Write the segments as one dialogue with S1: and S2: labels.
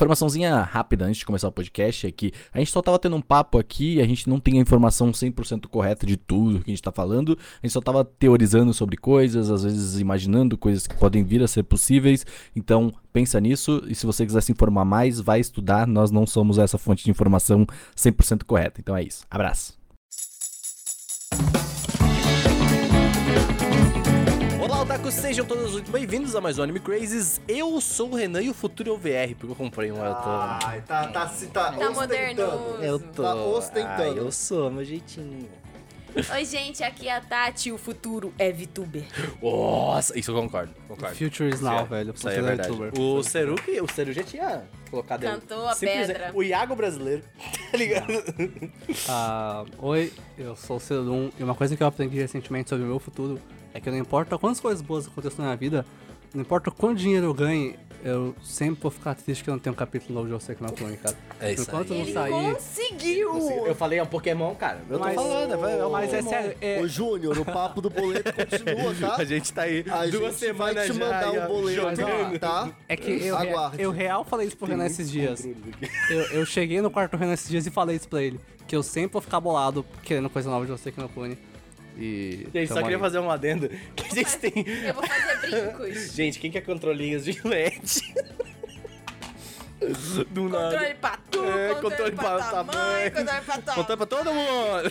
S1: Informaçãozinha rápida antes de começar o podcast é que a gente só tava tendo um papo aqui, a gente não tem a informação 100% correta de tudo que a gente tá falando, a gente só tava teorizando sobre coisas, às vezes imaginando coisas que podem vir a ser possíveis, então pensa nisso e se você quiser se informar mais, vai estudar, nós não somos essa fonte de informação 100% correta. Então é isso, abraço. Olá, otakus, sejam todos muito bem-vindos a mais um Anime Crazes. Eu sou o Renan e o futuro é o VR, porque eu comprei um. eu tô-
S2: Ai, tá, tá, se- tá,
S3: Tá
S2: ostentando.
S3: moderno.
S1: Eu tô.
S2: Tá ostentando.
S1: Ai, eu sou, meu jeitinho.
S3: Oi, gente, aqui é a Tati, o futuro é VTuber.
S1: Nossa, isso eu concordo. concordo.
S4: Future is
S1: Isso
S4: now,
S1: é-
S4: velho.
S1: Isso aí é
S4: Você
S1: verdade.
S4: youtuber.
S1: O Seru, que- o Seru já tinha colocado ele.
S3: Cantou a
S1: Simplesmente-
S3: pedra.
S1: O Iago brasileiro. Tá ligado?
S4: Ah, oi, eu sou o Celum. E uma coisa que eu aprendi recentemente sobre o meu futuro é que não importa quantas coisas boas aconteçam na minha vida, não importa quanto dinheiro eu ganhe, eu sempre vou ficar triste que eu não tenho um capítulo novo de Você que não foi, cara.
S1: É isso
S4: Enquanto
S1: aí.
S4: não
S3: Ele
S4: sair.
S1: Eu falei, é um Pokémon, cara. Eu
S4: Mas-
S1: tô falando, é vai- é uma...
S4: Mas é sério, é-
S2: Ô, Júnior, o papo do boleto continua, tá?
S1: A gente tá aí
S2: A
S1: duas
S2: gente
S1: semanas
S2: vai te
S1: já,
S2: mandar
S1: aí, ó,
S2: o boleto,
S1: jogando.
S2: tá?
S4: É que eu,
S2: Aguarde.
S4: eu real falei isso pro Renan esses dias. Eu, eu cheguei no quarto do Renan esses dias e falei isso pra ele. Que eu sempre vou ficar bolado querendo coisa nova de Você que não foi. E.
S1: Gente, só
S4: tamo
S1: queria
S4: aí.
S1: fazer um adendo. Que a gente tem...
S3: Eu vou fazer brincos.
S1: Gente, quem quer controlinhos de LED? Do nada.
S3: Controle pra tu,
S1: É,
S3: controle, pra, tua mãe, controle pra tua...
S1: Controle pra todo mundo.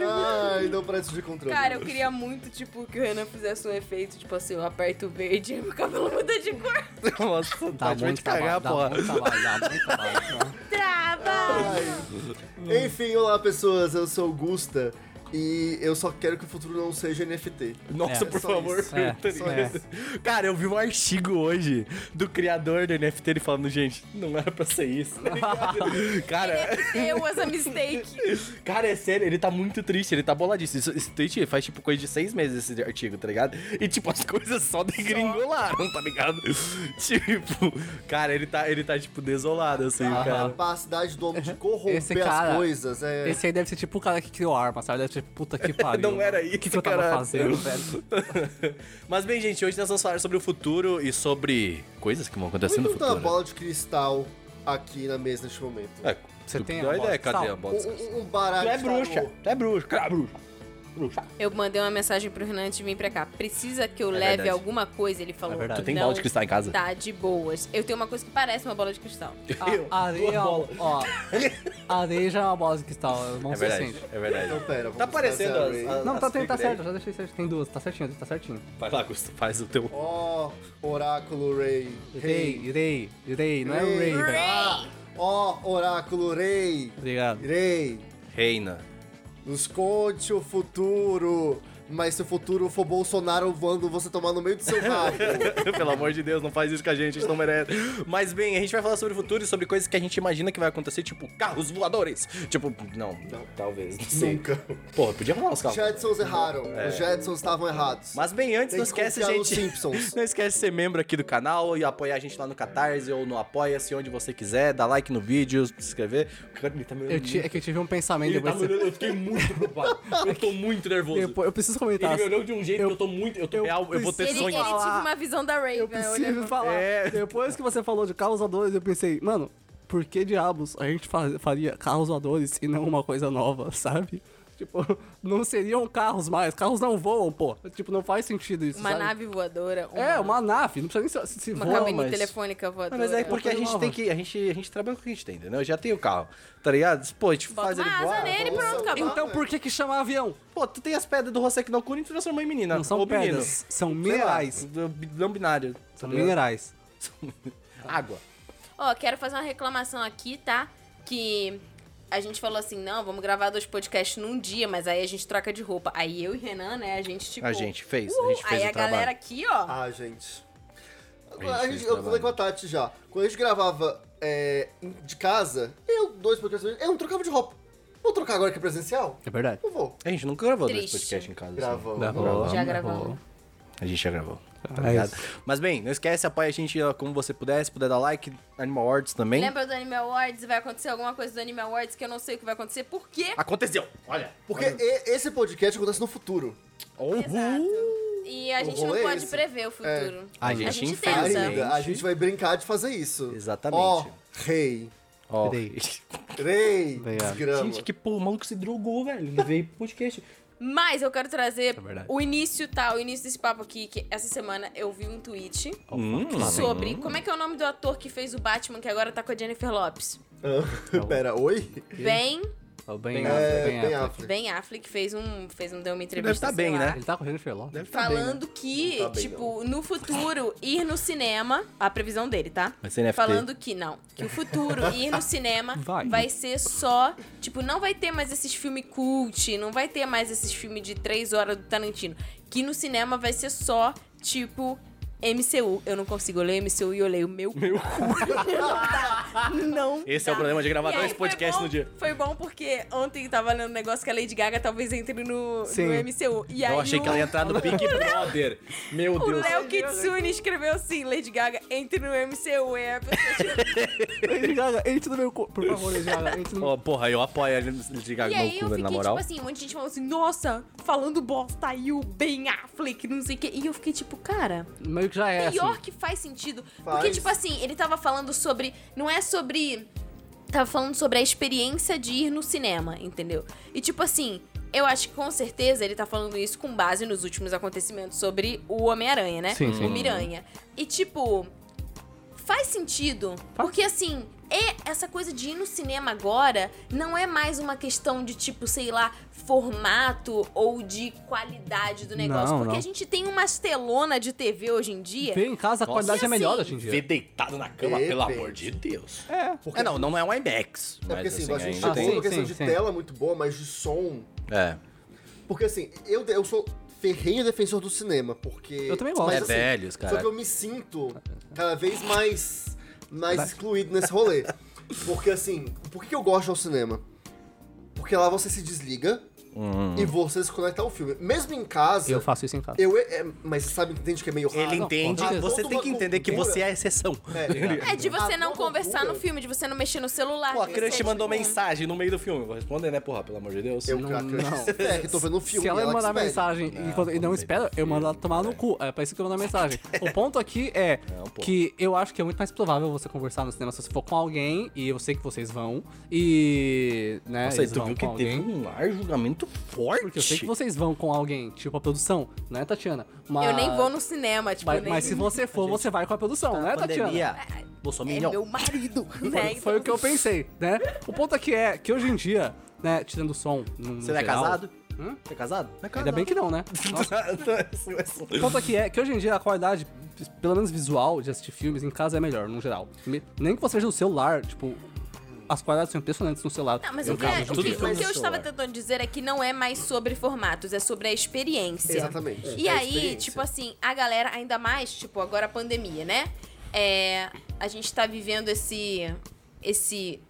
S2: Ai, não parece de controle.
S3: Cara, eu queria muito, tipo, que o Renan fizesse um efeito, tipo assim, eu aperto o verde e meu cabelo muda de cor.
S1: Nossa,
S4: Dá
S1: tá de
S4: muito
S1: cagar,
S4: trabalho, dá
S1: porra.
S4: muito trabalho, dá muito trabalho. né?
S3: Trava!
S2: Ai. Enfim, olá, pessoas. Eu sou o Gusta. E eu só quero que o futuro não seja NFT.
S1: Nossa,
S4: É,
S1: por
S2: só
S1: favor.
S2: isso.
S4: É,
S1: Tá
S4: só
S1: ligado? Cara, eu vi um artigo hoje do criador do NFT ele falando, gente, não era pra ser isso. tá ligado? cara,
S3: Eu was a mistake.
S1: cara, é sério, ele tá muito triste, ele tá boladíssimo. Isso- Esse tweet faz tipo coisa de seis meses esse artigo, tá ligado? E tipo, as coisas só degringolaram, tá ligado? Tipo, cara, ele tá, ele tá tipo desolado assim,
S4: Ah,
S2: A
S1: cara.
S2: capacidade do homem de corromper
S4: Esse cara-
S2: as coisas é.
S4: Esse aí deve ser tipo o cara que criou a arma, sabe? Deve ser tipo, puta que pariu.
S1: Não era
S4: O que,
S1: isso,
S4: que eu tava
S1: caralho.
S4: fazendo, velho?
S1: Mas bem, gente, hoje nós vamos falar sobre o futuro e sobre coisas que vão acontecer
S2: Por
S1: no
S2: que não tem uma
S1: tá futuro.
S2: bola de cristal aqui na mesa neste momento?
S1: É,
S4: Você
S1: tu
S4: tem
S1: dá
S4: a
S1: uma
S4: bola
S1: ideia,
S4: de
S1: cadê
S4: sal?
S1: a bola? de sal?
S2: Um, um baralho.
S1: Tu é
S2: de
S1: bruxa,
S2: tarô.
S1: tu é bruxa, cara, bruxa. Bruxa.
S3: Eu mandei uma mensagem pro Renan antes de vir pra cá. Precisa que eu leve
S1: É verdade.
S3: alguma coisa? Ele falou,
S4: É verdade.
S1: Tu tem
S3: não,
S1: bola de cristal em casa?
S3: Tá de boas. Eu tenho uma coisa que parece uma bola de cristal.
S1: Eu,
S4: A areia, é
S1: duas
S4: ó. Areia já é uma bola de cristal, não
S1: É
S4: se
S1: verdade,
S4: sente.
S1: é verdade.
S2: Então, pera, vamos
S1: Tá aparecendo
S2: fazer a
S1: as,
S2: Ray.
S1: as-
S4: Não, tá,
S1: as
S4: tem, tá
S1: fake
S4: certo,
S1: daí.
S4: já deixei certo. Tem duas, tá certinho, tá certinho.
S1: Vai lá, Gusto, faz o teu.
S2: Ó, oráculo rei.
S4: Rei, rei, rei, não é o rei, velho.
S2: Ah, Ó, oráculo rei.
S4: Obrigado.
S2: Rei,
S1: Reina.
S2: nos conte o futuro. Mas se o futuro for Bolsonaro voando, você tomar no meio do seu rabo.
S1: Pelo amor de Deus, não faz isso com a gente, a gente não merece. Mas bem, a gente vai falar sobre o futuro e sobre coisas que a gente imagina que vai acontecer, tipo carros voadores. Tipo, não, talvez, não sei.
S2: Nunca.
S1: Porra, podia rolar uns carros.
S2: Jetsons erraram. Os Jetsons estavam errados.
S1: É. Mas bem, antes,
S2: Tem
S1: não
S2: que
S1: esquece,
S2: confiar nos
S1: gente.
S2: Simpsons.
S1: Não esquece de ser membro aqui do canal e apoiar a gente lá no Catarse ou no Apoia-se, onde você quiser. Dá like no vídeo, se inscrever. Cara, ele tá me olhando
S4: Eu ti- é que eu tive um pensamento
S1: Ele tá
S4: depois.
S1: me olhando, eu fiquei muito preocupado. Eu tô muito nervoso.
S4: Eu, eu preciso comentar.
S1: Ele me olhou de um jeito que eu tô muito. Eu tô
S4: eu
S1: real, eu vou ter
S3: Ele, ele
S1: sonho.
S3: tive uma visão da Raven.
S4: Eu
S3: olhando
S4: preciso falar.
S1: É.
S4: Depois que você falou de carros voadores, eu pensei, mano, por que diabos a gente fa- faria carros voadores e não uma coisa nova, sabe? Tipo, não seriam carros mais, carros não voam, pô. Tipo, não faz sentido isso.
S3: Uma
S4: sabe?
S3: nave voadora. Uma,
S4: É, uma nave, não precisa nem se, se- se
S3: uma
S4: voa,
S3: cabine
S4: mas...
S3: telefônica voadora.
S1: Mas é porque a
S4: coisa
S1: gente
S4: nova.
S1: tem que. A gente, a gente trabalha com o que a gente tem, entendeu? Eu já tenho o carro, tá ligado? Pô, a gente
S3: Bota
S1: faz ele
S3: uma asa
S1: voar.
S3: nele e
S2: Nossa,
S3: pronto, acabou.
S4: Então por que que chama avião?
S1: Pô, tu tem as pedras do Rosek no Cune e tu transformou em menina.
S4: Não são
S1: ou Tá, menino.
S4: pedras, são
S1: Sei lá,
S4: minerais.
S1: do- Não binário. tá
S4: São
S1: ligado?
S4: minerais.
S1: Água.
S3: Ó, quero fazer uma reclamação aqui, tá? Que a gente falou assim, não, vamos gravar dois podcasts num dia, mas aí a gente troca de roupa. Aí eu e Renan, né, a gente tipo...
S1: A gente fez, a
S3: uhul.
S1: gente fez
S3: Aí
S1: o
S3: a
S1: trabalho.
S3: galera aqui, ó,
S2: Ah, gente.
S1: gente
S2: A
S1: fez
S2: gente, eu falei
S1: trabalho.
S2: com a Tati já. Quando a gente gravava é, em- de casa, eu, dois podcasts, eu não trocava de roupa. Vou trocar agora que é presencial?
S4: É verdade.
S2: Não vou. um.
S1: A gente nunca gravou dois
S3: Triste.
S1: podcasts em casa. assim.
S2: Gravou.
S3: já gravamos.
S1: A gente já gravou. Tá
S4: Ah,
S1: ligado?
S4: isso.
S1: Mas bem, não esquece, apoia a gente ó, como você puder. Se puder dar like, Animal Arts também.
S3: Lembra do Anime Awards? Vai acontecer alguma coisa do Anime Awards que eu não sei o que vai acontecer. Por
S1: Ah,
S3: quê?
S1: Aconteceu! Olha!
S2: Porque e- esse podcast acontece no futuro.
S1: Uhul!
S3: Exato. E a
S2: O
S3: gente não
S2: rolê é
S3: pode
S2: esse.
S3: prever o futuro.
S5: A
S3: A
S5: gente
S3: gente,
S1: infelizmente-
S3: tenta.
S2: Ainda, a gente vai brincar de fazer isso.
S1: Exatamente.
S2: Ó, rei.
S1: Ó,
S4: Peraí.
S2: Rei.
S4: Obrigado.
S2: Desgrama.
S1: gente, que pô, o maluco se drogou, velho. Ele veio pro podcast.
S3: Mas eu quero trazer
S4: É verdade.
S3: o início, tá? O início desse papo aqui, que essa semana eu vi um tweet
S1: Hum,
S3: sobre como é que é o nome do ator que fez o Batman, que agora tá com a Jennifer Lopes.
S1: Tá
S2: Ah, Pera, oi?
S3: Ben,
S4: Ó, bem,
S1: Bem
S4: Affleck,
S2: É,
S4: bem
S2: bem
S4: Affleck.
S2: Affleck.
S3: ben Affleck fez um, fez um, deu
S1: deve
S3: uma entrevista.
S1: tá
S3: sei
S1: bem,
S3: lá,
S1: né?
S4: Ele tá com o Jennifer Lopes?
S1: Deve tá bem, né?
S3: Falando que,
S2: Não tá bem,
S3: tipo, no futuro, ir no cinema, a previsão dele, tá?
S1: Vai ser NFT.
S3: Falando que não, que o futuro, ir no cinema,
S4: Vai.
S3: vai. ser só. Tipo, não vai ter mais esses filmes cult, não vai ter mais esses filmes de três horas do Tarantino. Que no cinema vai ser só, tipo. MCU, eu não consigo ler MCU e eu leio meu cu. Meu cu. não.
S1: Esse é o problema de gravar
S3: Tá. E aí,
S1: dois
S3: foi
S1: podcasts
S3: bom-
S1: no dia.
S3: Foi bom porque ontem tava lendo um negócio que a Lady Gaga talvez entre no,
S4: Sim.
S3: no MCU. E aí
S1: Eu achei que
S3: o-
S1: ela ia entrar no Big Brother. Meu
S3: o
S1: Deus.
S3: Léo Kitsune escreveu assim, Lady Gaga, entre no MCU. E a pessoa, tipo,
S4: Lady Gaga, entre no meu corpo. Por favor, Lady Gaga, entre no meu
S1: Ó, porra, eu apoio ele de
S3: e
S1: Gaga no
S3: aí
S1: cu, velho,
S3: eu fiquei,
S1: na
S3: tipo
S1: moral.
S3: assim, um monte de gente falou assim, nossa, falando bosta aí o Ben Affleck, não sei o quê. E eu fiquei tipo, cara,
S4: Meio que já é assim.
S3: pior que faz sentido. Porque,
S2: Faz.
S3: tipo assim, ele tava falando sobre. Não é sobre. Tava falando sobre a experiência de ir no cinema, entendeu? E, tipo assim, eu acho que com certeza ele tá falando isso com base nos últimos acontecimentos sobre o Homem-Aranha, né?
S4: Sim, sim.
S3: O Miranha. E, tipo. Faz sentido. Porque, assim. é- essa coisa de ir no cinema agora não é mais uma questão de, tipo, sei lá, formato ou de qualidade do negócio.
S4: Não,
S3: porque
S4: não.
S3: a gente tem umas telona de TV hoje em dia
S4: Vê em casa, a qualidade é
S3: assim,
S4: melhor hoje em dia.
S1: Vê deitado na cama,
S2: Depende.
S1: pelo amor de Deus. É. Porque... não, não é um IMAX.
S2: É porque
S1: mas
S2: assim,
S1: assim,
S2: a gente
S1: ainda
S2: chegou
S1: tem...
S2: numa questão
S4: Sim,
S2: de
S4: sim, sim.
S2: tela muito boa, mas de som.
S1: É.
S2: Porque assim, eu, eu sou ferrenho defensor do cinema, porque.
S4: Eu também gosto.
S2: Mas,
S1: É
S2: assim,
S1: velhos,
S2: Só
S1: cara.
S2: que eu me sinto cada vez mais, mais excluído nesse rolê. Porque assim, por que eu gosto ao cinema? Porque lá você se desliga
S1: Hum.
S2: e você se conecta ao filme. Mesmo em casa.
S4: Eu faço isso em casa.
S2: eu- é, mas você sabe, entende que é meio raro.
S1: Ele entende,
S2: Ah, não,
S1: você
S2: toda
S1: tem
S2: uma
S1: que entender que
S2: cultura-
S1: você é a exceção.
S2: É,
S3: É de você
S2: Ah,
S3: não
S2: toda
S3: conversar
S2: loucura.
S3: no filme, de você não mexer no celular.
S1: Pô, a
S3: de
S1: crush
S3: você,
S1: mandou
S3: tipo,
S1: mensagem no meio do filme. Vou responder, né, porra? Pelo amor de Deus.
S2: Eu,
S4: Não,
S2: cara,
S4: não.
S2: que eu- é que tô vendo um filme.
S4: Se ela
S2: que
S4: me mandar
S2: se mede.
S4: mensagem e, quando- e não
S1: não
S4: espera, eu mando ela tomar no cu. É pra isso que eu mando a mensagem. o ponto aqui é
S1: pô.
S4: que eu acho que é muito mais provável você conversar no cinema se você for com alguém, e eu sei que vocês vão, e. Né,
S1: Nossa, e
S4: eles
S1: tu
S4: vão
S1: viu
S4: com
S1: que
S4: alguém.
S1: teve um lar julgamento forte.
S4: Porque eu sei que vocês vão com alguém, tipo a produção, né, Tatiana? Mas,
S3: Eu nem vou no cinema, tipo,
S4: Mas,
S3: nem...
S4: mas se você for, você vai com a produção, né, Tatiana?
S1: Tá, Pandemia.
S3: É
S1: Bolsominion.
S3: meu marido, né?
S4: Foi, foi o que eu pensei, né? O ponto aqui é que hoje em dia, né, tirando o som. no- no
S1: Você não é
S4: geral-
S1: casado?
S4: Hum?
S1: Você é casado? Não é casado.
S4: Ainda bem que não, né?
S1: é
S4: O ponto aqui é que hoje em dia a qualidade, pelo menos visual, de assistir filmes em casa é melhor, no geral. Me- Nem que você seja no celular, tipo, as qualidades são impressionantes no celular.
S3: Não, mas
S4: Eu
S3: o que, é-
S4: caso,
S3: o que-
S1: tudo
S3: o que eu
S1: no
S3: estava
S1: celular.
S3: tentando dizer é que não é mais sobre formatos, é sobre a experiência.
S2: Exatamente.
S3: E
S2: É a
S3: aí,
S2: experiência.
S3: tipo assim, a galera, ainda mais, tipo, agora a pandemia, né? É, a gente tá vivendo esse. esse.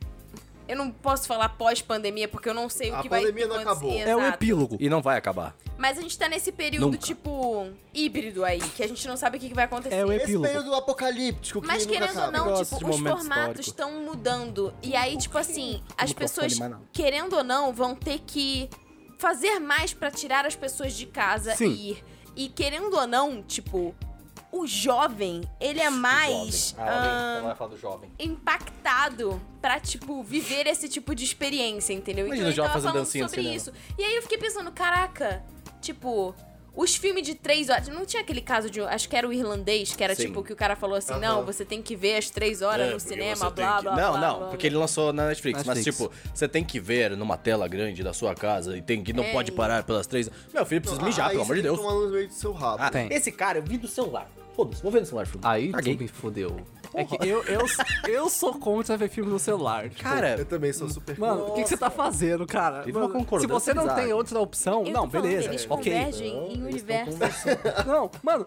S3: Eu não posso falar pós-pandemia, porque eu não sei o
S2: A
S3: que vai
S2: pandemia não
S3: acontecer.
S2: acabou.
S1: É um
S3: Exato.
S1: epílogo. E não vai acabar.
S3: Mas a gente tá nesse período,
S1: Nunca.
S3: tipo, híbrido aí, que a gente não sabe o que que vai acontecer.
S4: É o
S2: Esse
S4: epílogo.
S2: período apocalíptico que
S3: Mas
S2: nunca
S3: querendo ou
S2: acaba.
S3: não,
S1: gosto
S3: tipo,
S1: de
S3: os
S1: momento
S3: formatos
S1: histórico.
S3: estão mudando. E aí, tipo assim, as
S1: microfone
S3: pessoas,
S1: mais não.
S3: querendo ou não, vão ter que fazer mais pra tirar as pessoas de casa
S4: Sim.
S3: e ir. E querendo ou não, tipo, o jovem, ele é mais ah,
S1: vai falar do jovem.
S3: impactado pra, tipo, viver esse tipo de experiência, entendeu?
S1: Imagina o
S3: ele
S1: jovem
S3: tava
S1: fazendo
S3: falando
S1: dancinha no
S3: sobre
S1: cinema.
S3: isso. E aí eu fiquei pensando, caraca, tipo. Os filmes de três horas. Não tinha aquele caso de. Acho que era o irlandês, que era
S1: Sim. É,
S3: tipo que o cara falou assim:
S2: Aham.
S3: não, você tem que ver as três horas no cinema, blá, blá,
S1: Não,
S3: blá.
S1: não,
S3: blá,
S1: porque ele lançou na Netflix,
S4: Netflix.
S1: Mas, tipo, você tem que ver numa tela grande da sua casa e tem que não
S3: É,
S1: pode
S3: e-
S1: parar pelas três. Meu filho precisa
S2: Ah,
S1: mijar,
S2: aí
S1: pelo
S2: você
S1: amor de
S2: tem que
S1: Deus.
S2: tomar no meio do seu rabo.
S1: Ah,
S4: Tem.
S1: Esse cara, eu vi do celular. Foda-se, vou ver no celular, filho.
S4: Aí
S1: Caguei.
S4: tu me fodeu. É que eu, eu, eu sou contra ver filme no celular. tipo,
S1: Cara,
S2: Eu também sou super
S4: Mano, o que, que você tá fazendo, cara?
S1: Teve uma
S4: Mano, se
S1: concordância
S4: você não
S1: bizarra.
S4: tem outra opção,
S3: Eu
S4: não,
S3: tô falando,
S4: beleza.
S3: Eles
S4: ok.
S3: convergem em universo.
S4: Não, mano,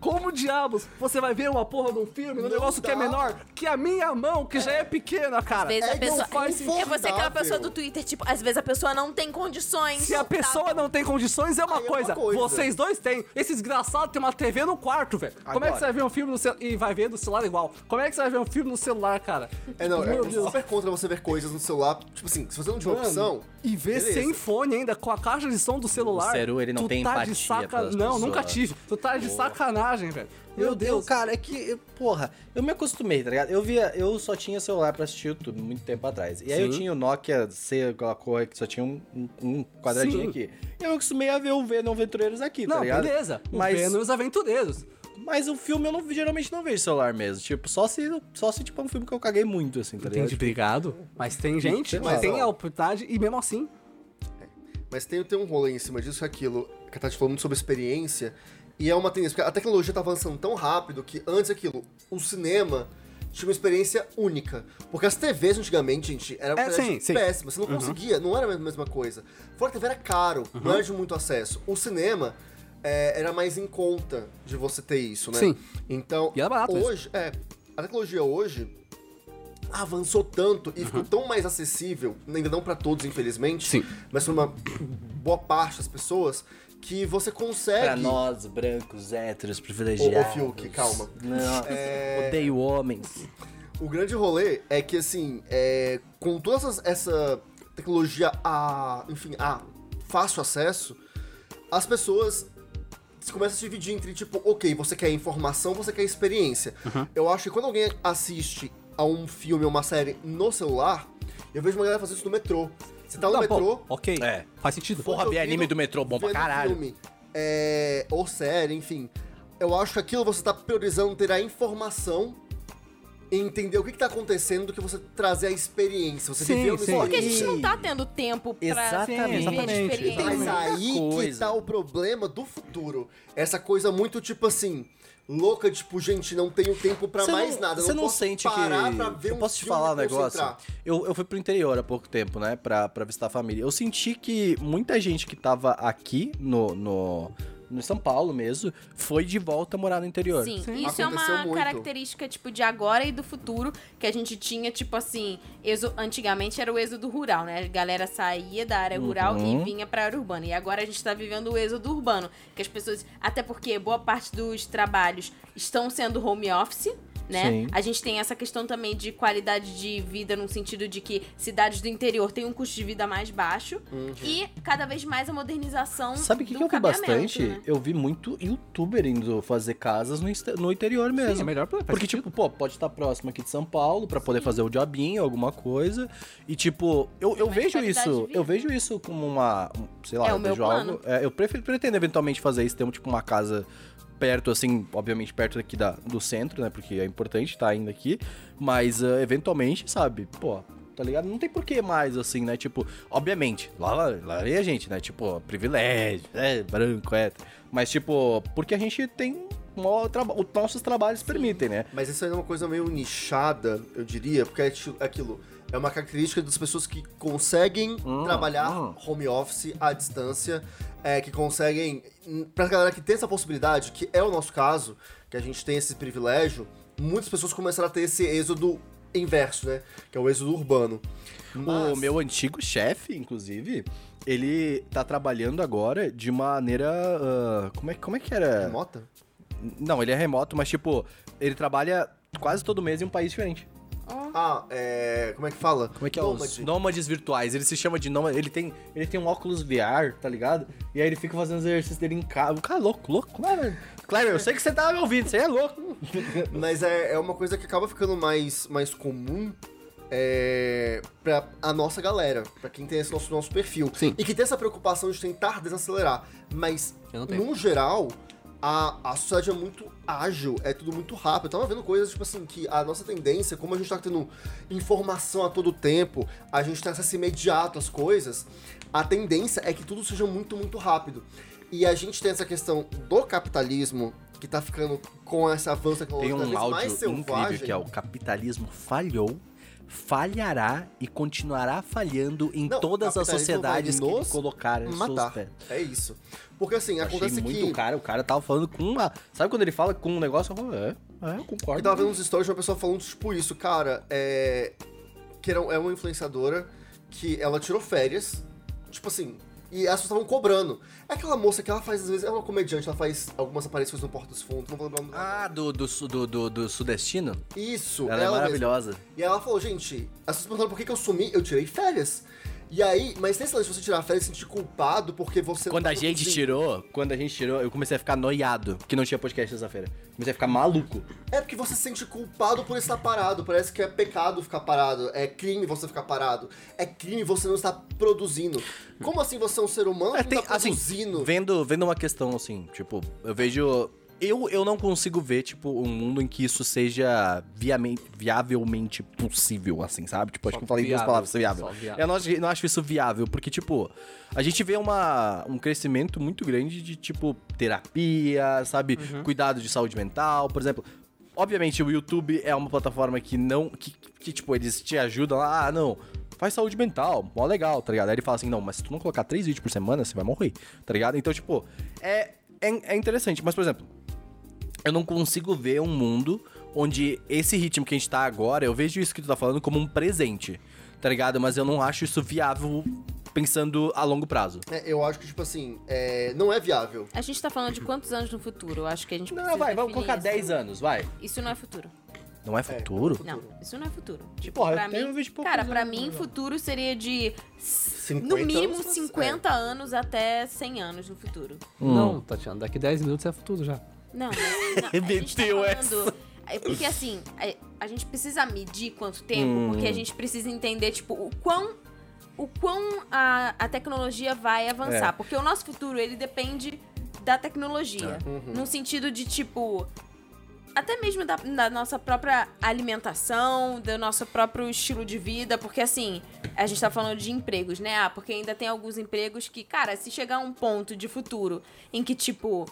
S4: como diabos você vai ver uma porra de um filme, um
S2: Não
S4: negócio que é
S2: dá.
S4: menor que a minha mão, que já é pequena, cara?
S3: Às vezes
S2: É,
S3: a
S2: não
S3: pessoa.
S2: faz
S3: é você aquela
S2: saudável.
S3: pessoa do Twitter, tipo, às vezes a pessoa não tem condições.
S4: Se a
S3: sabe?
S4: pessoa não tem condições, é uma,
S2: Aí é uma
S4: coisa.
S2: coisa.
S4: Vocês dois têm. Esse desgraçado tem uma TV no quarto, velho. Como é que
S1: Agora.
S4: você vai ver um filme no cel... e vai ver do celular igual? Como é que você vai ver um filme no celular, cara?
S2: É, não,
S4: Meu
S2: é
S4: Deus.
S2: super contra você ver coisas no celular. Tipo assim, se você não tiver
S4: Mano,
S2: opção.
S4: E ver
S2: beleza.
S4: sem fone ainda, com a caixa de som do celular.
S1: O Seru, ele não
S4: tu
S1: tem
S4: tá
S1: empatia
S4: de saca...
S1: pelas
S4: Não,
S1: pessoas.
S4: nunca tive. Tu tá de sacanagem, velho.
S1: Meu Deus, cara, é que, porra, eu me acostumei, tá ligado? Eu via, eu só tinha celular pra assistir YouTube muito tempo atrás. E aí eu
S4: Sim.
S1: tinha o Nokia C, aquela cor que só tinha um, um- um quadradinho
S4: Sim.
S1: aqui. E eu me acostumei a ver o Venom Aventureiros aqui,
S4: Não,
S1: tá ligado?
S4: beleza. Mas...
S1: Mas,
S4: O Venom e os Aventureiros.
S1: mas o filme eu não, geralmente não vejo celular mesmo. Tipo, só se, só se tipo, é um filme que eu caguei muito, assim, tá ligado?
S4: Entendi, obrigado. Mas tem gente,
S1: Sei
S2: lá.
S4: mas tem a oportunidade e mesmo assim...
S2: Mas tem, tem um rolê em cima disso que é aquilo. Que a Tati falou muito sobre experiência. E é uma tendência. Porque a tecnologia tá avançando tão rápido que antes aquilo, o cinema tinha uma experiência única. Porque as TVs antigamente, gente, eram
S4: É, sim, sim.
S2: péssimas. Você não conseguia, não era a mesma coisa. Fora que a TV era caro,
S4: Uhum.
S2: não era de muito acesso. O cinema é, era mais em conta de você ter isso, né?
S4: Sim.
S2: Então,
S4: E era barato isso.
S2: hoje, é, a tecnologia hoje avançou tanto e ficou tão mais acessível, ainda não pra todos, infelizmente,
S4: Sim.
S2: mas pra uma boa parte das pessoas, que você consegue.
S4: É
S1: Pra nós, brancos, héteros,
S2: Ô, ô,
S1: privilegiados.
S2: Fiuk, calma. É.
S1: Não, odeio homens.
S2: O grande rolê é que, assim, é, com toda essas- essa tecnologia a, enfim, a fácil acesso, as pessoas se começam a se dividir entre, tipo, ok, você quer informação, você quer experiência. Eu acho que quando alguém assiste a um filme ou uma série no celular, eu vejo uma galera fazer isso no metrô. Você tá no
S4: Não, pô,
S2: metrô,
S4: ok,
S1: É.
S4: faz sentido.
S1: Porra,
S2: Fone
S1: ver anime
S2: ouvido,
S1: do metrô, bom pra
S2: vendo
S1: caralho.
S2: Filme, é, ou série, enfim. Eu acho que aquilo você tá priorizando ter a informação e entender o que, que tá acontecendo do que você trazer a experiência. Você
S4: Sim,
S2: viveu uma
S4: sim.
S2: experiência.
S3: Porque a gente não tá tendo tempo pra
S1: Exatamente.
S3: viver de
S4: Exatamente,
S2: Mas
S3: experiência.
S4: exatamente.
S2: aí que
S1: coisa.
S2: tá o problema do futuro. Essa coisa muito tipo assim. Louca, tipo, gente, não tenho tempo pra
S1: Você
S2: mais
S1: não-
S2: nada. eu
S1: Você não,
S2: posso
S1: sente
S2: parar
S1: que.
S2: pra ver
S1: eu
S2: um
S1: posso te
S2: filme e
S1: falar um
S2: me
S1: negócio?
S2: concentrar.
S1: Eu, eu fui pro interior há pouco tempo, né? Pra, pra visitar a família. Eu senti que muita gente que tava aqui no. no no São Paulo mesmo, foi de volta morar no interior.
S3: Sim, isso é
S2: Aconteceu
S3: uma
S2: muito.
S3: característica, tipo, de agora e do futuro, que a gente tinha, tipo assim, exo- antigamente era o êxodo rural, né? A galera saía da área rural
S1: Uhum.
S3: e vinha pra área urbana. E agora a gente tá vivendo o êxodo urbano, que as pessoas, até porque boa parte dos trabalhos estão sendo home office, né?
S1: Sim.
S3: A gente tem essa questão também de qualidade de vida, no sentido de que cidades do interior têm um custo de vida mais baixo e cada vez mais a modernização
S1: Sabe o que,
S3: do
S1: que eu vi
S3: cabeamento,
S1: bastante?
S3: né?
S1: Eu vi muito youtuber indo fazer casas no, insta- no interior mesmo.
S4: Sim, é melhor pra...
S1: Porque, tipo, pô, pode estar próximo aqui de São Paulo pra poder fazer o jobinho, alguma coisa. E, tipo, eu, eu
S3: mais
S1: vejo
S3: qualidade de
S1: isso.
S3: vida.
S1: Eu vejo isso como uma. um, Sei lá,
S3: É o
S1: eu
S3: meu
S1: vejo
S3: plano.
S1: algo. é, eu prefiro, pretendo eventualmente fazer isso, ter um, tipo uma casa perto, assim, obviamente perto aqui da, do centro, né? Porque é importante estar ainda aqui. Mas ah, eventualmente, sabe, pô. Tá ligado? Não tem porquê mais, assim, né? Tipo, obviamente, lá, lá, lá é a gente, né? Tipo, privilégio, é, branco, é. Mas, tipo, porque a gente tem. um maior traba- Os nossos trabalhos permitem, né?
S2: Mas isso aí é uma coisa meio nichada, eu diria, porque é ti- aquilo. É uma característica das pessoas que conseguem trabalhar
S1: hum.
S2: home office à distância, é, que conseguem. hum, Pra galera que tem essa possibilidade, que é o nosso caso, que a gente tem esse privilégio, muitas pessoas começaram a ter esse êxodo inverso, né? Que é o êxodo urbano.
S1: O meu antigo chefe, inclusive, ele tá trabalhando agora de maneira. ah, como, é, como é que era?
S2: Remota?
S1: Não, ele é remoto, mas tipo, ele trabalha quase todo mês em um país diferente.
S3: Oh.
S2: Ah, é. Como é que fala?
S1: Como é que é os
S2: Nômade.
S1: nômades virtuais? Ele se chama de nômade. Ele tem, ele tem um óculos VR, tá ligado? E aí ele fica fazendo os exercícios dele em casa. O cara é louco, louco. Claro, claro eu sei que você tava me ouvindo, você é louco.
S2: Mas é, é uma coisa que acaba ficando mais, mais comum é, pra a nossa galera, pra quem tem esse nosso, nosso perfil.
S4: Sim.
S2: E que tem essa preocupação de tentar desacelerar. Mas,
S4: Eu não tenho.
S2: no geral, a, a sociedade é muito ágil, é tudo muito rápido. Eu tava vendo coisas, tipo assim, que a nossa tendência, como a gente tá tendo informação a todo tempo, a gente tem acesso imediato às coisas, a tendência é que tudo seja muito, muito rápido. E a gente tem essa questão do capitalismo, que tá ficando com esse avanço
S1: Tem um
S2: tecnológico cada vez mais
S1: áudio incrível
S2: selvagem.
S1: que é o capitalismo falhou, falhará e continuará falhando em
S2: Não,
S1: todas as
S2: capitalismo
S1: sociedades que
S2: vai nos
S1: ele colocar em seus
S2: matar.
S1: pés.
S2: É isso. Porque assim,
S1: Eu Achei
S2: acontece
S1: muito
S2: que.
S1: cara, o cara tava falando com uma... Sabe quando ele fala com um negócio, eu falo, é, é, eu
S2: Eu
S1: concordo.
S2: tava vendo uns stories de uma pessoa falando, tipo, isso, cara, um, é. Que era, é uma influenciadora que ela tirou férias. Tipo assim, E as pessoas estavam cobrando. É aquela moça que ela faz, às vezes, ela é uma comediante, ela faz algumas aparições no Porta dos Fundos, não vou lembrar o nome dela.
S1: Ah, do, do, su- do, do, do Sudestino?
S2: Isso,
S1: Ela, é
S2: mesma.
S1: maravilhosa.
S2: E ela falou, gente, as pessoas perguntaram por que, que eu sumi, eu tirei férias. E aí, mas tem esse lance de você tirar férias e se sentir culpado porque você.
S1: Quando a gente
S2: Então, Sim.
S1: tirou, quando a gente tirou, eu comecei a ficar noiado, que não tinha podcast sexta-feira. Comecei a ficar maluco.
S2: É porque você se sente culpado por estar parado. Parece que é pecado ficar parado. É crime você ficar parado. É crime você não estar produzindo. Como assim você é um ser humano
S1: É,
S2: que
S1: tem,
S2: não tá
S1: assim,
S2: produzindo?
S1: vendo, vendo uma questão assim, tipo, eu vejo. Eu, eu não consigo ver, tipo, um mundo em que isso seja viamen- viavelmente possível, assim, sabe? Tipo, acho
S4: Só
S1: que eu falei duas
S4: viável,
S1: palavras, viável.
S4: só viável.
S1: Eu não acho, não acho isso viável, porque, tipo, a gente vê uma, um crescimento muito grande de, tipo, terapia, sabe?
S4: Uhum.
S1: Cuidado de saúde mental, por exemplo. Obviamente, o YouTube é uma plataforma que não. que, que, tipo, eles te ajudam. Ah, não. Faz saúde mental, mó legal, tá ligado? Aí ele fala assim: não, mas se tu não colocar três vídeos por semana, você vai morrer, tá ligado? Então, tipo, é, é, é interessante. Mas, por exemplo, eu não consigo ver um mundo onde esse ritmo que a gente tá agora, eu vejo isso que tu tá falando como um presente, tá ligado? Mas eu não acho isso viável pensando a longo prazo.
S2: É, eu acho que, tipo assim, é, não é viável.
S3: A gente tá falando de quantos anos no futuro? Eu acho que a gente
S1: Não,
S3: precisa
S1: vai, vamos
S3: definir
S1: colocar
S3: isso.
S1: 10
S2: assim.
S1: anos, vai.
S3: Isso não é futuro.
S1: Não é futuro?
S3: Não, isso não é futuro. Tipo,
S1: Porra,
S3: pra
S1: eu tenho
S3: mim,
S1: 20 e poucos
S3: cara, pra
S1: anos,
S3: mim,
S1: né?
S3: futuro seria de s-
S2: 50
S3: no mínimo
S1: é.
S2: anos,
S3: 50 anos até 100 anos no futuro. Hum.
S4: Não, Tatiana, daqui 10 minutos é futuro já.
S3: Não, mas- não, a gente tá
S1: Meteu
S3: falando- é Porque assim, a, a gente precisa medir quanto tempo, porque a gente precisa entender, tipo, o quão, o quão a, a tecnologia vai avançar.
S1: É.
S3: Porque o nosso futuro, ele depende da
S1: Tá.
S3: tecnologia.
S1: Uhum.
S3: No sentido de, tipo, até mesmo da, da nossa própria alimentação, do nosso próprio estilo de vida, porque assim, a gente tá falando de empregos, né? Ah, porque ainda tem alguns empregos que, cara, se chegar a um ponto de futuro em que, tipo,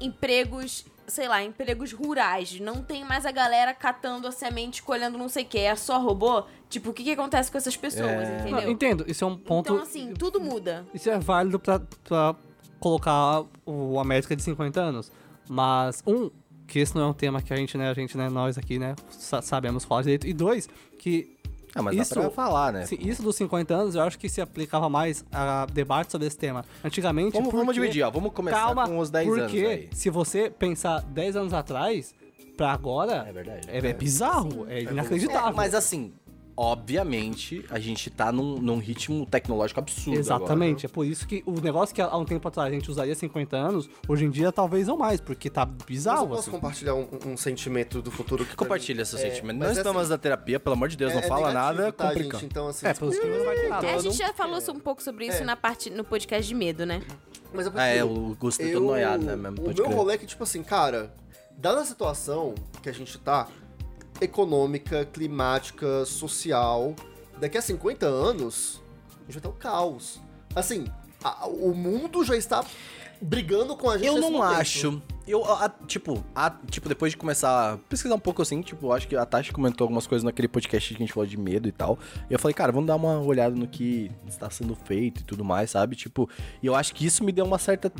S3: empregos, sei lá, empregos rurais, não tem mais a galera catando a semente, colhendo não sei o que, é só robô, tipo, o que, que acontece com essas pessoas,
S4: Não,
S3: entendeu?
S4: entendo, isso é um ponto.
S3: Então, assim, tudo muda.
S4: Isso é válido pra, pra colocar o América de 50 anos. Mas, um, que esse não é um tema que a gente, né, a gente, né, nós aqui, né, sa- sabemos falar direito. E dois, que
S1: Ah, mas
S4: Isso-
S1: dá pra falar, né?
S4: assim, isso dos 50 anos eu acho que se aplicava mais a debate sobre esse tema. Antigamente.
S1: Vamos, vamos
S4: porque-
S1: dividir, ó. Vamos começar
S4: Calma,
S1: com os 10
S4: porque
S1: anos aí.
S4: se você pensar 10 anos atrás, pra agora.
S1: É verdade.
S4: É, é bizarro, é inacreditável.
S1: É, mas assim, obviamente, a gente tá num, num ritmo tecnológico absurdo
S4: Exatamente, é por isso que o negócio que há um tempo atrás a gente usaria 50 anos, hoje em dia talvez não mais, porque tá
S2: Mas eu
S4: bizarro.
S2: posso
S4: assim.
S2: compartilhar um, um sentimento do futuro que. pra
S1: Compartilha seu
S2: mim- é,
S1: sentimento.
S2: mas
S1: Nós
S2: é
S1: estamos
S2: assim,
S1: na terapia, pelo amor de Deus,
S2: é-
S1: não
S2: é
S1: fala
S2: negativo,
S1: nada,
S2: tá,
S1: complicado.
S2: Gente? Então, assim,
S4: É, positivo não vai ter nada.
S3: É, a
S1: Todo-
S3: gente já falou um pouco sobre isso
S2: É.
S3: na parte no podcast de medo, né?
S2: mas
S1: Ah, é,
S2: prefiro-
S1: o Gusto todo noiado, né, mesmo?
S2: O
S1: Pode
S2: meu
S1: crer.
S2: rolê é que, tipo assim, cara, dada a situação que a gente tá, econômica, climática, social, daqui a 50 anos, a gente vai ter um caos. Assim, a- o mundo já está brigando com a gente.
S1: Eu
S2: nesse
S1: não
S2: momento.
S1: acho. Eu, a- a- tipo, a- tipo, depois de começar a pesquisar um pouco assim, tipo, acho que a Tati comentou algumas coisas naquele podcast que a gente falou de medo e tal. E eu falei, cara, vamos dar uma olhada no que está sendo feito e tudo mais, sabe? Tipo, e eu acho que isso me deu uma certa.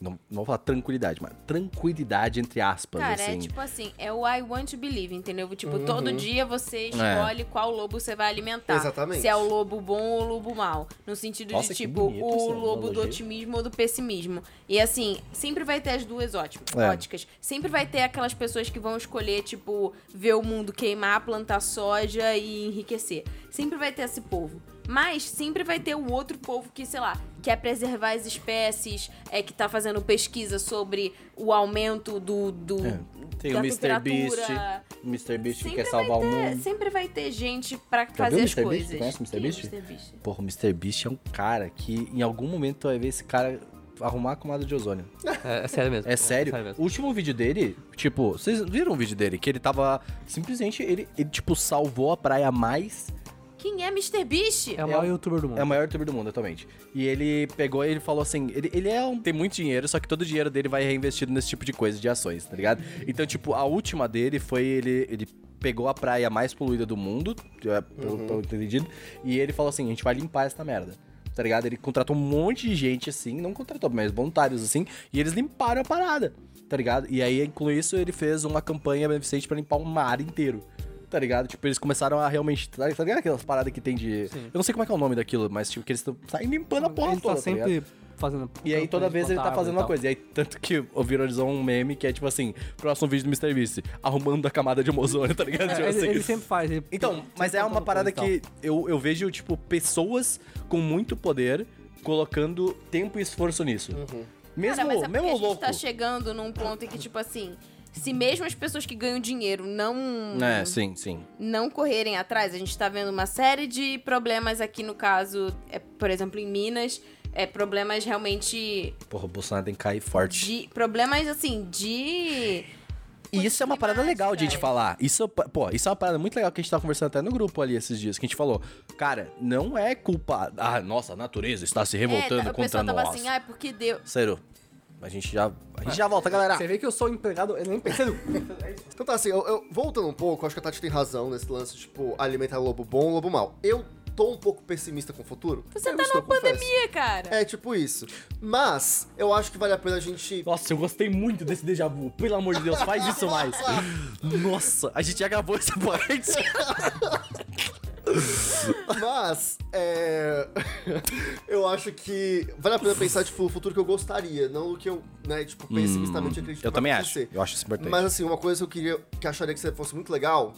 S1: Não, não vou falar tranquilidade, mas tranquilidade entre aspas,
S3: Cara,
S1: assim.
S3: é tipo assim, é o I want to believe, entendeu? Tipo,
S1: Uhum.
S3: todo dia você
S1: É.
S3: escolhe qual lobo você vai alimentar.
S2: Exatamente.
S3: Se é o lobo bom ou o lobo mau. No sentido
S1: Nossa,
S3: de,
S1: que
S3: tipo,
S1: bonito
S3: o
S1: essa
S3: lobo do
S1: analogia.
S3: otimismo ou do pessimismo. E assim, sempre vai ter as duas ótim-
S1: É.
S3: óticas. Sempre vai ter aquelas pessoas que vão escolher, tipo, ver o mundo queimar, plantar soja e enriquecer. Sempre vai ter esse povo. Mas sempre vai ter o outro povo que, sei lá, quer preservar as espécies, é que tá fazendo pesquisa sobre o aumento do, do,
S1: É. Tem
S3: da
S1: o Mr. Beast,
S3: temperatura.
S1: Mr. Beast que
S3: Sempre
S1: quer salvar o
S3: É,
S1: mundo.
S3: sempre vai ter gente pra
S1: Hum. Já
S3: fazer
S1: viu o
S3: as
S1: Mr. Beast?
S3: coisas.
S1: Conhece o Mr.
S3: Quem é
S1: Beast?
S3: Mr. Beast?
S1: Porra, o Mr. Beast é um cara que em algum momento vai ver esse cara arrumar a camada de ozônio.
S4: É, é sério mesmo.
S1: É sério? O
S4: mesmo.
S1: último vídeo dele, tipo, vocês viram o vídeo dele? Que ele tava. Simplesmente, ele, ele tipo, salvou a praia mais.
S3: Quem é Mr. Beast?
S4: É o maior youtuber do mundo.
S1: É o maior youtuber do mundo atualmente. E ele pegou e ele falou assim: ele, ele é um. Tem muito dinheiro, só que todo o dinheiro dele vai reinvestido nesse tipo de coisa, de ações, tá ligado? Então, tipo, a última dele foi ele. ele Pegou a praia mais poluída do mundo, é, pelo, pelo entendido, e ele falou assim: a gente vai limpar essa merda, tá ligado? Ele contratou um monte de gente assim, não contratou, mas voluntários assim, e eles limparam a parada, tá ligado? E aí, com isso, ele fez uma campanha beneficente pra limpar um mar inteiro, Tá ligado? Tipo, eles começaram a realmente. Tá tá ligado aquelas paradas que tem de.
S4: Sim.
S1: Eu não sei como é que é o nome daquilo, mas tipo, que eles estão saem limpando a porra
S4: ele
S1: toda.
S4: tá
S1: tá ligado?
S4: sempre fazendo.
S1: E aí toda vez ele tá fazendo uma
S4: uma
S1: coisa. E aí, tanto que viralizou um meme que é tipo assim, próximo vídeo do Mr. Beast, arrumando a camada de ozônio, tá ligado? Tipo
S4: É,
S1: assim.
S4: ele, ele sempre faz. ele-
S1: Então,
S4: sempre
S1: mas é uma
S4: contando
S1: parada
S4: coisa e
S1: que eu, eu vejo, tipo, pessoas com muito poder colocando tempo e esforço nisso. Mesmo,
S3: Cara, mas é porque
S1: mesmo
S3: a gente
S1: louco.
S3: tá chegando num ponto em que, tipo assim, se mesmo as pessoas que ganham dinheiro não
S1: É, sim, sim.
S3: não correrem atrás, a gente tá vendo uma série de problemas aqui no caso, é, por exemplo, em Minas, é problemas realmente
S1: Porra, o Bolsonaro tem que cair forte.
S3: de problemas assim de
S1: E isso é uma parada
S3: climática,
S1: legal de a gente
S3: é.
S1: falar. Isso, pô, isso é uma parada muito legal que a gente tava conversando até no grupo ali esses dias, que a gente falou, cara, não é culpa. Ah, nossa, a natureza está se
S3: é,
S1: revoltando
S3: tá- o
S1: contra
S3: pessoal
S1: nós.
S3: tava assim, ah, é porque deu.
S1: Sério. A gente já. A gente já volta, galera.
S4: tal. Você vê que eu sou um empregado, eu nem percebo.
S2: Então tá assim, eu, eu- voltando um pouco, acho que a Tati tem razão nesse lance, tipo, alimentar lobo bom, lobo mal. Eu tô um pouco pessimista com o futuro.
S3: Você
S2: É Eu
S3: tá
S2: estou,
S3: numa
S2: confesso.
S3: pandemia, cara.
S2: É tipo isso. Mas eu acho que vale a pena a gente.
S1: Nossa, eu gostei muito desse déjà vu. Pelo amor de Deus, faz isso mais. Nossa, a gente já gravou essa parte.
S2: Mas é... eu acho que vale a pena pensar tipo o futuro que eu gostaria, não o que eu, né, tipo pessimistamente acredito. que vai acontecer.
S1: Hum, Eu acho isso importante.
S2: Mas assim, uma coisa que eu queria, que eu acharia que você fosse muito legal,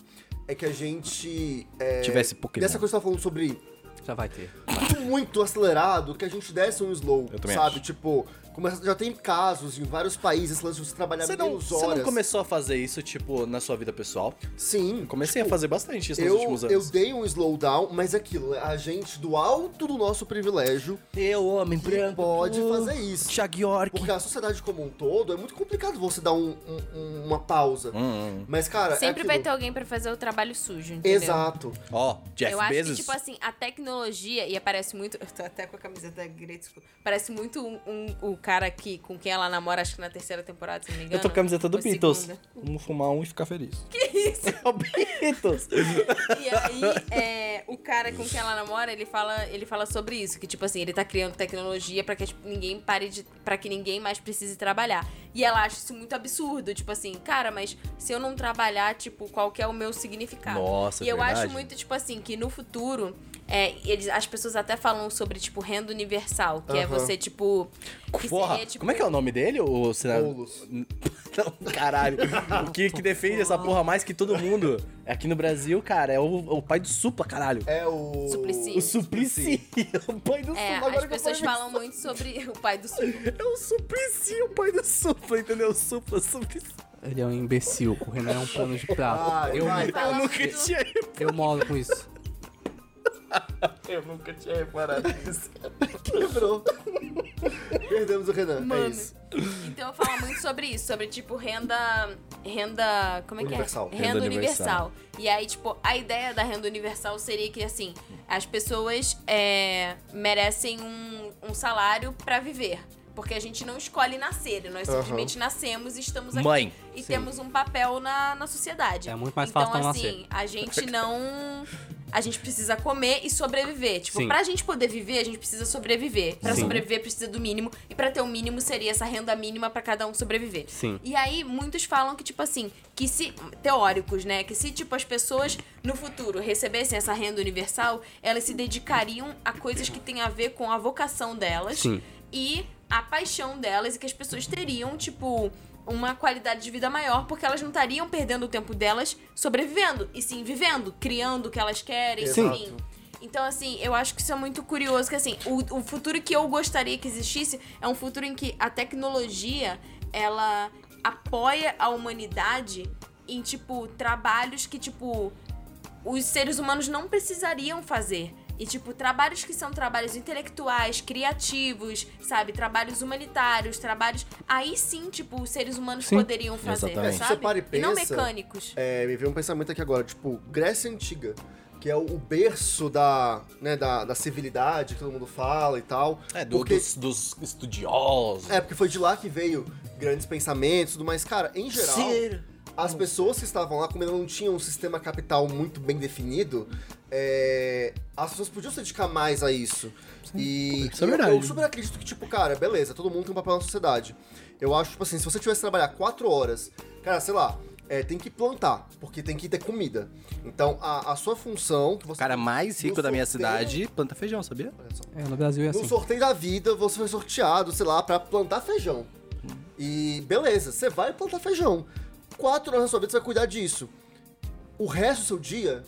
S2: é que a gente é,
S1: Tivesse um Pokémon.
S2: Dessa coisa que você tá falando sobre
S4: Já vai ter.
S2: tudo muito acelerado que a gente desse um slow,
S1: Eu também
S2: sabe?
S1: acho.
S2: Tipo, começa, já tem casos em vários países, esse lance de você trabalhar
S1: Você não,
S2: menos
S1: você
S2: horas.
S1: não começou a fazer isso, tipo, na sua vida pessoal?
S2: Sim.
S1: Eu comecei a fazer bastante isso nos
S2: Tipo, Eu,
S1: últimos
S2: eu
S1: anos.
S2: dei um slowdown, mas é aquilo, a gente do alto do nosso privilégio
S1: Eu, homem
S2: que pode fazer isso.
S1: Chag York.
S2: uh. Porque a sociedade como um todo, é muito complicado você dar um- um- uma pausa.
S1: Hum, hum.
S2: Mas, cara. é
S3: Sempre vai ter
S2: aquilo.
S3: alguém pra fazer o trabalho sujo, entendeu?
S2: Exato.
S1: Ó, Jeff
S3: eu acho
S1: Bezos.
S3: que, tipo assim, a tecnologia, e aparece muito. Eu tô até com a camiseta da Greta School. Parece muito um, um- o cara que, com quem ela namora, acho que na terceira temporada, se não me engano.
S1: eu tô com a camiseta do
S3: Ou
S1: Beatles.
S3: segunda.
S1: Vamos fumar um e ficar feliz. Que isso? É o Beatles.
S3: E aí, é, o cara com quem ela namora, ele fala, ele fala sobre isso. Que, tipo assim, ele tá criando tecnologia pra que tipo, ninguém pare de. para que ninguém mais precise trabalhar. E ela acha isso muito absurdo. Tipo assim, cara, mas se eu não trabalhar, tipo, qual que é o meu significado?
S1: Nossa,
S3: E eu
S1: verdade.
S3: acho muito, tipo assim, que no futuro. é, eles, as pessoas até falam sobre, tipo, renda universal, que é
S2: Aham.
S3: você, tipo. Que tipo,
S1: Porra, como é que é o nome dele? O senador...
S2: Boulos.
S1: Não, caralho. O que, que defende essa porra mais que todo mundo É, aqui no Brasil, cara, é o, o pai do Supla, caralho.
S2: É o.
S3: Suplicy.
S1: O Suplicy. o pai do
S3: É,
S1: Supla. Agora
S3: as
S1: que eu
S3: pessoas
S1: falei-
S3: falam muito sobre o pai do sul.
S1: É
S2: um
S1: o Suplicy, o pai do Supla, entendeu? Supla, Suplicy.
S4: Ele é um imbecil, o Renan é um pano de prato.
S2: Ah,
S4: eu,
S2: vai.
S1: Eu
S3: Fala
S1: nunca
S3: muito-
S1: tinha...
S4: eu molo com isso.
S1: Eu nunca tinha reparado nisso.
S2: Lembrou. Perdemos o Renan.
S3: Mano.
S2: É isso.
S3: Então eu falo muito sobre isso, sobre tipo renda. Renda. Como é
S2: Universal.
S3: que é? Renda,
S1: Renda
S3: universal.
S1: universal.
S3: E aí, tipo, a ideia da renda universal seria que, assim, as pessoas é, merecem um, um salário pra viver. Porque a gente não escolhe nascer, né? nós
S2: Aham.
S3: simplesmente nascemos e estamos aqui.
S1: Mãe.
S3: E
S4: Sim.
S3: temos um papel na, na sociedade.
S4: É muito mais
S3: então,
S4: fácil não
S3: assim, a gente não. A gente precisa comer e sobreviver. Tipo,
S4: Sim.
S3: pra gente poder viver, a gente precisa sobreviver. Pra
S4: Sim.
S3: sobreviver, precisa do mínimo. E pra ter o mínimo, seria essa renda mínima pra cada um sobreviver.
S4: Sim.
S3: E aí, muitos falam que, tipo assim, que se. Teóricos, né? Que se, tipo, as pessoas no futuro recebessem essa renda universal, elas se dedicariam a coisas que têm a ver com a vocação delas
S4: Sim.
S3: e a paixão delas e que as pessoas teriam, tipo, uma qualidade de vida maior, porque elas não estariam perdendo o tempo delas sobrevivendo, e sim vivendo, criando o que elas querem,
S2: Sim.
S3: enfim. Então, assim, eu acho que isso é muito curioso, que assim, o, o futuro que eu gostaria que existisse é um futuro em que a tecnologia, ela apoia a humanidade em, tipo, trabalhos que, tipo, os seres humanos não precisariam fazer. E, tipo, trabalhos que são trabalhos intelectuais, criativos, sabe? Trabalhos humanitários, trabalhos. Aí sim, tipo, os seres humanos
S4: Sim.
S3: poderiam fazer,
S1: Exatamente.
S3: sabe?
S2: Você para e
S3: não
S2: pensa,
S3: mecânicos.
S2: É, me veio um pensamento aqui agora, tipo, Grécia Antiga, que é o berço da, né, da, da civilidade que todo mundo fala e tal.
S1: É, do-
S2: porque,
S1: dos, dos estudiosos.
S2: é, porque foi de lá que veio grandes pensamentos e tudo mais. Cara, em geral. As pessoas que estavam lá, como ainda não tinham um sistema capital muito bem definido, é, as pessoas podiam se dedicar mais a isso. E
S1: isso é
S2: e eu-
S1: verdade.
S2: eu super acredito que, tipo, cara, beleza, todo mundo tem um papel na sociedade. Eu acho, tipo assim, se você tivesse que trabalhar quatro horas, cara, sei lá, é, tem que plantar, porque tem que ter comida. Então, a, a sua função que
S1: O
S2: você.
S1: cara mais rico
S2: No
S1: da minha
S2: sorteio-
S1: cidade planta feijão, sabia?
S2: Olha só.
S4: É, no Brasil é
S2: No
S4: assim.
S2: sorteio da vida, você foi sorteado, sei lá, pra plantar feijão. E beleza, você vai plantar feijão. Quatro horas da sua vida você vai cuidar disso. O resto do seu dia,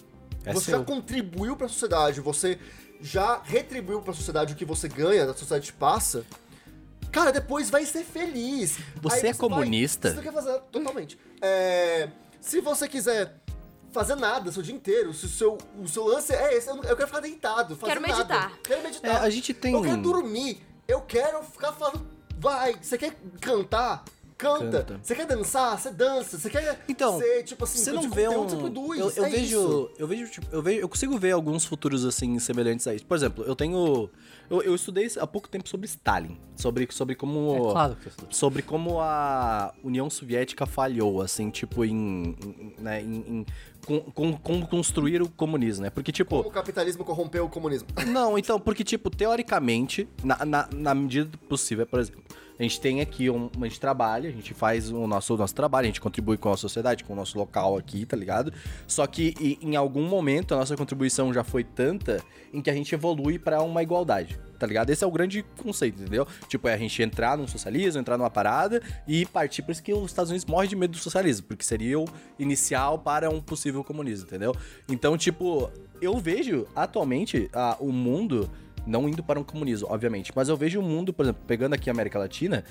S1: É
S2: você
S1: seu.
S2: já contribuiu pra sociedade, você já retribuiu pra sociedade o que você ganha, da sociedade te passa. Cara, depois vai ser feliz.
S1: Você é
S2: vai-
S1: comunista?
S2: você não quer fazer totalmente. É, se você quiser fazer nada seu dia inteiro, se o seu, o seu lance é esse, eu, não- eu quero ficar deitado, fazer
S3: Quero
S2: nada.
S3: meditar.
S2: Quero
S1: É,
S2: meditar.
S1: a gente tem.
S2: Eu quero dormir. Eu quero ficar falando. Vai, você quer cantar? Canta.
S1: Canta.
S2: Você quer dançar? Você dança. Você quer
S1: Então,
S2: ser, tipo assim,
S1: Você não
S2: produzir
S1: vê um.
S2: conteúdo, Você produz.
S1: eu, eu
S2: é isso.
S1: vejo, eu vejo, tipo, eu vejo, eu consigo ver alguns futuros assim semelhantes a isso. Por exemplo, eu tenho, eu, eu estudei há pouco tempo sobre Stalin, sobre sobre como
S4: É claro que eu estou.
S1: sobre como a União Soviética falhou, assim, tipo, em. em- né, em- em con- con- con- construir o comunismo, né? Porque, tipo.
S2: Como o capitalismo corrompeu o comunismo.
S1: Não, então, porque, tipo, teoricamente, na, na, na medida do possível, por exemplo, a gente tem aqui um. A gente trabalha, a gente faz o nosso, o nosso trabalho, a gente contribui com a sociedade, com o nosso local aqui, tá ligado? Só que e- em algum momento a nossa contribuição já foi tanta em que a gente evolui pra uma igualdade. Tá ligado? Esse é o grande conceito, entendeu? Tipo, é a gente entrar num socialismo, entrar numa parada e partir. Por isso que os Estados Unidos morrem de medo do socialismo, porque seria o inicial para um possível comunismo, entendeu? Então, tipo, eu vejo atualmente ah, o mundo não indo para um comunismo, obviamente, mas eu vejo o mundo, por exemplo, pegando aqui a América Latina,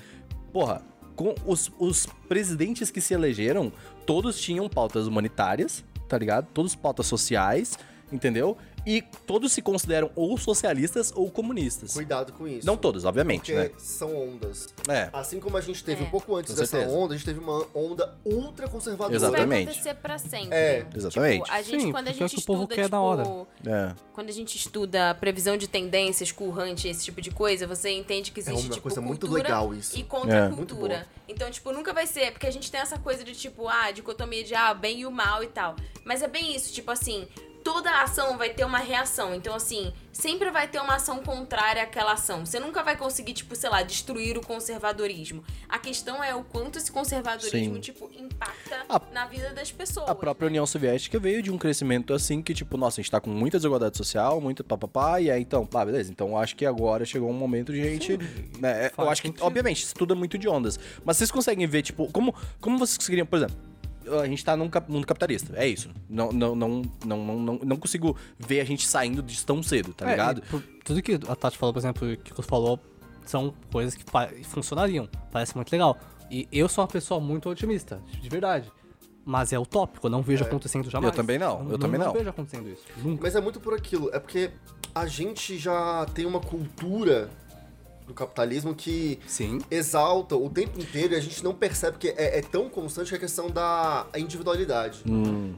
S1: porra, com os, os presidentes que se elegeram, todos tinham pautas humanitárias, tá ligado? Todos pautas sociais, entendeu? E todos se consideram ou socialistas ou comunistas.
S2: Cuidado com isso.
S1: Não todos, obviamente,
S2: Porque
S1: né?
S2: são ondas.
S1: É.
S2: Assim como a gente teve
S3: É.
S2: um pouco antes
S1: Com
S2: dessa
S1: certeza.
S2: onda, a gente teve uma onda ultra conservadora.
S3: Isso vai
S1: Exatamente.
S3: acontecer pra sempre.
S2: É.
S1: Exatamente.
S3: Tipo, a gente,
S4: Sim,
S3: quando a
S4: porque é o
S3: gente
S4: que o povo
S3: estuda,
S4: quer
S3: tipo,
S4: na hora.
S1: É.
S3: quando a gente estuda previsão de tendências, cool hunt, esse tipo de coisa, você entende que
S2: É
S3: existe,
S2: uma
S3: tipo,
S2: coisa muito
S3: cultura
S2: legal isso. É,
S3: e
S2: Muito
S3: contracultura.
S2: boa.
S3: então, tipo, nunca vai ser, porque a gente tem essa coisa de tipo, ah, dicotomia de ah, o bem e o mal e tal. Mas é bem isso, tipo assim, toda ação vai ter uma reação. Então, assim, sempre vai ter uma ação contrária àquela ação. Você nunca vai conseguir, tipo, sei lá, destruir o conservadorismo. A questão é o quanto esse conservadorismo,
S1: Sim.
S3: tipo, impacta
S1: A-
S3: na vida das pessoas. né?
S1: A própria
S4: né?
S1: União Soviética veio de um crescimento assim que, tipo, nossa, a gente tá com muita desigualdade social, muito papapá, e aí então, pá, beleza. Então eu acho que agora chegou um momento de a gente. né, eu
S4: faz
S1: acho que,
S4: sentido.
S1: obviamente, isso tudo é muito de ondas. Mas vocês conseguem ver, tipo, como, como vocês conseguiriam, por exemplo. A gente tá num cap- mundo capitalista, é isso. Não, não, não, não, não, não, não consigo ver a gente saindo disso tão cedo, tá
S4: É,
S1: ligado?
S4: e por- tudo que a Tati falou, por exemplo, e que você falou, são coisas que pa- funcionariam. Parece muito legal. E eu sou uma pessoa muito otimista, de verdade. Mas é utópico, eu não vejo acontecendo jamais.
S1: Eu também não, eu também não.
S4: Não vejo acontecendo isso. Nunca.
S2: Mas é muito por aquilo. É porque a gente já tem uma cultura do capitalismo que
S4: Sim.
S2: exalta o tempo inteiro e a gente não percebe que é, é tão constante que a questão da individualidade.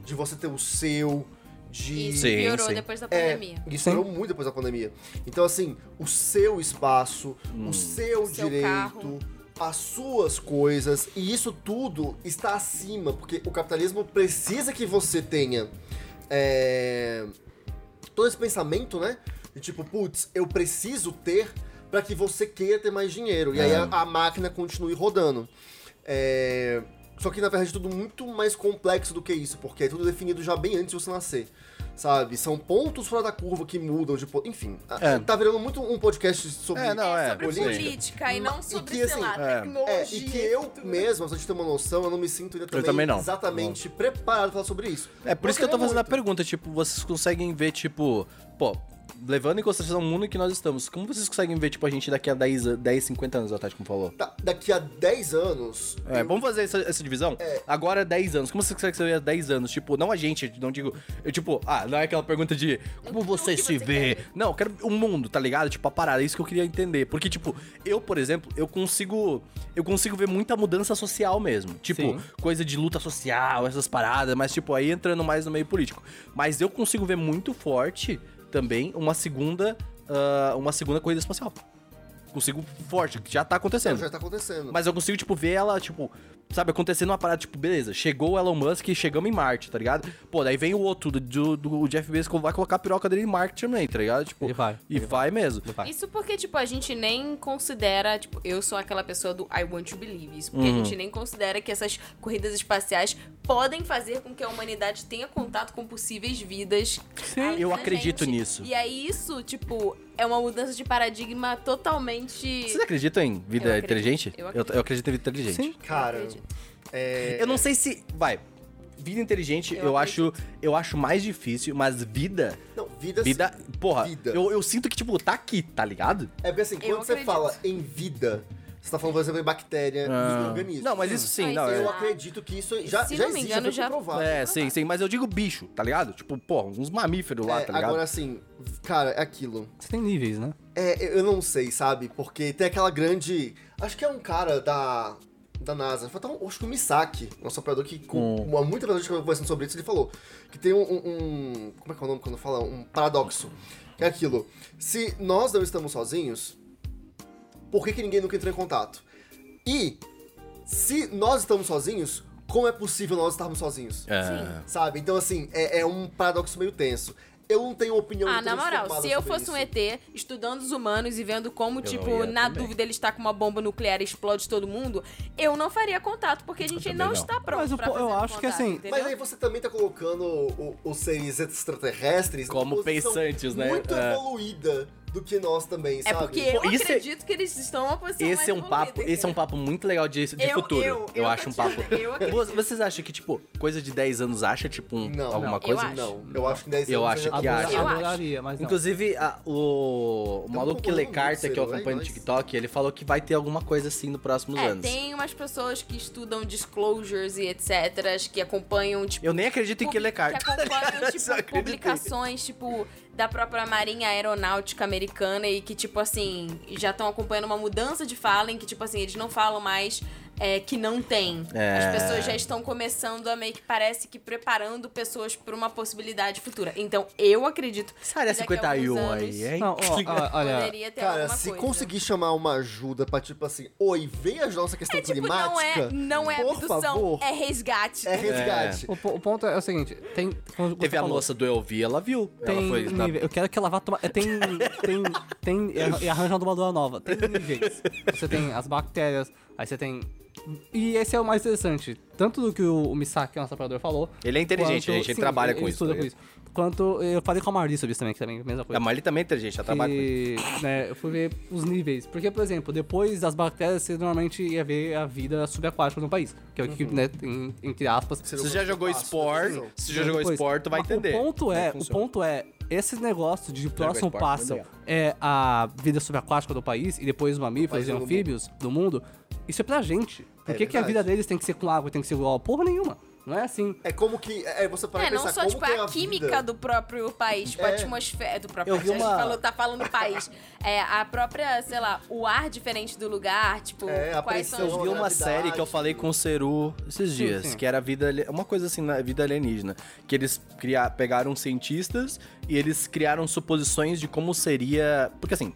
S2: De você ter o seu, de.
S3: Isso
S1: Sim,
S3: piorou
S1: sim.
S3: depois da
S2: É,
S3: pandemia.
S2: isso melhorou muito depois da pandemia. Então, assim, o seu espaço, o seu
S3: O seu
S2: direito,
S3: carro.
S2: as suas coisas, e isso tudo está acima, porque o capitalismo precisa que você tenha é, todo esse pensamento, né? De tipo, putz, eu preciso ter para que você queira ter mais dinheiro. E aí
S1: É.
S2: a, a máquina continue rodando. É, Só que na verdade é tudo muito mais complexo do que isso, porque é tudo definido já bem antes de você nascer. Sabe? São pontos fora da curva que mudam de. po- Enfim, a-
S1: É.
S2: tá virando muito um podcast sobre.
S1: É, não,
S3: é,
S1: é,
S3: sobre
S1: política.
S3: política, e não
S2: Mas- e
S3: sobre,
S2: que,
S3: sei
S2: assim,
S3: lá,
S1: é.
S2: É,
S3: tecnologia.
S2: e que eu
S3: tudo. né?
S2: mesmo, só de ter uma noção, eu não me sinto ainda também
S1: também não.
S2: exatamente preparado pra falar sobre isso.
S1: É por
S2: Eu
S1: isso que eu tô
S2: queria
S1: fazendo a
S2: muito.
S1: pergunta, tipo, vocês conseguem ver, tipo, pô, levando em consideração o mundo em que nós estamos, como vocês conseguem ver, tipo, a gente daqui a 10, an- 10 50 anos, a Tati como falou?
S2: Da- Tá, daqui a 10 anos. um
S1: É, vamos fazer essa, essa divisão?
S3: É.
S1: Agora 10 anos. Como vocês conseguem ver 10 anos? Tipo, não a gente, não digo. Eu, tipo, ah, não é aquela pergunta de como você
S3: que
S1: se
S3: você
S1: vê?
S3: quer?
S1: Não, eu quero o mundo, tá ligado? Tipo, a parada, é isso que eu queria entender. Porque, tipo, eu, por exemplo, eu consigo. Eu consigo ver muita mudança social mesmo. Tipo,
S4: Sim.
S1: coisa de luta social, essas paradas, mas, tipo, aí entrando mais no meio político. Mas eu consigo ver muito forte também uma segunda. ah, uma segunda corrida espacial. Consigo forte, que já tá acontecendo.
S2: Já tá acontecendo.
S1: Mas eu consigo, tipo, ver ela, tipo, sabe, acontecendo uma parada, tipo, beleza, chegou o Elon Musk e chegamos em Marte, tá ligado? Pô, daí vem o outro, do, do, do Jeff Bezos, vai colocar a piroca dele em Marte também, tá ligado? Tipo,
S4: Ele vai,
S1: E
S4: ele
S1: vai, mesmo.
S4: Vai.
S3: Isso porque, tipo, a gente nem considera. Tipo, eu sou aquela pessoa do I want to believe. Isso
S1: Uhum.
S3: porque a gente nem considera que essas corridas espaciais podem fazer com que a humanidade tenha contato com possíveis vidas. além
S1: eu
S3: da
S1: acredito
S3: gente.
S1: nisso.
S3: E aí, isso, tipo, é uma mudança de paradigma totalmente.
S1: Vocês acreditam em vida
S3: Eu acredito,
S1: inteligente?
S3: eu
S1: eu,
S3: acredito.
S1: eu acredito em vida inteligente.
S4: Sim.
S2: Cara,
S3: acredito.
S2: é.
S1: Eu não sei se. Vai. Vida inteligente, eu,
S3: Eu
S1: acho. Eu acho mais difícil, mas vida.
S2: Não, vida. assim,
S1: Vida. Porra,
S2: Vida.
S1: Eu, eu sinto que, tipo, tá aqui, tá ligado?
S2: É porque assim,
S3: Eu
S2: quando você
S3: acredito.
S2: fala em vida, você tá falando, por exemplo, em bactéria, em organismo.
S1: Ah. Não, mas isso sim,
S3: Ah,
S1: não.
S3: isso
S2: Eu
S1: é-
S2: acredito que isso já,
S3: Se
S2: já
S3: não me
S2: existe,
S3: engano,
S2: já
S3: já-
S2: foi provado.
S1: É, sim, sim, mas eu digo bicho, tá ligado? Tipo, porra, uns mamíferos lá,
S2: É,
S1: tá ligado?
S2: agora assim, cara, é aquilo.
S4: Você tem níveis, né?
S2: É, eu- eu não sei, sabe? Porque tem aquela grande. Acho que é um cara da. Da NASA. Foi até um, acho que o Misaki, nosso operador que com há muita vez que eu tava conversando sobre isso, ele falou que tem um, um- um- Como é que é o nome quando fala? Um paradoxo. Que é aquilo. Se nós não estamos sozinhos, por que, que ninguém nunca entrou em contato? E se nós estamos sozinhos, como é possível nós estarmos sozinhos?
S1: É.
S2: Sabe? Então, assim, é, é um paradoxo meio tenso. Eu não tenho opinião
S3: Ah,
S2: muito
S3: na
S2: bem
S3: moral,
S2: formada
S3: se eu
S2: sobre
S3: fosse
S2: isso.
S3: um ET estudando os humanos e vendo como,
S1: não
S3: tipo,
S1: ia
S3: na
S1: também.
S3: dúvida ele está com uma bomba nuclear e explode todo mundo, eu não faria contato, porque a gente
S1: também
S3: não,
S1: não.
S3: está pronto.
S4: Mas o
S3: pra
S4: po-
S3: fazer um
S4: eu acho que
S3: contato,
S4: assim-
S3: entendeu?
S2: Mas aí você também tá colocando o- o- os seres extraterrestres numa
S1: Como
S2: posição
S1: pensantes, né?
S2: Muito
S1: É.
S2: evoluída do que nós também,
S3: É
S2: sabe?
S3: porque eu
S1: Pô, isso é-
S3: acredito que eles estão numa posição mais
S1: Esse é um
S3: evoluída,
S1: papo, esse é um
S3: entendeu?
S1: papo muito legal de, de
S3: Eu-
S1: futuro.
S3: eu-
S1: Eu,
S3: eu
S1: acho um papo.
S3: acredito, eu acredito.
S1: Vo- Vocês acham que, tipo, coisa de 10 anos acha, tipo, um-
S2: Não,
S1: alguma
S2: não,
S1: coisa?
S3: eu acho.
S2: Não, eu acho que 10
S1: Eu
S2: anos
S1: acho
S2: ainda
S1: que
S2: não-
S1: acho.
S3: Eu
S4: adoraria, mas não.
S1: Inclusive, a- o, o maluco que
S2: concordando
S1: lê
S2: muito,
S1: carta que eu
S2: Ciro, vai,
S1: acompanho no
S2: nós.
S1: TikTok, ele falou que vai ter alguma coisa assim nos próximos
S3: É,
S1: anos.
S3: tem umas pessoas que estudam disclosures e etc, que acompanham, tipo...
S1: Eu nem acredito em que lê carta.
S3: Que acompanham,
S1: Só
S3: tipo,
S1: acreditei.
S3: publicações, tipo, da própria Marinha Aeronáutica Americana e que, tipo, assim, já estão acompanhando uma mudança de fala em que, tipo, assim, eles não falam mais é, que não tem.
S1: É.
S3: As pessoas já estão começando a meio que parece que preparando pessoas pra uma possibilidade futura. Então, eu acredito
S1: Essa área é
S3: que daqui a alguns
S1: 51
S3: anos
S1: aí, hein?
S4: Não, ó, ó, olha.
S3: Poderia ter
S2: Cara,
S3: alguma
S2: se
S3: coisa.
S2: conseguir chamar uma ajuda pra, tipo assim, oi, veja a nossa questão
S3: É tipo, não
S2: climática.
S3: é, não é
S2: por
S3: abdução,
S2: favor,
S3: é resgate.
S2: é resgate.
S4: O, po- o ponto é o seguinte, tem. como você
S1: Teve a
S4: falou,
S1: moça do Eu Vi, ela viu.
S4: Tem um
S1: ela foi tá. na-
S4: nível. Eu quero que ela vá tomar. é, Tem. Tem. tem e arran- e arranja uma domadora nova. Tem níveis. Você tem as bactérias, aí você tem. E esse é o mais interessante. Tanto do que o o Misaki, nosso operador, falou.
S1: Ele é inteligente, gente, ele trabalha com isso,
S4: estuda
S1: tá
S4: com isso. Quanto. Eu falei com a Marli sobre isso também, que também é a mesma coisa.
S1: A Marli também é inteligente, ela trabalha com isso.
S4: E, né, eu fui ver os níveis. Porque, por exemplo, depois das bactérias, você normalmente ia ver a vida subaquática no país. Que é o que,
S1: Uhum.
S4: né, em- entre aspas,
S1: Se você já jogou
S2: Fácil,
S1: Spore,
S2: decisão.
S1: se já jogou
S4: Depois.
S1: Spore, tu vai
S4: Mas
S1: entender.
S4: O ponto
S1: como
S4: é, o
S1: funciona.
S4: ponto é, esse negócio de próximo
S1: Esporte,
S4: passo
S1: legal.
S4: é a vida subaquática do país e depois os mamíferos
S2: país
S4: e
S2: do
S4: anfíbios do mundo, isso é pra gente. Por
S2: É
S4: que, que a
S2: verdade.
S4: vida deles tem que ser com água, tem que ser igual? a Porra nenhuma. Não é assim.
S2: É como que. É, você para
S3: É,
S2: pensar
S3: não só,
S2: como
S3: tipo,
S2: que é
S3: a química
S2: vida.
S3: do próprio país, tipo, a
S2: É.
S3: atmosfera do
S1: Eu
S3: próprio
S1: vi
S3: país. A
S1: uma-
S3: gente falou, tá falando país. É, a própria, sei lá, o ar diferente do lugar, tipo,
S2: É, a
S3: quais são
S2: pressão
S1: Eu vi uma
S2: Gravidade.
S1: série que eu falei com o Ceru esses dias,
S4: sim.
S1: que era vida, ali- uma coisa assim, na vida alienígena, que eles cria, pegaram cientistas e eles criaram suposições de como seria, porque assim,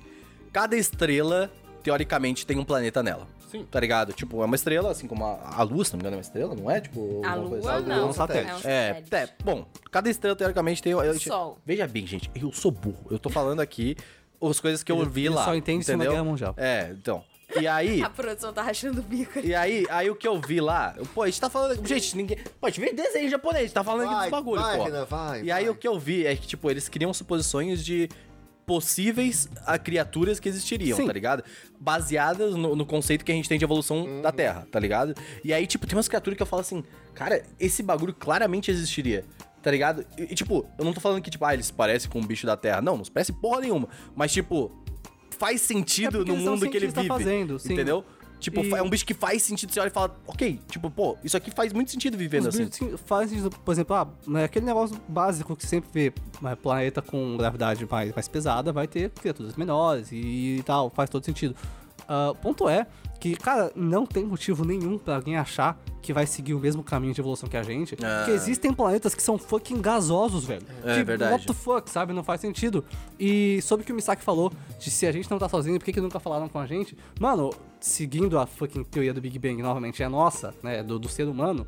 S1: cada estrela teoricamente tem um planeta nela. Sim. Tá ligado? Tipo, é uma estrela, assim como a, a Lua, se não me engano, é uma estrela, não é? Tipo,
S3: A
S1: alguma coisa
S3: lua,
S1: assim.
S3: não.
S2: é um satélite.
S3: É, um
S1: É,
S3: satélite.
S1: é, bom, cada estrela teoricamente tem. eu-
S3: Sol.
S1: Veja bem, gente, eu sou burro. Eu tô falando aqui as coisas que eu
S4: Ele-
S1: vi
S4: ele
S1: lá.
S4: só entende Segunda
S1: entendeu?
S4: Guerra Mundial.
S1: É, então. E aí.
S3: A produção tá rachando o bico.
S1: E aí, aí o que eu vi lá, eu, pô, a gente tá falando. Gente, ninguém. Pô, a gente vê desenho japonês, a gente tá falando aqui
S2: Vai,
S1: desse bagulho,
S2: vai,
S1: pô.
S2: Renan, vai,
S1: e aí
S2: vai.
S1: o que eu vi é que, tipo, eles criam suposições de possíveis ah, criaturas que existiriam,
S4: Sim.
S1: tá ligado? Baseadas no, no conceito que a gente tem de evolução
S2: Uhum.
S1: da Terra, tá ligado? E aí, tipo, tem umas criaturas que eu falo assim, cara, esse bagulho claramente existiria. Tá ligado? E, e, tipo, eu não tô falando que, tipo, ah, eles parecem com um bicho da Terra. Não, não se parece porra nenhuma. Mas, tipo, faz sentido
S4: É porque
S1: no
S4: eles são
S1: mundo que ele
S4: cientistas
S1: vive.
S4: fazendo, sim.
S1: Entendeu? Tipo,
S4: E-
S1: fa- é um bicho que faz sentido. Você olha e fala, ok, tipo, pô, isso aqui faz muito sentido vivendo
S4: Os
S1: assim.
S4: bichos sim, fazem, por exemplo, ah, né, aquele negócio básico que sempre vê né, planeta com gravidade mais, mais pesada vai ter criaturas menores e, tal, faz todo sentido. Ah, O ponto é que, cara, não tem motivo nenhum pra alguém achar que vai seguir o mesmo caminho de evolução que a gente. Porque existem planetas que são fucking gasosos, velho.
S1: Ah. É,
S4: Tipo,
S1: verdade.
S4: What the fuck, sabe? Não faz sentido. E sobre o que o Misaki falou, de se a gente não tá sozinho, por que, que nunca falaram com a gente? Mano, seguindo a fucking teoria do Big Bang, novamente, é nossa, né? Do, do ser humano.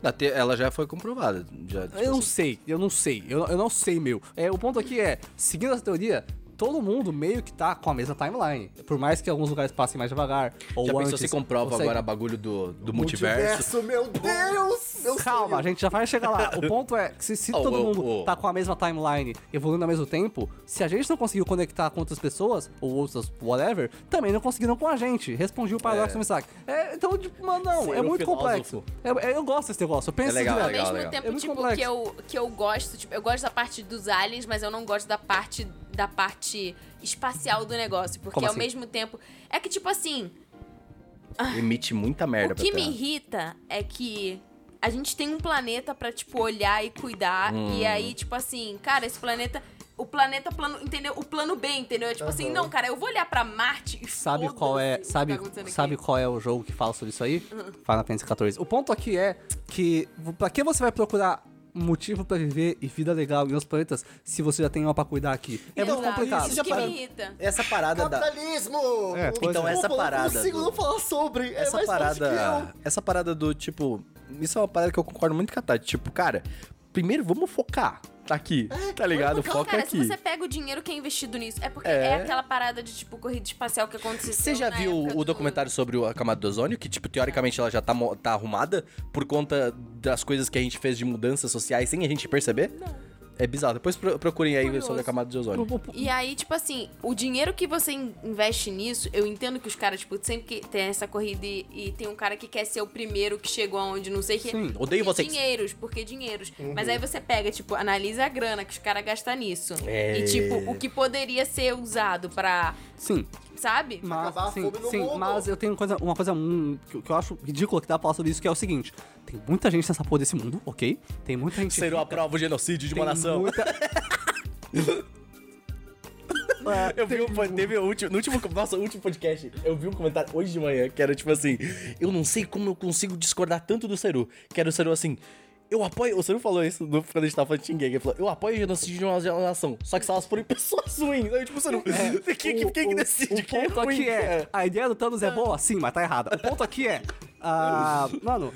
S1: Até ela já foi comprovada. Já, tipo
S4: Eu não
S1: assim,
S4: sei, eu não sei, eu, eu não sei, meu. É, o ponto aqui é, seguindo essa teoria, todo mundo meio que tá com a mesma timeline. Por mais que alguns lugares passem mais devagar, ou
S1: já pensou
S4: antes,
S1: se comprova
S4: ou sei-
S1: agora bagulho do, do multiverso?
S2: meu Deus! Meu
S4: Calma, a gente já vai chegar lá. O ponto é, que se, se
S1: Oh,
S4: todo
S1: oh,
S4: mundo
S1: oh.
S4: tá com a mesma timeline, evoluindo ao mesmo tempo, se a gente não conseguiu conectar com outras pessoas, ou outras, whatever, também não conseguiram com a gente. Respondi o paradoxo do Misaki. É, então, tipo, mano, não,
S1: Ser
S4: é
S1: um
S4: muito complexo.
S1: filósofo.
S4: Eu, eu gosto desse negócio, eu penso
S1: É legal,
S4: direto.
S3: Ao
S1: legal,
S3: mesmo
S1: legal.
S3: tempo,
S4: É muito
S3: tipo,
S4: complexo.
S3: que eu, que eu gosto, tipo, eu gosto da parte dos aliens, mas eu não gosto da parte da parte espacial do negócio. Porque
S4: Como
S3: ao
S4: assim?
S3: mesmo tempo. É que, tipo assim,
S1: Emite muita merda
S3: Ah. o que
S1: pra
S3: me
S1: terra.
S3: irrita é que a gente tem um planeta pra, tipo, olhar e cuidar.
S1: Hum.
S3: E aí, tipo assim, cara, esse planeta. O planeta plano, entendeu? O plano B, entendeu? É tipo assim, não, cara, eu vou olhar pra Marte e
S4: Sabe qual
S3: foda-se o
S4: é,
S3: que tá
S4: sabe,
S3: acontecendo aqui.
S4: sabe qual é o jogo que fala sobre isso aí? Final Fantasy 14. O ponto aqui é que v- pra que você vai procurar motivo pra viver e vida legal em outros planetas se você já tem uma pra cuidar aqui? É muito
S3: Exato.
S4: complicado.
S1: Isso
S3: Então, Isso
S1: já
S3: que
S1: parou.
S3: me irrita.
S1: Essa parada da...
S2: Capitalismo!
S4: Ah, É, pois
S1: Então, é. essa
S2: Eu
S1: parada
S2: não consigo
S1: do-
S2: não falar sobre. é
S1: essa
S2: mais forte que
S1: parada.
S2: eu.
S1: Essa parada do tipo. Isso é uma parada que eu concordo muito com a Tati. Tipo, cara, primeiro vamos focar aqui. Tá ligado?
S3: Então,
S1: Foca
S3: cara,
S1: aqui.
S3: se você pega o dinheiro que é investido nisso, é porque é,
S1: É.
S3: aquela parada de, tipo, corrida espacial que aconteceu.
S1: Você já
S3: na
S1: viu
S3: né, época
S1: o
S3: do-
S1: documentário sobre o- a camada do ozônio? Que, tipo, teoricamente ela já tá, mo- tá arrumada por conta das coisas que a gente fez de mudanças sociais sem a gente perceber? Não. É bizarro. Depois pro- procurem aí
S3: Curioso.
S1: sobre a camada de ozônio.
S3: E aí, tipo assim, o dinheiro que você in- investe nisso, eu entendo que os caras, tipo, sempre que tem essa corrida e, e tem um cara que quer ser o primeiro que chegou aonde, não sei o que.
S4: Sim,
S1: odeio
S3: porque
S1: vocês.
S3: Dinheiros, porque dinheiros. Mas aí você pega, tipo, analisa a grana que os caras gastam nisso.
S1: É.
S3: E, tipo, o que poderia ser usado pra,
S4: Sim,
S3: sabe?
S4: mas,
S2: acabar a
S4: sim,
S2: fome no
S4: sim,
S2: mundo.
S4: mas eu tenho coisa, uma coisa hum, que, que eu acho ridícula que dá pra falar sobre isso, que é o seguinte. Tem muita gente nessa porra desse mundo, ok? Tem muita gente...
S1: Serou a prova o genocídio de uma
S4: tem
S1: nação.
S4: muita-
S1: Eu vi um, teve o último, no último, nossa, o último podcast, eu vi um comentário hoje de manhã que era tipo assim: Eu não sei como eu consigo discordar tanto do Seru. Que era o Seru assim. Eu apoio. O Seru falou isso no, quando a gente tava falando de Xinguei. Ele falou: Eu apoio o genocídio de uma nação. Só que se elas forem pessoas ruins. Aí, tipo, Seru, quem, que- quem que decide?
S4: É. O ponto
S1: quem é ruim?
S4: aqui é,
S1: cara?
S4: a ideia do Thanos é boa? Sim, mas tá errada. O ponto aqui é, ah, mano,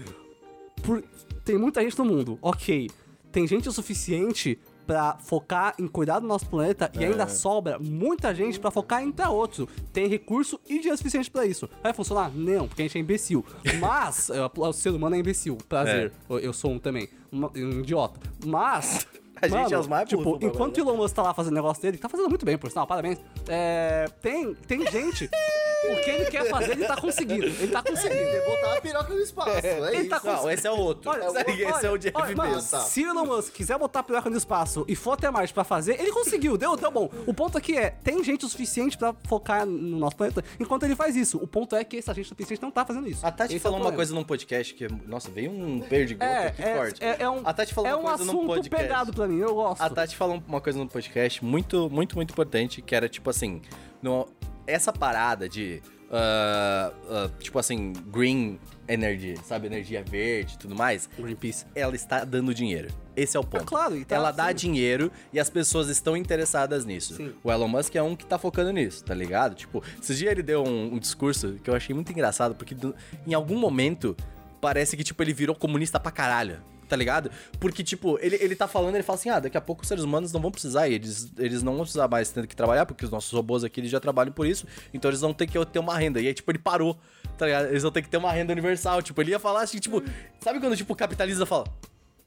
S4: por- tem muita gente no mundo, ok. Tem gente o suficiente pra focar em cuidar do nosso planeta e
S1: É.
S4: ainda sobra muita gente pra focar em pra outro. Tem recurso e dinheiro suficiente pra isso. Vai funcionar? Não, porque a gente é imbecil. Mas, eh, o ser humano é imbecil, prazer. Eu- Eu sou um também, uma- um idiota. Mas...
S1: A gente é os mais
S4: tipo,
S1: burros do
S4: enquanto o Elon Musk tá lá fazendo o negócio dele, que tá fazendo muito bem, por sinal, parabéns. É, tem, tem gente. o que ele quer fazer, ele tá conseguindo. Ele tá conseguindo.
S2: É, botar a piroca no espaço, é
S4: Ele
S2: isso.
S4: tá
S1: Não, esse é o outro.
S4: Olha,
S1: esse é o de
S4: olha,
S1: FB.
S4: mano,
S2: tá.
S4: se o Elon Musk quiser botar a piroca no espaço e for até mais pra fazer, ele conseguiu, deu, deu bom. O ponto aqui é, tem gente o suficiente pra focar no nosso planeta enquanto ele faz isso. O ponto é que essa gente suficiente não tá fazendo isso.
S1: A Tati
S4: Esse é o
S1: falou uma
S4: problema.
S1: coisa num podcast que. Nossa, veio um perdigoto
S4: É,
S1: aqui
S4: é,
S1: forte.
S4: é, é um,
S1: A Tati falou
S4: é
S1: uma
S4: um
S1: coisa num
S4: assunto
S1: podcast.
S4: pegado pra mim, eu gosto.
S1: A Tati falou uma coisa no podcast muito, muito, muito importante, que era tipo assim, no- essa parada de ah, ah, tipo assim, green energy, sabe, energia verde e tudo mais,
S4: Greenpeace.
S1: ela está dando dinheiro. Esse é o ponto.
S4: claro, e tá
S1: ela dá
S4: assim.
S1: dinheiro e as pessoas estão interessadas nisso.
S4: Sim.
S1: O Elon Musk é um que tá focando nisso, tá ligado? Tipo, esses dias ele deu um, um discurso que eu achei muito engraçado, porque do- em algum momento parece que, tipo, ele virou comunista pra caralho. Tá ligado? Porque, tipo, ele, ele tá falando, ele fala assim: ah, daqui a pouco os seres humanos não vão precisar, e eles, eles não vão precisar mais tendo que trabalhar, porque os nossos robôs aqui eles já trabalham por isso, então eles vão ter que ter uma renda. E aí, tipo, ele parou, tá ligado? Eles vão ter que ter uma renda universal. Tipo, ele ia falar assim, tipo, sabe quando, tipo, o capitalista fala?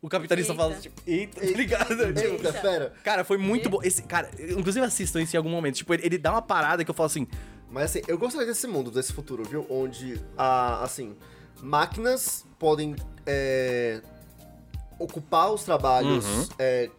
S1: O capitalista fala,
S3: Eita.
S1: tipo, eita, tá ligado? Tipo,
S2: Eita, fera.
S1: Cara, foi muito bom. Esse, cara, inclusive assistam isso em algum momento. Tipo, ele, ele dá uma parada que eu falo assim.
S2: Mas assim, eu gostaria desse mundo, desse futuro, viu? Onde, a, assim, máquinas podem é, ocupar os trabalhos
S4: Uhum.
S2: é,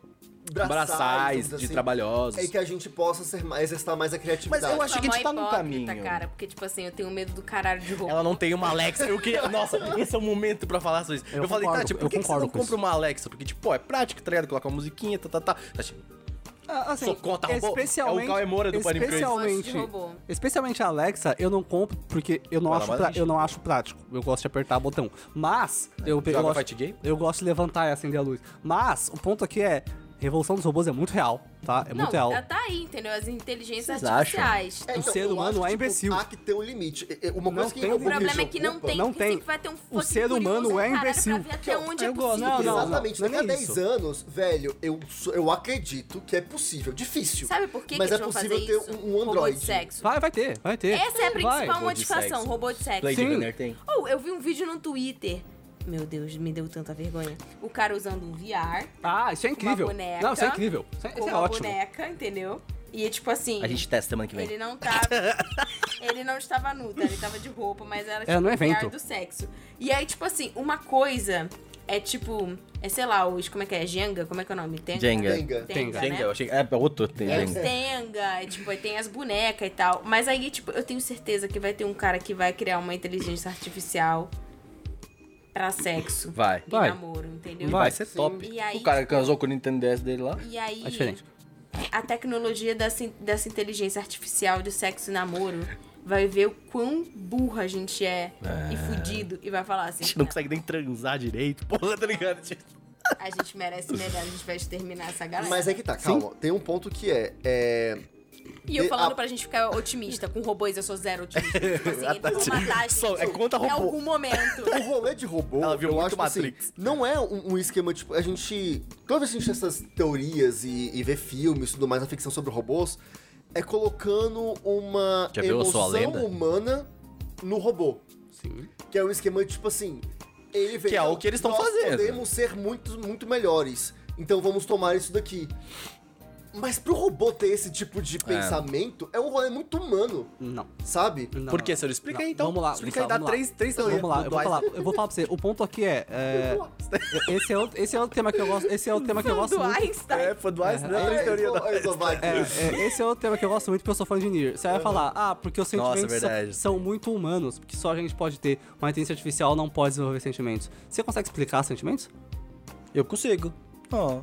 S2: braçais,
S1: Braçais
S2: digamos
S1: de
S2: assim,
S1: trabalhosos.
S2: E
S3: é
S2: que a gente possa ser, mais- exercitar mais a criatividade.
S1: Mas eu acho-
S3: Sua
S1: que a gente
S3: mó
S1: tá num
S3: hipócrita,
S1: caminho.
S3: cara, porque, tipo assim, eu tenho medo do caralho de roupa.
S1: Ela não tem uma Alexa. Eu queria. Nossa, esse é o momento pra falar sobre isso. Eu,
S4: Eu
S1: falei,
S4: concordo,
S1: Tati, por
S4: eu
S1: que, que você
S4: concordo
S1: não
S4: com
S1: compra
S4: isso.
S1: uma Alexa? Porque, tipo, pô, é prático, tá ligado? Colocar uma musiquinha, tá, tá, tá. Tati,
S4: Ah, assim,
S1: Sou contra robô.
S4: especialmente,
S1: É o Cauê Moura do Pânico Kids.
S4: especialmente,
S3: Gosto de robô.
S4: especialmente a Alexa, eu não compro porque eu não,
S1: Ela
S4: acho,
S1: vai
S4: pra-
S1: assistir.
S4: eu não acho prático. Eu gosto de apertar o botão. Mas, eu, eu,
S1: Joga
S4: gosto,
S1: fight game?
S4: eu gosto de levantar e acender a luz. Mas, o ponto aqui é, Revolução dos Robôs é muito real, tá? É
S3: Não,
S4: muito real.
S3: ela tá aí, entendeu? As inteligências
S1: Vocês acham?
S3: artificiais.
S2: É,
S4: O ser
S2: eu
S4: humano
S2: acho,
S4: é imbecil.
S2: Há que ter um limite. É, é, Uma
S4: Não
S2: coisa que
S4: tem
S2: eu-
S4: limite.
S3: O problema é que não
S2: preocupa-
S3: tem,
S4: Não
S3: porque
S4: tem.
S3: sempre vai ter um
S4: O
S3: fosse
S4: ser
S3: curioso
S4: humano
S3: do
S4: é
S3: caralho pra
S4: imbecil.
S3: ver até onde
S4: eu
S3: é
S4: gosto.
S3: possível.
S4: Não, não, não.
S2: Exatamente,
S4: não é
S2: daqui a
S4: nem
S2: 10
S4: isso.
S2: anos, velho, eu, sou- eu acredito que é possível. Difícil.
S3: Sabe por que,
S2: Mas
S3: que
S2: é
S3: eles vão
S2: possível
S3: fazer
S2: ter
S3: isso?
S2: um
S3: Robô de
S2: Android.
S3: sexo.
S4: Vai, vai ter, vai ter.
S3: Essa é a principal
S4: Vai.
S1: Robô de
S3: modificação,
S1: sexo.
S3: robô de sexo.
S1: Blade
S4: Sim.
S1: Runner tem.
S3: Ou eu vi um vídeo no Twitter. Meu Deus, me deu tanta vergonha. O cara usando um VR.
S4: Ah, isso é incrível.
S3: Uma boneca.
S4: não, isso é incrível. Isso é,
S3: Com
S4: isso é
S3: uma
S4: ótimo.
S3: boneca, entendeu? E tipo assim.
S1: A gente testa semana que vem.
S3: Ele não tava. ele não estava nu, tá? Ele tava de roupa, mas era tipo
S4: no
S3: um
S4: evento.
S3: PR do sexo. E aí, tipo assim, uma coisa é tipo. É sei lá, os. Como é que é? Jenga? Como é que é o nome? Tenga?
S1: Jenga.
S2: Tenga.
S3: Tenga,
S1: Jenga,
S3: né?
S1: eu achei que- É, outro tem
S3: É o
S1: Jenga.
S3: Tenga, é, tipo, aí tem as bonecas e tal. Mas aí, tipo, eu tenho certeza que vai ter um cara que vai criar uma inteligência artificial pra sexo.
S1: Vai.
S3: E
S4: Vai.
S3: namoro, entendeu?
S1: Vai, ser top.
S3: um E aí,
S1: o cara que casou com o Nintendo DS dele lá.
S3: E aí,
S4: É diferente.
S3: a tecnologia dessa, dessa inteligência artificial de sexo e namoro vai ver o quão burra a gente é, e fudido e vai falar assim:
S1: A gente não consegue nem transar direito, porra, tá ligado?
S3: a gente merece melhor, a gente vai exterminar essa galera.
S2: Mas é que tá, calma. Tem um ponto que é. é...
S3: E eu
S2: de-
S3: falando
S2: a-
S3: pra gente ficar otimista, com robôs eu sou zero otimista. Tipo assim, eles vão matar a gente
S1: Só- é contra
S3: em
S1: robô.
S3: algum momento.
S2: O rolê de robô,
S1: Ela viu
S2: eu
S1: muito
S2: acho que,
S1: Matrix.
S2: assim, não é um, um esquema, tipo, a gente... Toda vez que a gente tem essas teorias e, e vê filmes e tudo mais, a ficção sobre robôs, é colocando uma
S1: Já viu Eu Sou a
S2: emoção
S1: Lenda?
S2: humana no robô.
S4: Sim.
S2: Que é um esquema, tipo assim, ele vê...
S1: Que é o que eles tão
S2: "Nós
S1: fazendo."
S2: podemos ser muito, muito melhores, então vamos tomar isso daqui. Mas pro robô ter esse tipo de pensamento, é um rolê muito humano,
S4: Não.
S2: sabe?
S4: não.
S1: Por quê, senhor? Explica
S4: Não,
S1: aí, então.
S4: Vamos lá,
S1: Explica
S4: Gustavo,
S1: aí, dá
S4: vamos lá.
S1: três, três
S4: Vamos lá, eu vou,
S1: Vai.
S4: falar, eu vou falar pra você. O ponto aqui é. é, esse, é outro, esse é outro tema que eu gosto. Esse é outro tema que eu gosto
S3: Do
S4: muito.
S3: Einstein.
S1: É, fã do Einstein, né? Três
S2: Aí,
S1: teorias da-
S2: aí, só vai.
S4: É, é, esse é outro tema que eu gosto muito porque eu sou fã de Nier. Você vai falar, ah, porque os
S1: Nossa, é
S4: sentimentos são-
S1: verdade.
S4: são, muito humanos, porque só a gente pode ter. Uma inteligência artificial não pode desenvolver sentimentos. Você consegue explicar sentimentos?
S1: Eu consigo. Ó.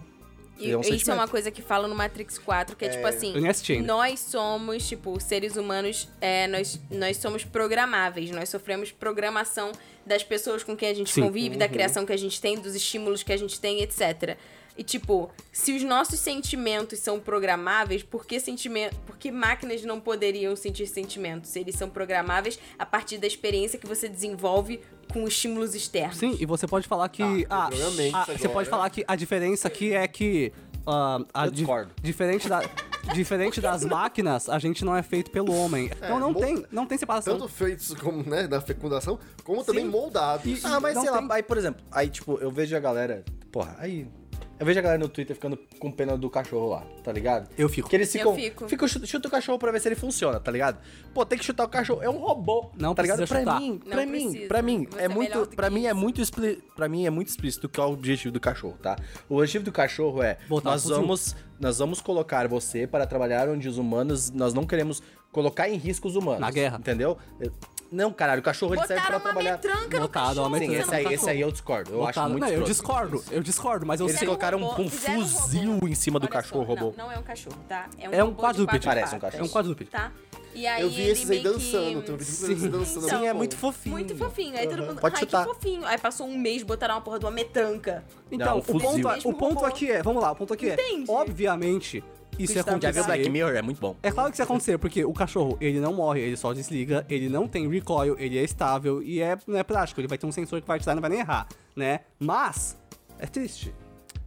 S3: E
S1: É um
S3: isso é uma
S1: sentimento.
S3: coisa que fala no Matrix 4, que é, tipo assim,
S4: Eu nem assisti ainda.
S3: nós somos, tipo, seres humanos, é, nós, nós somos programáveis, nós sofremos programação das pessoas com quem a gente
S4: Sim.
S3: convive, da criação que a gente tem, dos estímulos que a gente tem, etc. E tipo, se os nossos sentimentos são programáveis, por que, sentimen- por que máquinas não poderiam sentir sentimentos? Se eles são programáveis a partir da experiência que você desenvolve com estímulos externos.
S4: Sim, e você pode falar
S1: Tá,
S4: que. ah,
S2: programei
S4: ah,
S2: isso
S4: você
S2: agora.
S4: pode falar que a diferença aqui é que. ah, a
S1: Eu discordo.
S4: diferente da. Diferente das máquinas, a gente não é feito pelo homem. então não
S2: mo-
S4: tem, não tem separação.
S2: Tanto feitos como, né, da fecundação, como também
S4: Sim.
S2: moldados.
S1: Ah, mas
S4: Não
S1: sei
S4: tem.
S1: lá, aí, por exemplo, aí, tipo, eu vejo a galera. Porra, aí. Eu vejo a galera no Twitter ficando com pena do cachorro lá, tá ligado?
S4: Eu fico.
S1: Que eles
S3: Eu
S1: ficam.
S3: fico.
S1: Fica, chuta, chuta o cachorro pra ver se ele funciona, tá ligado? Pô, tem que chutar o cachorro. É um robô.
S4: Não
S1: tá ligado?
S4: precisa
S1: Pra
S4: chutar.
S1: mim,
S3: Não
S1: pra mim,
S3: precisa.
S1: pra mim,
S3: Você
S1: é
S3: é melhor
S1: muito.
S3: do que
S1: Pra mim é
S3: isso.
S1: muito expli... Pra mim é muito explícito que é o objetivo do cachorro, tá? O objetivo do cachorro é.
S4: Botar
S1: nós
S4: o futuro.
S1: vamos. Nós vamos colocar você para trabalhar onde os humanos. Nós não queremos colocar em risco os humanos.
S4: Na guerra.
S1: Entendeu? Não, caralho, o cachorro ele serve pra
S3: Botaram uma
S1: trabalhar.
S3: metranca no
S4: Botaram
S3: cachorro.
S4: uma
S1: Sim,
S4: metranca.
S3: você
S1: esse
S3: não
S1: aí,
S3: tá
S1: esse aí eu discordo. Eu acho
S4: Botaram-
S1: muito
S4: não, eu
S1: escroto.
S4: discordo, eu discordo, mas eu
S1: Eles
S4: sei.
S3: Fizeram
S1: colocaram um- um
S3: fizeram
S1: fuzil
S3: robô.
S1: em cima do
S3: Olha
S1: cachorro
S3: só,
S1: robô.
S3: Não, não é um cachorro, tá? É um,
S4: É um
S3: robô de
S4: quadrúpede.
S3: quatro
S1: Parece um
S3: patas,
S1: cachorro.
S4: É um quadrúpede.
S3: Tá? E aí
S2: Eu vi
S3: ele
S2: esses aí
S3: meio que-
S2: dançando, tem um vídeo
S4: Sim.
S2: deles dançando.
S3: Então,
S1: Sim, é
S2: bom.
S1: muito fofinho.
S3: Muito fofinho. Aí todo mundo,
S1: Pode
S3: ai,
S1: chutar.
S3: que fofinho. Aí passou um mês, botaram uma porra de uma metranca.
S4: Então,
S1: Não,
S4: o
S1: um fuzil.
S4: ponto,
S3: Mesmo
S4: o ponto
S3: robô.
S4: aqui é, vamos lá, o ponto aqui
S3: Entende?
S4: é, obviamente, isso ia
S3: está
S4: acontecer.
S1: Já viu Black Mirror? É muito bom.
S4: É claro que isso ia acontecer, porque o cachorro, ele não morre, ele só desliga, ele não tem recoil, ele é estável e é, não é prático, ele vai ter um sensor que vai atirar e não vai nem errar, né? Mas, é triste.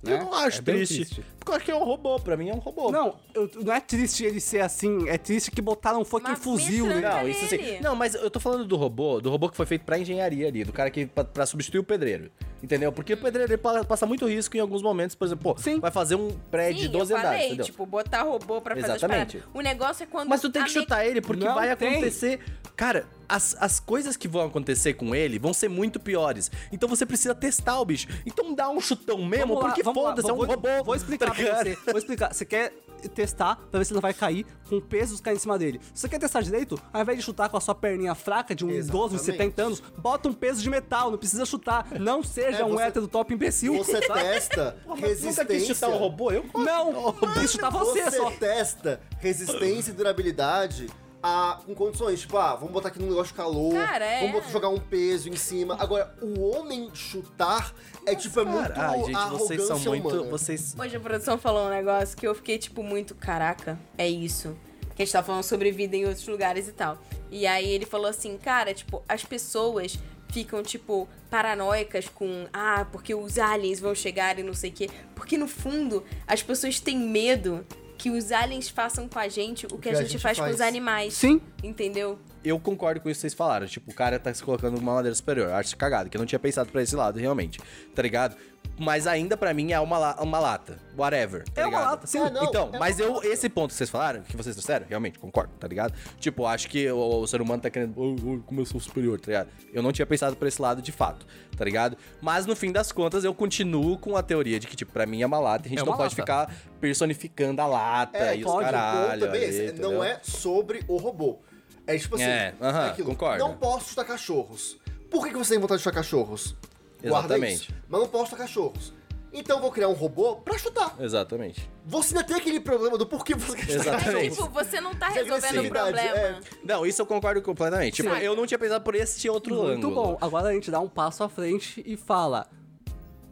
S1: Eu
S4: né?
S1: não acho
S4: É bem
S1: triste. Porque eu acho que é um robô. Pra mim é um robô.
S4: Não, eu- não é triste ele ser assim, é triste que botaram um fucking
S3: Uma
S4: fuzil
S3: metranca.
S4: nele.
S1: Não, isso
S3: Cadê
S1: sim.
S3: ele?
S1: Não, mas eu tô falando do robô, do robô que foi feito pra engenharia ali, do cara que pra, pra substituir o pedreiro. Entendeu? Porque o pedreiro ele pa- passa muito risco em alguns momentos, por exemplo, pô,
S4: Sim.
S1: vai fazer um prédio de
S3: Sim,
S1: 12
S3: eu falei,
S1: andares, entendeu?
S3: tipo, botar robô pra fazer
S1: Exatamente.
S3: as paradas. O negócio é quando...
S1: Mas tu tem
S3: a
S1: que chutar ele porque
S4: Não
S1: vai
S4: tem.
S1: acontecer. Cara, as, as coisas que vão acontecer com ele vão ser muito piores. Então você precisa testar o bicho. Então dá um chutão mesmo,
S4: Vamos lá,
S1: porque
S4: vamos lá,
S1: foda-se, é um
S4: vou-
S1: robô.
S4: Vou explicar
S1: tá
S4: pra
S1: ligado?
S4: você. Vou explicar. Você quer testar pra ver se ele não vai cair com o peso dos caras em cima dele. Se você quer testar direito, ao invés de chutar com a sua perninha fraca de um idoso de
S2: Exatamente.
S4: 70 anos, bota um peso de metal, não precisa chutar. Não seja
S2: É,
S4: um
S2: você-
S4: hétero top imbecil.
S2: Você
S4: tá?
S2: testa
S1: Nunca quis
S2: resistência.
S1: chutar um robô, eu
S4: Não, isso tá você,
S2: Você
S1: é
S4: só.
S2: testa resistência e durabilidade a, com condições. Tipo, ah, vamos botar aqui num negócio de calor.
S3: Cara, é.
S2: Vamos botar- jogar um peso em cima. Agora, o homem chutar é tipo, é muito
S1: Cara, ai, gente,
S2: arrogância
S1: vocês são muito.
S2: humana.
S1: Vocês.
S3: Hoje a produção falou um negócio que eu fiquei, tipo, muito, caraca, é isso. Que a gente tava falando sobre vida em outros lugares e tal. E aí ele falou assim, cara, tipo, as pessoas ficam, tipo, paranoicas com, ah, porque os aliens vão chegar e não sei o quê. Porque no fundo, as pessoas têm medo que os aliens façam com a gente o que, a, gente faz, com os animais.
S4: Sim.
S3: Entendeu?
S1: Eu concordo com isso que vocês falaram. Tipo, o cara tá se colocando de uma maneira superior. Acho cagado, que eu não tinha pensado pra esse lado, realmente. Tá ligado? Mas ainda pra mim é uma, la- uma lata. Whatever. Tá
S4: É uma
S1: ligado?
S4: lata, sim.
S2: É, não,
S1: então,
S2: é
S1: mas
S2: uma
S1: eu.
S2: lata.
S1: Esse ponto que vocês falaram, que vocês trouxeram, realmente, concordo, tá ligado? Tipo, acho que o, o ser humano tá querendo. Oh, oh, como eu sou superior, tá ligado? Eu não tinha pensado por esse lado de fato, tá ligado? Mas no fim das contas, eu continuo com a teoria de que, tipo, pra mim é uma lata e a gente
S4: É
S1: não
S4: uma
S1: pode
S4: lata.
S1: ficar personificando a lata
S2: É,
S1: e os
S2: pode, o ponto
S1: caralho.
S2: também é
S1: ali,
S2: esse, não
S1: entendeu?
S2: é sobre o robô. É tipo assim,
S1: É, aham,
S2: aquilo,
S1: concordo.
S2: não posso chutar cachorros. Por que, que você tem vontade de chutar cachorros? Guarda
S1: Exatamente.
S2: isso. Mas não posso chutar cachorros. Então eu vou criar um robô pra chutar.
S1: Exatamente.
S2: Você ainda tem aquele problema do porquê você quer chutar
S1: Exatamente.
S2: cachorros.
S3: É tipo, você não tá resolvendo o
S2: agressividade,
S3: problema.
S2: é.
S1: Não, isso eu concordo completamente. Tipo,
S3: Sim.
S1: eu não tinha pensado por esse outro
S4: Muito
S1: ângulo.
S4: bom. Agora a gente dá um passo à frente e fala: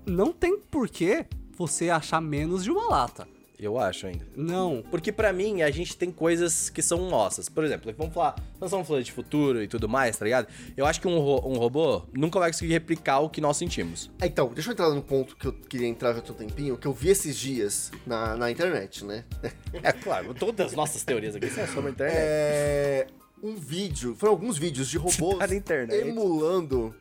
S4: Não tem porquê você achar menos de uma lata.
S1: Eu acho ainda.
S4: Não.
S1: Porque pra mim, a gente tem coisas que são nossas. Por exemplo, vamos falar, nós estamos falando de futuro e tudo mais, tá ligado? Eu acho que um, ro- um robô nunca vai conseguir replicar o que nós sentimos.
S2: Então, deixa eu entrar num ponto que eu queria entrar já tem um tempinho, que eu vi esses dias na, na internet, né?
S1: É claro, todas as nossas teorias aqui são sobre a internet.
S2: É. Um vídeo, foram alguns vídeos de robôs
S1: Tá na internet.
S2: emulando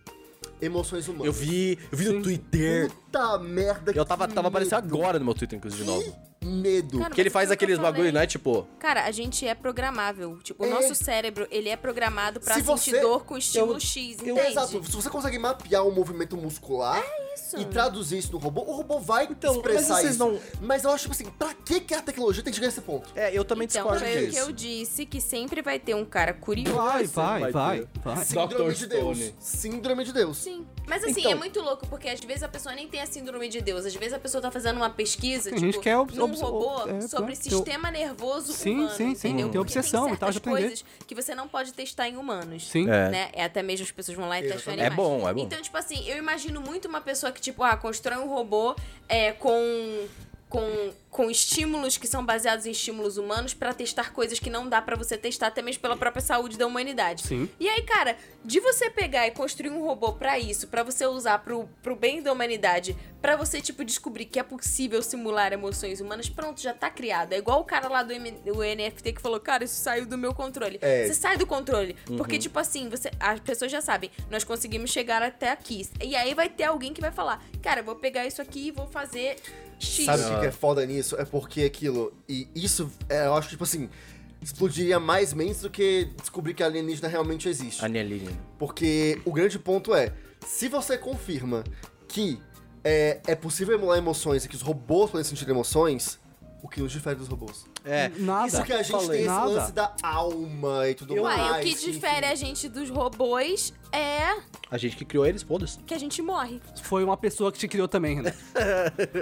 S2: emoções humanas.
S1: Eu vi, eu vi no Twitter.
S2: Puta merda
S1: Eu tava,
S2: que
S1: tava
S2: medo.
S1: aparecendo agora no meu Twitter, inclusive, de novo.
S2: Que medo.
S3: Cara,
S1: Que ele
S3: mas
S1: faz
S3: foi o que eu
S1: aqueles bagulho,
S3: falei.
S1: não é tipo.
S3: Cara, a gente é programável. Tipo,
S2: É.
S3: o nosso cérebro, ele é programado pra
S2: Se
S3: sentir
S2: você-
S3: dor com estímulo
S2: eu- um
S3: X,
S2: Eu-
S3: entende?
S2: Exato, se você consegue mapear um movimento muscular
S3: É
S2: e traduzir isso no robô, o robô vai expressar
S1: Então, mas vocês
S2: isso.
S1: não-
S2: Mas eu acho tipo assim, pra que, que a tecnologia tem que chegar a esse ponto?
S1: É, eu também
S3: Então,
S1: discordo
S3: foi o que
S1: disso.
S3: eu disse, que sempre vai ter um cara curioso.
S4: Vai, vai,
S1: vai
S4: vai,
S1: ter.
S4: vai.
S2: Síndrome
S1: Dr.
S2: de Deus.
S1: Stone.
S2: Síndrome de Deus.
S3: Sim. Mas assim,
S1: Então-
S3: é muito louco, porque às vezes a pessoa nem tem a síndrome de Deus. Às vezes a pessoa tá fazendo uma pesquisa,
S4: A
S3: tipo,
S4: gente quer obs-
S3: num
S4: obs-
S3: robô
S4: ob- é,
S3: sobre
S4: claro,
S3: sistema nervoso
S4: Sim,
S3: humano,
S4: sim, sim,
S3: entendeu?
S4: tem
S3: Porque
S4: obsessão
S3: tem
S4: e tal, já
S3: certas
S4: aprendi.
S3: coisas que você não pode testar em humanos.
S4: Sim.
S1: É.
S3: Né? É até mesmo as pessoas vão lá e testam
S2: Exatamente.
S3: animais.
S1: É bom, é bom.
S3: Então, tipo assim, eu imagino muito uma pessoa que, tipo, ah, constrói um robô é, com... Com, com estímulos que são baseados em estímulos humanos pra testar coisas que não dá pra você testar, até mesmo pela própria saúde da humanidade.
S4: Sim.
S3: E aí, cara, de você pegar e construir um robô pra isso, pra você usar pro, pro bem da humanidade, pra você, tipo, descobrir que é possível simular emoções humanas, pronto, já tá criado. É igual o cara lá do, M do NFT que falou, cara, isso saiu do meu controle.
S2: É. Uhum.
S3: Você sai do controle. Porque, tipo assim, você, as pessoas já sabem, nós conseguimos chegar até aqui. E aí vai ter alguém que vai falar, cara, eu vou pegar isso aqui e vou fazer X.
S2: Sabe o que, que é foda nisso? É porque aquilo. E isso, é, eu acho, tipo assim, explodiria mais mentes do que descobrir que a alienígena realmente existe.
S1: Anielina.
S2: Porque o grande ponto é, se você confirma que é, é possível emular emoções e que os robôs podem sentir emoções, o que nos difere dos robôs?
S1: É.
S4: Nada.
S2: Porque a gente tem esse
S4: Nada.
S2: lance da alma e tudo mais.
S3: Uai, o que
S2: enfim.
S3: difere a gente dos robôs é
S1: A gente que criou eles, foda-se.
S3: que a gente morre.
S4: Foi uma pessoa que te criou também, Renato.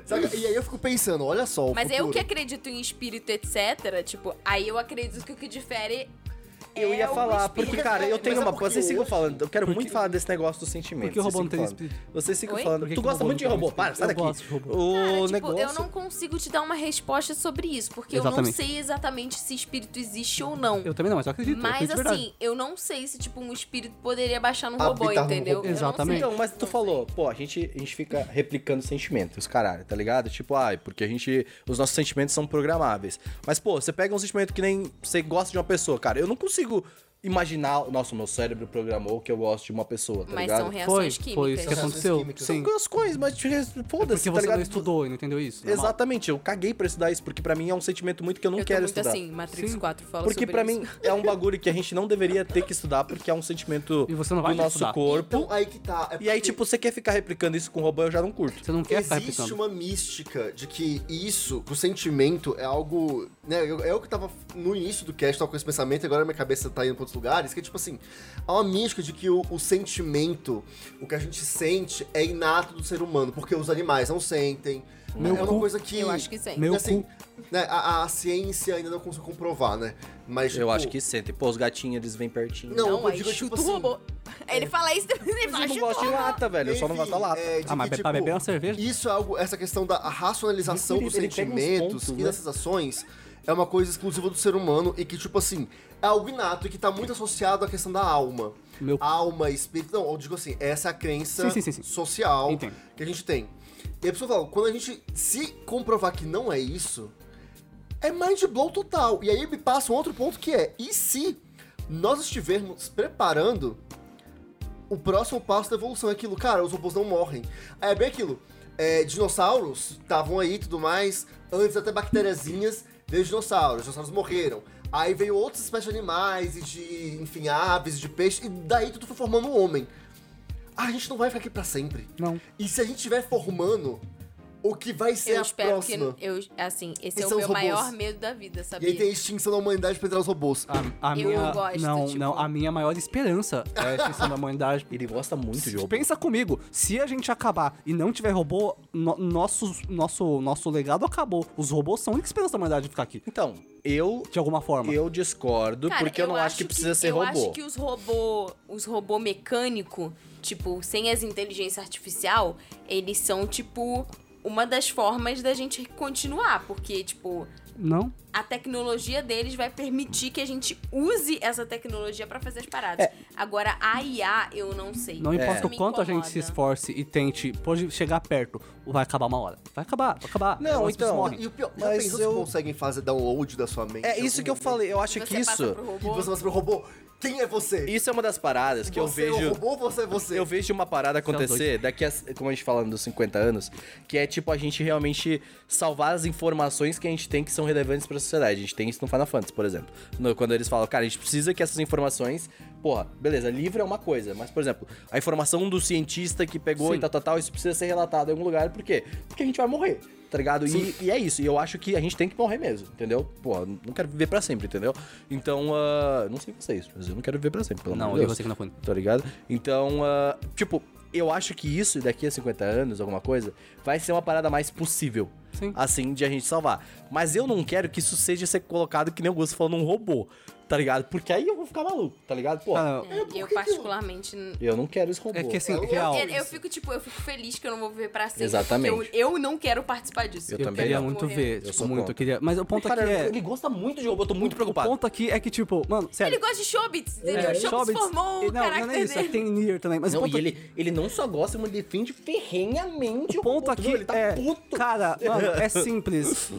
S2: Saca? E aí eu fico pensando, olha só o
S3: Mas eu
S2: futuro.
S3: que acredito em espírito, etc. Tipo, aí eu acredito que o que difere.
S1: Eu
S3: é
S1: ia
S3: o
S1: falar,
S3: espírito.
S1: porque, cara, eu
S2: Mas
S1: tenho
S2: é
S1: uma.
S2: porque
S1: Vocês ficam
S2: hoje-
S1: falando. Eu quero muito falar desse negócio do sentimento.
S4: Por que o robô não tem espírito?
S1: Vocês ficam
S3: Oi?
S1: falando.
S4: Por que
S1: Tu
S4: que o
S1: gosta
S4: robô
S1: muito de
S4: não tem
S1: robô, para,
S4: espírito?
S1: sai daqui.
S4: Eu gosto de robô.
S1: O
S3: Cara, tipo,
S1: negócio.
S3: eu não consigo te dar uma resposta sobre isso, porque eu não
S4: Exatamente.
S3: sei exatamente se espírito existe ou não.
S4: Eu também não, mas eu acredito. eu
S3: Mas
S4: acredito de verdade.
S3: assim, eu não sei se, tipo, um espírito poderia baixar no
S2: Habitar
S3: robô,
S2: num
S3: entendeu?
S2: robô.
S3: Eu não sei.
S4: Exatamente.
S1: Então, mas tu falou, pô, a gente, a gente fica replicando sentimentos, caralho, tá ligado? Tipo, ai, porque a gente. Os nossos sentimentos são programáveis. Mas, pô, você pega um sentimento que nem. Você gosta de uma pessoa, cara. Eu não consigo imaginar. Nossa, o meu cérebro programou que eu gosto de uma pessoa, tá
S3: Mas
S1: ligado?
S3: são reações
S4: foi,
S3: é químicas.
S4: foi isso que
S2: Reações
S4: aconteceu.
S2: químicas.
S4: Sim. É
S1: as coisas, mas te-
S4: Porque
S1: foda-se,
S4: você
S1: tá ligado?
S4: não estudou e não entendeu isso. normal.
S1: Exatamente, eu caguei pra estudar isso, porque pra mim é um sentimento muito que eu não
S3: eu tô
S1: quero
S3: muito
S1: estudar.
S3: assim, Matrix
S4: Sim.
S3: 4 fala
S1: Porque
S3: sobre
S1: pra
S3: isso.
S1: mim é um bagulho que a gente não deveria ter que estudar, porque é um sentimento
S4: E você não vai
S1: do nosso
S4: estudar.
S1: corpo.
S2: Então, aí que tá. é
S1: E aí,
S2: porque
S1: tipo, você quer ficar replicando isso com robô, eu já não curto.
S4: Você não quer ficar
S2: Existe
S4: replicando.
S2: uma mística de que isso, que o sentimento é algo né, eu, eu que tava no início do cast, tava com esse pensamento, e agora minha cabeça tá indo pra outros lugares, que é tipo assim, há uma mística de que o, o sentimento, o que a gente sente, é inato do ser humano, porque os animais não sentem.
S4: Meu
S2: é uma
S4: cu.
S2: coisa que.
S3: Eu acho que sim.
S4: Meu
S2: assim, né, a, a ciência ainda não conseguiu comprovar, né? Mas.
S1: Eu
S2: tipo,
S1: acho que sente. Pô, os gatinhos, eles vêm pertinho.
S2: Não, eu
S3: aí
S2: digo,
S3: chuta
S2: tipo
S3: o
S2: assim,
S3: robô. Aí ele fala isso, ele fala,
S1: Eu não
S3: chuta o
S1: gosto de
S3: robô.
S1: lata, velho. Eu só não
S2: Enfim,
S1: gosto da lata.
S2: é, de
S4: Ah, mas
S2: que,
S4: pra
S2: tipo,
S4: beber uma cerveja?
S2: Isso é algo, essa questão da racionalização
S1: Ele-
S2: dos
S1: ele pega uns
S2: sentimentos
S1: pontos,
S2: e
S1: né?
S2: das sensações é uma coisa exclusiva do ser humano e que, tipo assim, é algo inato e que tá muito associado à questão da alma.
S4: Meu-
S2: Alma, espírito. Não, eu digo assim, essa é a crença
S4: Sim, sim, sim, sim.
S2: social
S4: Entendo.
S2: que a gente tem. E a pessoa fala, quando a gente se comprovar que não é isso, é mind blow total. E aí me passa um outro ponto que é: e se nós estivermos preparando o próximo passo da evolução? É aquilo, cara, os robôs não morrem. Aí é bem aquilo: é, dinossauros estavam aí e tudo mais, antes até bactériazinhas veio os dinossauros, os dinossauros morreram. Aí veio outras espécies de animais e de, enfim, aves, de peixe, e daí tudo foi formando um homem. Ah, a gente não vai ficar aqui pra sempre.
S4: Não.
S2: E se a gente estiver formando o que vai ser
S3: Eu
S2: a
S3: espero
S2: próxima?
S3: que. Eu, assim, esse
S2: E
S3: é o
S2: são os
S3: meu
S2: robôs.
S3: maior medo da vida,
S2: E
S3: sabia?
S2: aí tem a extinção da humanidade pra entrar os robôs.
S1: Ah,
S4: A, a
S3: Eu
S4: minha,
S3: gosto,
S4: não,
S3: tipo-
S4: não, a minha maior esperança é a extinção da humanidade.
S1: Ele gosta muito de robô.
S4: Pensa comigo, se a gente acabar e não tiver robô, no- nosso, nosso, nosso legado acabou. Os robôs são a única esperança da humanidade de ficar aqui,
S1: Então, eu...
S4: de alguma forma.
S1: Eu discordo,
S3: Cara,
S1: porque eu não acho que precisa ser
S3: eu
S1: robô.
S3: acho que os robô, os robô mecânico, tipo, sem as inteligência artificial, eles são tipo uma das formas da gente continuar, porque tipo,
S4: Não?
S3: a tecnologia deles vai permitir que a gente use essa tecnologia pra fazer as paradas. Agora a IA, eu não sei.
S4: Não
S1: É.
S3: Isso
S4: importa o
S3: me
S4: quanto a gente se
S3: incomoda.
S4: esforce e tente, pode chegar perto, vai acabar uma hora. Vai acabar, vai acabar.
S1: Não,
S4: As pessoas
S1: então,
S4: morrem.
S2: E o pior, já
S1: Mas
S2: pensou
S1: eu-
S2: se conseguem fazer download da sua mente? tipo
S1: É isso que eu falei. Eu acho
S3: Você
S1: que
S3: passa
S1: isso...
S3: pro
S2: E
S3: robô,
S2: você vai pro robô, quem é você?
S1: Isso é uma das paradas que eu
S2: você é o
S1: vejo...
S2: robô ou você é você?
S1: Eu vejo uma parada
S4: é um
S1: acontecer daqui a, como a gente falando dos 50 anos, que é tipo a gente realmente salvar as informações que a gente tem que são relevantes pra sociedade. A gente tem isso no Final Fantasy, por exemplo. No- quando eles falam, cara, a gente precisa que essas informações. Porra, beleza, livre é uma coisa, mas por exemplo, a informação do cientista que pegou
S4: Sim.
S1: e tal, tal, tal, isso precisa ser relatado em algum lugar, por quê? Porque a gente vai morrer. Tá ligado? E, e é isso. E eu acho que a gente tem que morrer mesmo, entendeu? Pô, não quero viver pra sempre, entendeu? Então, ah, não sei vocês, mas eu não quero viver pra sempre, pelo
S4: Não,
S1: amor de
S4: eu
S1: Deus
S4: vou ser que não foi.
S1: tá ligado? Então, ah, tipo, eu acho que isso daqui a 50 anos, alguma coisa, vai ser uma parada mais possível.
S4: Sim.
S1: Assim, de a gente salvar. Mas eu não quero que isso seja ser colocado, que nem o Gusto falou, num robô, tá ligado? Porque aí eu vou ficar maluco, tá ligado? Pô,
S4: Ah,
S3: é, eu particularmente
S1: eu não quero esse robô.
S4: é que assim,
S2: Eu- eu-
S4: real.
S3: Eu, eu fico, tipo, eu fico feliz que eu não vou viver pra sempre.
S1: Exatamente.
S3: porque Eu, eu não quero participar disso.
S1: Eu
S4: Eu,
S1: também
S4: queria
S1: não.
S4: muito
S3: Morrer.
S4: ver,
S1: Eu
S4: tipo,
S1: sou
S4: muito.
S1: contra.
S4: Eu queria... Mas o ponto
S1: Cara,
S4: aqui é...
S1: ele gosta muito de robô, eu tô muito preocupado.
S4: O ponto aqui é que, tipo, mano, sério...
S3: Ele gosta de Chobits, entendeu?
S4: É,
S3: Chobits,
S4: Chobits-
S3: formou
S4: Não,
S3: o caráter
S4: Não, é isso, é
S3: dele.
S4: que tem Nier também, mas o
S1: Não,
S4: ponto
S1: e ele, ele não só gosta, mas ele defende ferrenhamente
S4: O ponto
S1: robô,
S4: aqui
S1: entendeu? Ele tá
S4: é,
S1: puto.
S4: cara, mano, é simples.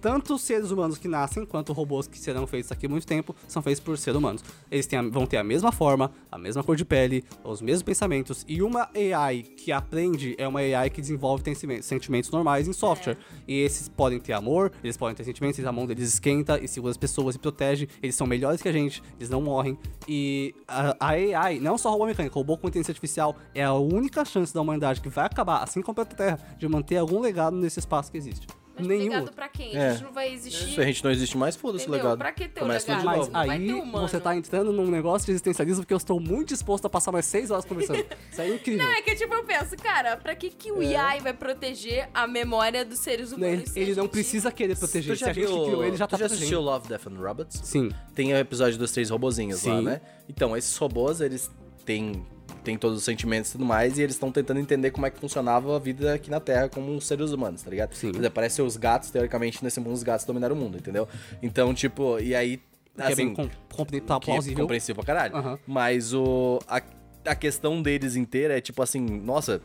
S4: Tanto os seres humanos que nascem, quanto robôs que serão feitos daqui a muito tempo, são feitos por seres humanos. Eles têm a- vão ter a mesma forma, a mesma cor de pele, os mesmos pensamentos. E uma AI que aprende é uma AI que desenvolve tensi- sentimentos normais em software.
S1: É.
S4: E esses podem ter amor, eles podem ter sentimentos, eles- a mão deles esquenta e segura as pessoas e protege. Eles são melhores que a gente, eles não morrem. E a, a AI, não só robô mecânico, robô com inteligência artificial, é a única chance da humanidade que vai acabar, assim como a Terra, de manter algum legado nesse espaço que existe.
S3: Mas
S4: Nenhum
S3: legado
S4: outro.
S3: pra quem?
S1: É.
S3: A gente não vai existir.
S1: Se a gente não existe mais, foda-se o
S3: Entendeu?
S1: legado.
S3: Pra que ter o
S1: Começa tudo de
S3: legado?
S1: novo.
S4: Mas
S3: Não vai ter
S4: aí
S3: humano.
S4: você tá entrando num negócio de existencialismo que eu estou muito disposto a passar mais seis horas conversando. Isso aí é incrível.
S3: Não, é que tipo, eu penso, cara, pra que, que
S4: É.
S3: o AI vai proteger a memória dos seres
S4: Né,
S3: humanos?
S4: Ele,
S3: se a
S4: ele não
S3: é gente-
S4: precisa querer proteger. Se a gente que criou, ele já
S1: tu
S4: tá
S1: já assistiu
S4: protegendo.
S1: Love, Death and Robots?
S4: Sim.
S1: tem o episódio dos três robozinhos lá,
S4: Sim.
S1: né? Então, esses robôs, eles têm, têm todos os sentimentos e tudo mais, e eles estão tentando entender como é que funcionava a vida aqui na Terra como uns seres humanos, tá ligado?
S4: Sim.
S1: Quer dizer, parece os gatos, teoricamente, nesse mundo, os gatos dominaram o mundo, entendeu? Então, tipo, e aí.
S4: Que é bem
S1: Assim,
S4: com- compre- tá
S1: que é
S4: plausível.
S1: compreensível pra caralho.
S4: Aham.
S1: Mas o, a, a questão deles inteira é tipo assim, nossa,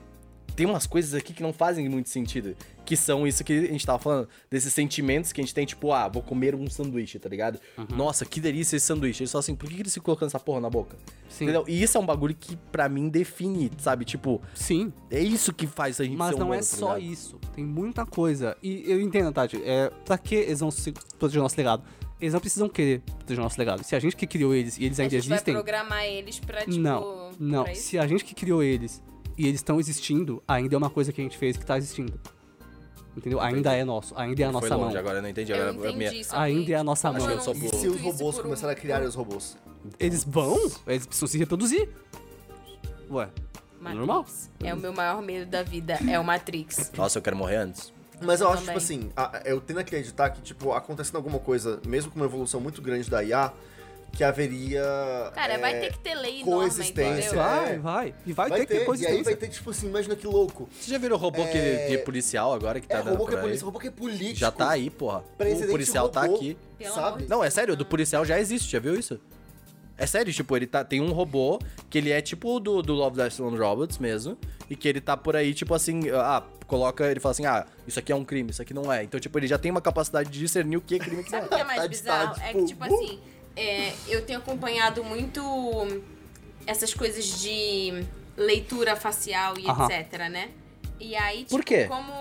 S1: tem umas coisas aqui que não fazem muito sentido. Que são isso que a gente tava falando, desses sentimentos que a gente tem, tipo, ah, vou comer um sanduíche, tá ligado? Nossa, que delícia esse sanduíche. Eles só assim, por que, que eles ficam colocando essa porra na boca?
S4: Sim.
S1: Entendeu? E isso é um bagulho que pra mim define, sabe? Tipo,
S4: Sim.
S1: é isso que faz a gente
S4: Mas
S1: ser
S4: não
S1: humano,
S4: é
S1: tá
S4: só
S1: ligado?
S4: isso. Tem muita coisa. E eu entendo, Tati. É, pra que eles vão se proteger o nosso legado? Eles não precisam querer proteger o nosso legado. Se a gente que criou eles e eles
S3: A
S4: ainda
S3: gente
S4: existem.
S3: vai programar eles pra, tipo...
S4: não, não.
S3: pra isso?
S4: Se a gente que criou eles e eles estão existindo, ainda é uma coisa que a gente fez que tá existindo. Entendeu? Ainda é nosso, ainda é a nossa
S1: Foi longe,
S4: mão.
S1: agora eu não entendi. Agora
S3: Eu
S1: a minha...
S3: entendi isso.
S4: Ainda é a nossa mão.
S1: eu sou
S2: E
S1: burro.
S2: se os
S3: um
S2: robôs começaram a criar os robôs?
S4: Eles vão, eles precisam se reproduzir. Ué, normal.
S3: É o meu maior medo da vida, é o Matrix.
S1: Nossa, eu quero morrer antes.
S2: Mas eu acho,
S3: um Também.
S2: tipo assim, a- eu tendo a acreditar que, tipo, acontecendo alguma coisa, mesmo com uma evolução muito grande da IA, que haveria.
S3: Cara,
S2: é,
S3: vai ter que ter lei
S2: coexistência.
S3: enorme, entendeu?
S4: Vai, vai. E vai,
S2: Vai
S4: ter,
S2: ter, e
S4: que ter
S2: aí vai
S4: coexistência.
S2: ter, tipo assim, imagina que louco.
S1: Você já virou robô que,
S2: É.
S1: que é policial agora que tá
S2: é,
S1: dando
S2: robô que é
S1: por aí?
S2: polícia, robô que é político.
S1: Já tá aí, porra.
S2: Presidente
S1: o policial tá
S2: robô,
S1: aqui.
S3: Pelo amor
S2: Sabe?
S3: de
S1: Não, é sério, do policial já existe, já viu isso? É sério, tipo, ele tá, tem um robô que ele é tipo o do, do Love, Death and Robots mesmo, e que ele tá por aí, tipo assim, ah, coloca, ele fala assim, ah, isso aqui é um crime, isso aqui não é. Então, tipo, ele já tem uma capacidade de discernir o que é crime e o que não
S3: Sabe
S1: é.
S3: o que é mais
S2: Tá de
S3: bizarro?
S2: tarde,
S3: é
S2: tipo,
S3: que, tipo assim, é, eu tenho acompanhado muito essas coisas de leitura facial e
S4: Aham.
S3: etc, né? E aí, tipo,
S1: Por quê?
S3: como.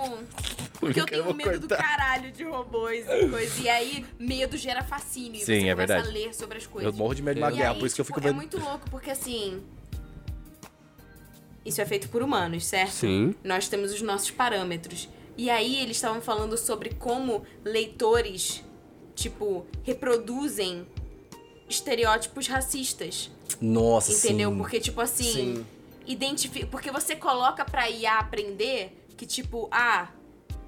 S3: Porque eu
S1: Eu
S3: tenho
S1: vou
S3: medo do
S1: cortar.
S3: caralho de robôs e coisa. E aí, medo gera fascínio. e
S1: Sim,
S3: você
S1: é
S3: começa
S1: verdade.
S3: a ler sobre as coisas.
S1: Eu morro de medo de uma
S3: E
S1: guerra,
S3: aí,
S1: por isso que eu
S3: tipo,
S1: fico
S3: É
S1: vendo.
S3: muito louco, porque assim. Isso é feito por humanos, certo?
S4: Sim.
S3: Nós temos os nossos parâmetros. E aí eles estavam falando sobre como leitores, tipo, reproduzem estereótipos racistas.
S1: Nossa,
S3: Entendeu?
S1: sim.
S3: Porque, tipo assim.
S2: Sim.
S3: Identifi... Porque você coloca pra IA aprender que, tipo, ah,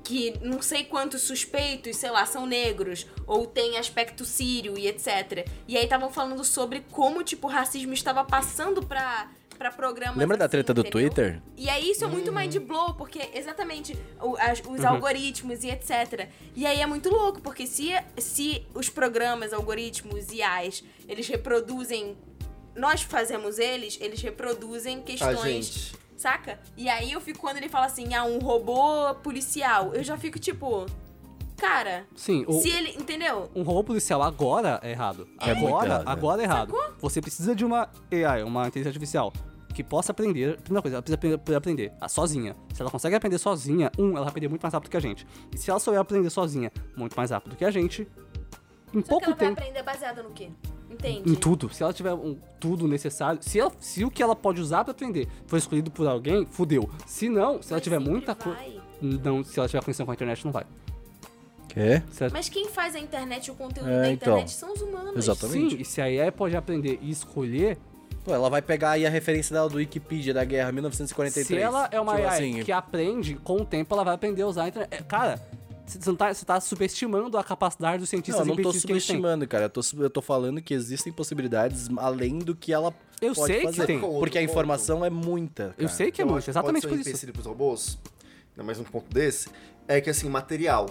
S3: que não sei quantos suspeitos, sei lá, são negros, ou tem aspecto sírio e etc. E aí estavam falando sobre como, tipo, o racismo estava passando pra, pra programas.
S1: Lembra da
S3: assim,
S1: treta do
S3: entendeu?
S1: Twitter?
S3: E aí isso é
S4: Hum.
S3: muito mind blow, porque exatamente o- as- os
S4: Uhum.
S3: algoritmos e etc. E aí é muito louco, porque se, se os programas, algoritmos e AIs, eles reproduzem. Nós fazemos eles, eles reproduzem
S2: A
S3: questões,
S2: gente.
S3: saca? E aí eu fico quando ele fala assim, ah, um robô policial. Eu já fico tipo, cara,
S4: Sim, o,
S3: se ele. Entendeu?
S4: um robô policial agora é errado.
S1: É muito
S4: agora,
S1: errado, né?
S4: agora é errado. Você precisa de uma AI, uma inteligência artificial, que possa aprender. Primeira coisa, ela precisa aprender, poder aprender ah, sozinha. Se ela consegue aprender sozinha, um, ela vai aprender muito mais rápido que a gente. E se ela souber aprender sozinha, muito mais rápido que a gente, em
S3: Só que
S4: pouco
S3: ela vai
S4: tempo.
S3: aprender baseado no quê? Entende?
S4: Em tudo. Se ela tiver um- tudo necessário, se, ela- se o que ela pode usar pra aprender for escolhido por alguém, fudeu. Se não, se ela
S3: Mas
S4: tiver
S3: sempre
S4: muita coisa.
S3: vai.
S4: Não, se ela tiver conexão com a internet, não vai.
S1: Quê?
S4: Se ela-
S3: Mas quem faz a internet, o conteúdo
S1: É,
S3: da
S1: então.
S3: internet são os humanos.
S1: Exatamente.
S4: Sim, e se a AI pode aprender e escolher,
S1: Pô, ela vai pegar aí a referência dela do Wikipedia da guerra 1943.
S4: Se ela é uma
S1: Tipo
S4: AI
S1: assim,
S4: que aprende, com o tempo ela vai aprender a usar a internet. É, Cara, você não tá, você tá subestimando a capacidade dos
S1: Não,
S4: cientistas
S1: eu não tô
S4: empiristas que eles têm.
S1: subestimando, cara. Eu tô, sub- eu tô falando que existem possibilidades além do que ela
S4: Eu
S1: pode
S4: sei que
S1: fazer.
S4: tem.
S1: Porque a
S2: Outro
S1: informação é muita.
S4: Eu
S1: cara.
S4: sei que é
S2: Eu
S4: muito,
S2: acho pode
S4: exatamente
S2: ser
S4: por
S2: um
S4: isso.
S2: empecilho pros robôs, ainda mais um ponto desse, é que assim, material.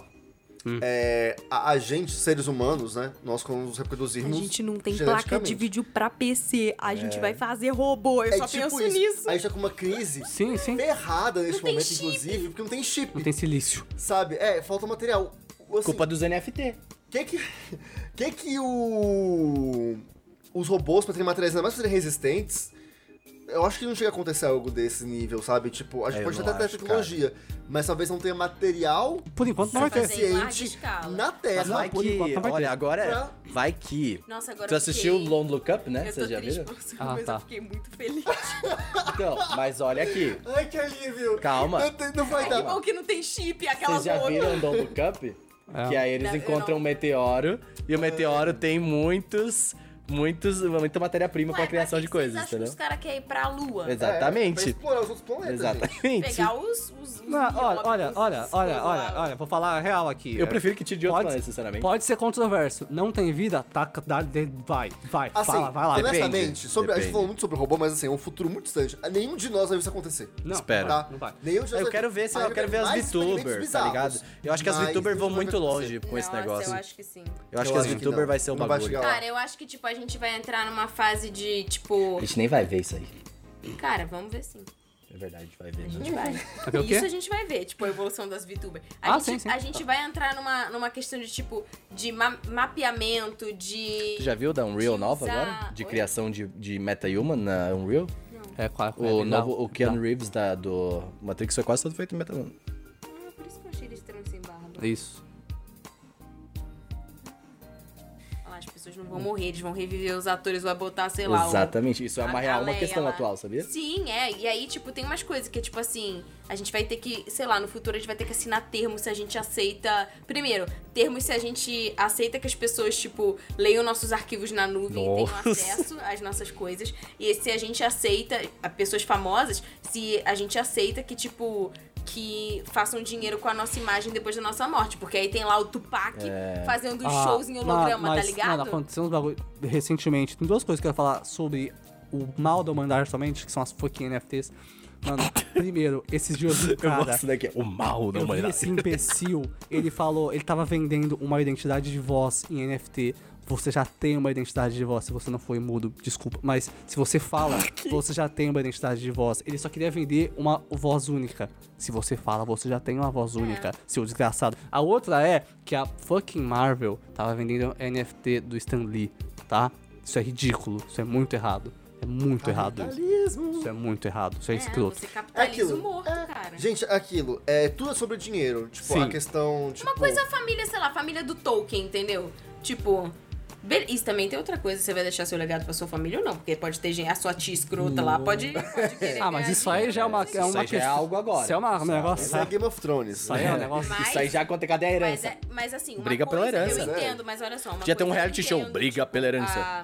S4: Hum.
S2: É, a, a gente, seres humanos, né? Nós quando nos
S3: A
S2: reproduzirmos.
S3: gente não tem placa de
S2: geneticamente.
S3: vídeo pra PC. A
S1: É.
S3: gente vai fazer robô. Eu
S2: É
S3: só
S2: tipo
S3: penso
S2: isso.
S3: nisso.
S2: A gente tá com uma crise
S4: Sim, sim.
S2: ferrada nesse
S3: tem
S2: momento,
S3: chip.
S2: inclusive, porque não tem chip,
S4: Não tem silício.
S2: sabe? É, falta material. Assim,
S1: É Culpa dos NFT.
S2: Que que, que que o os robôs para terem materiais ainda mais pra serem resistentes? Eu acho que não chega a acontecer algo desse nível, sabe? Tipo, a gente
S1: É, eu
S2: pode
S1: não
S2: até ter
S1: acho,
S2: tecnologia, mas talvez não tenha material
S4: Por enquanto não
S3: Só
S4: vai ter.
S3: fazer em larga
S2: suficiente
S3: escala.
S2: na
S1: Mas
S2: Terra.
S1: vai
S4: por
S1: que.
S4: enquanto não vai ter.
S1: Olha, agora. é. Vai que.
S3: Nossa, agora
S1: Tu
S3: eu
S1: assistiu
S3: fiquei...
S1: Lone Look Up, né?
S3: Eu tô
S1: Vocês já
S3: triste
S1: viram?
S3: por isso,
S4: Ah,
S3: mas
S4: tá.
S3: eu fiquei muito feliz.
S1: Então, mas olha aqui.
S2: Ai, que alívio!
S1: Calma.
S2: Não, tem- não vai
S3: que
S2: dar.
S3: bom que não tem chip, aquela
S1: Vocês já
S3: boca.
S1: viram Lone Look Up?
S4: É.
S1: Que aí eles
S3: Não, eu
S1: encontram
S3: não.
S1: um meteoro. E o meteoro tem muitos. Muitos, muita matéria-prima pra criação de coisas,
S3: Vocês acham que
S1: entendeu?
S3: os caras querem ir pra lua?
S2: É, pra
S1: Exatamente.
S2: explorar os outros planetas. gente.
S1: Exatamente.
S3: Pegar os... os, os
S4: Não, olha, olha, olha, olha, olha, olha, vou falar a real aqui.
S1: Eu
S4: É,
S1: prefiro que tire de outro
S4: pode-
S1: planeta, sinceramente.
S4: Pode ser controverso. Não tem vida? Tá, dá- de- vai, vai,
S2: Assim,
S4: fala, vai lá.
S1: depende,
S2: honestamente, sobre, a gente
S1: depende.
S2: falou muito sobre robô, mas assim, é um futuro muito distante. Nenhum de nós vai ver isso acontecer.
S4: Não,
S1: Espera.
S4: não vai,
S2: Tá?
S4: Não vai.
S2: Nenhum de nós
S1: Eu
S2: vai-
S1: quero ver, sei lá,
S2: Aí
S1: eu
S2: vai
S1: quero ver
S2: ter
S1: as
S2: mais experimentos
S1: VTubers, tá
S2: bizarros,
S1: ligado? Eu acho que as
S2: mas
S1: VTubers vão
S2: isso não vai
S1: muito
S2: acontecer.
S1: longe com esse negócio.
S3: eu
S1: Eu
S3: acho que Ah, sim.
S1: acho
S2: Eu
S1: que as
S2: acho que
S1: VTubers
S2: não.
S1: vai ser um
S2: Não vai
S1: bagulho.
S2: chegar lá.
S3: Cara, eu acho que, tipo, a gente vai entrar numa fase de, tipo...
S1: gente nem vai ver isso aí.
S3: Cara, vamos ver sim.
S1: É verdade, a gente vai ver.
S3: A
S1: né?
S3: gente vai.
S4: ver o quê?
S3: Isso a gente vai ver, tipo, a evolução das VTubers. A,
S4: Ah,
S3: gente,
S4: sim, sim.
S3: a gente vai entrar numa, numa questão de, tipo, de ma- mapeamento, de.
S1: Tu já viu da Unreal
S3: De
S1: nova
S3: usar-
S1: agora? De
S3: Oi?
S1: criação de, de Meta-Human na Unreal?
S4: É, claro.
S1: O novo, o Keanu Reeves da, do Matrix foi quase todo feito em Meta-Human.
S3: Ah, por isso que eu achei eles estranhos sem barba.
S4: Isso.
S3: Olha lá, as pessoas pessoas não vão morrer, eles vão reviver os atores, vai botar, sei lá, um-
S1: Exatamente, isso é
S3: a-
S1: uma
S3: a
S1: real, uma
S3: Leia
S1: questão
S3: lá.
S1: atual, sabia?
S3: Sim, é. E aí, tipo, tem umas coisas que é tipo assim, a gente vai ter que, sei lá, no futuro a gente vai ter que assinar termos se a gente aceita. Primeiro, termos se a gente aceita que as pessoas, tipo, leiam nossos arquivos na nuvem e tenham
S1: Nossa.
S3: acesso às nossas coisas. E se a gente aceita, a pessoas famosas, se a gente aceita que, tipo. Que façam dinheiro com a nossa imagem depois da nossa morte. Porque aí tem lá o Tupac
S1: É.
S3: fazendo
S4: Ah,
S3: shows em
S4: mas-
S3: holograma,
S4: mas,
S3: tá ligado?
S4: Mano, aconteceu uns bagulho recentemente. Tem duas coisas que eu quero falar sobre o mal da humanidade somente, que são as fucking NFTs. Mano, primeiro, esses dias eu vi, cara,
S1: eu gosto daqui, o mal da
S4: eu vi
S1: humanidade.
S4: esse imbecil, ele falou, ele tava vendendo uma identidade de voz em NFT. Você já tem uma identidade de voz se você não foi mudo, desculpa. Mas se você fala, você já tem uma identidade de voz. Ele só queria vender uma voz única. Se você fala, você já tem uma voz única, seu desgraçado. A outra é que a fucking Marvel tava vendendo NFT do Stan Lee, tá? Isso é ridículo, isso é muito errado. É muito errado isso.
S2: Capitalismo.
S4: Isso é muito errado, isso é,
S3: É,
S4: escroto.
S3: você
S2: É
S3: capitaliza
S2: aquilo.
S3: o morto,
S2: é,
S3: cara.
S2: Gente, é aquilo. É, tudo é sobre dinheiro. Tipo,
S4: Sim.
S2: a questão. Tipo,
S3: Uma coisa é a família, sei lá, a família do Tolkien, entendeu? Tipo. be- Isso também tem outra coisa, você vai deixar seu legado pra sua família ou não? Porque pode ter gente, a sua tia escrota lá, pode, pode querer.
S4: Ah, mas
S3: ganhar
S4: isso aí já é uma,
S1: Isso
S4: é
S1: aí
S4: uma
S1: já é algo agora.
S4: Isso é uma- um negócio.
S2: Isso é Game of Thrones. né?
S4: Isso aí é um negócio.
S3: Mas-
S1: Isso aí já acontece, cadê a
S3: Mas,
S1: herança?
S3: é, mas assim, uma
S1: Briga pela
S3: coisa
S1: herança,
S3: Eu
S2: né?
S3: entendo, mas olha só. Uma
S1: Podia ter um
S3: coisa tipo,
S1: reality
S3: eu
S1: show,
S3: entendo,
S1: briga pela herança.
S3: A,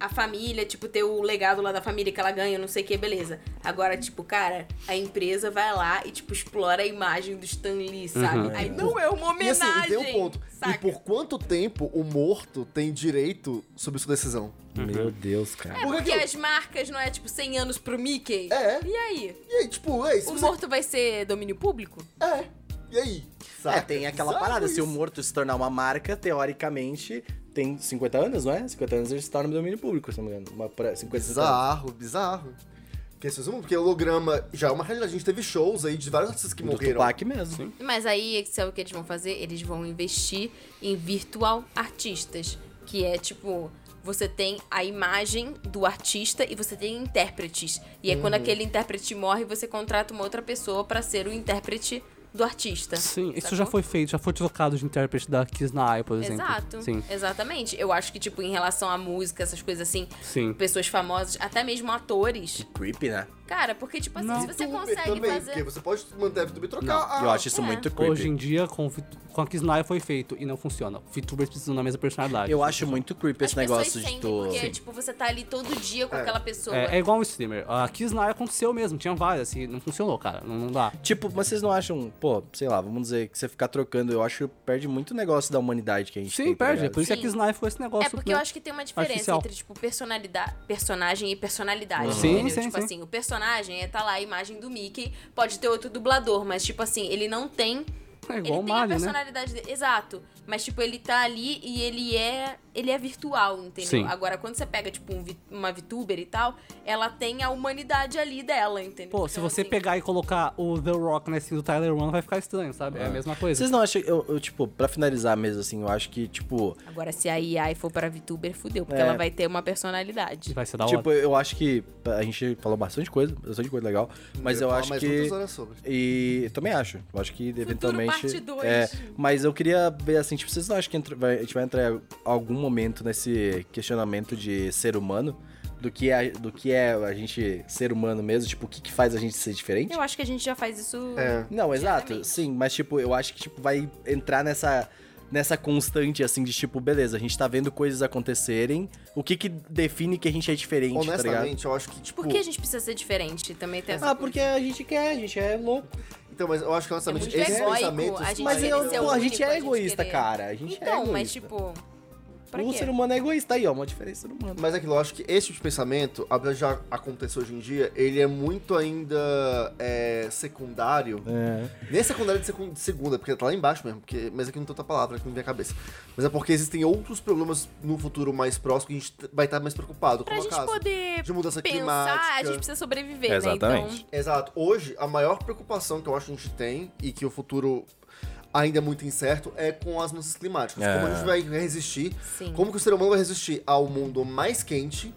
S3: a família, tipo, ter o legado lá da família que ela ganha, não sei o que, beleza. Agora, tipo, cara, a empresa vai lá e, tipo, explora a imagem do Stan Lee, sabe? Aí não é uma
S2: Uhum. E assim,
S3: homenagem.
S2: e tem um ponto.
S3: Saca?
S2: E por quanto tempo o morto tem direito sobre sua decisão?
S1: Meu Deus, cara.
S3: É porque
S2: Porque eu-
S3: as marcas não é tipo 100 anos pro Mickey?
S2: É.
S3: E aí?
S2: E aí, tipo, é isso.
S3: O morto vai ser domínio público?
S2: É. E aí? Saca?
S1: É, tem aquela
S2: Bizarro
S1: parada, se
S2: isso.
S1: o morto se tornar uma marca, teoricamente, tem 50 anos, não é? 50 anos ele se torna domínio público, se não me engano. Uma, pra- 50, 60 anos.
S2: Bizarro, bizarro. Porque vocês vão- porque holograma já é uma realidade. A gente teve shows aí de vários artistas que
S1: Do
S2: morreram.
S1: Tupac mesmo.
S3: Mas aí, sabe o que eles vão fazer? Eles vão investir em virtual artistas, que é tipo. Você tem a imagem do artista e você tem intérpretes. E é
S4: Uhum.
S3: quando aquele intérprete morre, você contrata uma outra pessoa pra ser o intérprete do artista.
S4: Sim, isso
S3: Sacou?
S4: já foi feito, já foi trocado de intérprete da Kiss na Eye, por exemplo.
S3: Exato. É.
S4: Sim,
S3: Exatamente. Eu acho que, tipo, em relação à música, essas coisas assim,
S4: sim.
S3: pessoas famosas, até mesmo atores.
S1: Creepy, né?
S3: Cara, porque, tipo assim,
S4: Não.
S3: se você
S2: YouTube
S3: consegue
S2: também,
S3: fazer.
S2: Porque você pode manter YouTube e trocar.
S1: Não,
S2: ah,
S1: eu acho isso
S3: é.
S1: muito creepy.
S4: Hoje em dia, com, o Vit- com a Kiss na Eye foi feito e não funciona. VTubers precisam da mesma personalidade.
S1: Eu acho muito creepy
S3: As
S1: esse
S3: pessoas
S1: negócio
S3: sentem,
S1: de tu...
S3: é porque, tipo, você tá ali todo dia com aquela pessoa.
S4: É, é igual um streamer. A Kiss na Eye aconteceu mesmo, tinha várias e não funcionou, cara. Não, não dá.
S1: Tipo, mas vocês não acham, pô, sei lá, vamos dizer que você ficar trocando, eu acho que perde muito o negócio da humanidade que a gente tem.
S4: Sim,
S1: tá
S4: perde.
S1: ligado?
S4: Por isso que a
S3: Sim.
S4: Kiss na Eye foi esse negócio.
S3: É porque
S4: né?
S3: eu acho que tem uma diferença
S4: Artificial.
S3: entre, tipo, personalidade, personagem e personalidade.
S1: Uhum.
S4: Sim,
S3: entendeu?
S4: sim,
S3: tipo
S4: sim.
S3: assim, o personagem é tá lá a imagem do Mickey, pode ter outro dublador, mas, tipo assim, ele não tem.
S4: É igual o
S3: ele tem a
S4: Mario, né?
S3: personalidade dele. Exato. Mas, tipo, ele tá ali e ele é. Ele é virtual, entendeu?
S4: Sim.
S3: Agora, quando você pega, tipo, um vi- uma VTuber e tal, ela tem a humanidade ali dela, entendeu?
S4: Pô, se
S3: Então,
S4: você
S3: assim,
S4: pegar e colocar o The Rock na skin do Tyler One, vai ficar estranho, sabe? É, a mesma coisa.
S1: Vocês não acham, eu, eu, tipo, pra finalizar mesmo, assim, eu acho que, tipo,
S3: Agora, se a AI for para VTuber, fudeu, porque
S1: É.
S3: ela vai ter uma personalidade.
S4: Vai ser da hora.
S1: tipo, eu acho que a gente falou bastante coisa, bastante coisa legal, mas
S2: ia
S1: eu
S2: falar
S1: acho
S2: mais
S1: que...
S2: muitas horas sobre.
S1: E também acho. Eu acho que eventualmente.
S3: parte dois.
S1: É, mas eu queria ver assim, tipo, vocês não acham que entra- vai- a gente vai entrar em algum momento nesse questionamento de ser humano? Do que é, do que é a gente ser humano mesmo? Tipo, o que, que faz a gente ser diferente?
S3: Eu acho que a gente já faz isso.
S2: É.
S1: Não, exato,
S3: Diariamente.
S1: sim, mas tipo, eu acho que tipo, vai entrar nessa, nessa constante assim de tipo, beleza, a gente tá vendo coisas acontecerem. O que que define que a gente é diferente, tá ligado?
S2: Honestamente, eu acho que, tipo.
S3: Por que a gente precisa ser diferente? Também tem essa
S1: Ah, porque a gente quer, a gente é louco.
S2: Então, mas eu acho que
S3: É
S2: honestamente
S3: muito
S2: esses
S3: egóico,
S2: pensamentos.
S3: a gente
S1: Mas
S3: querer
S1: eu,
S3: ser
S1: pô, a
S3: único,
S1: gente
S3: a
S1: é
S3: gente
S1: egoísta,
S3: querer.
S1: cara. A gente é
S3: Então,
S1: egoísta.
S3: mas tipo. Pra
S1: o
S3: quê?
S1: ser humano é egoísta aí, ó, uma diferença do humano.
S2: Mas é aquilo, eu acho que esse tipo de pensamento, apesar de já acontecer hoje em dia, ele é muito ainda é, secundário.
S1: É.
S2: Nem é secundário de, secu- de segunda, porque tá lá embaixo mesmo, porque, mas aqui não tem outra palavra que não vem à cabeça. Mas é porque existem outros problemas no futuro mais próximo que a gente t- vai estar mais preocupado,
S3: Pra
S1: um
S2: como é o
S3: gente
S2: caso
S3: poder
S2: de mudança
S3: pensar, a
S2: climática.
S3: gente precisa sobreviver, né?
S1: Exatamente.
S3: Então,
S2: Exato. Hoje, a maior preocupação que eu acho que a gente tem e que o futuro ainda é muito incerto é com as mudanças climáticas.
S1: É.
S2: Como a gente vai resistir?
S3: Sim.
S2: Como que o ser humano vai resistir ao mundo mais quente?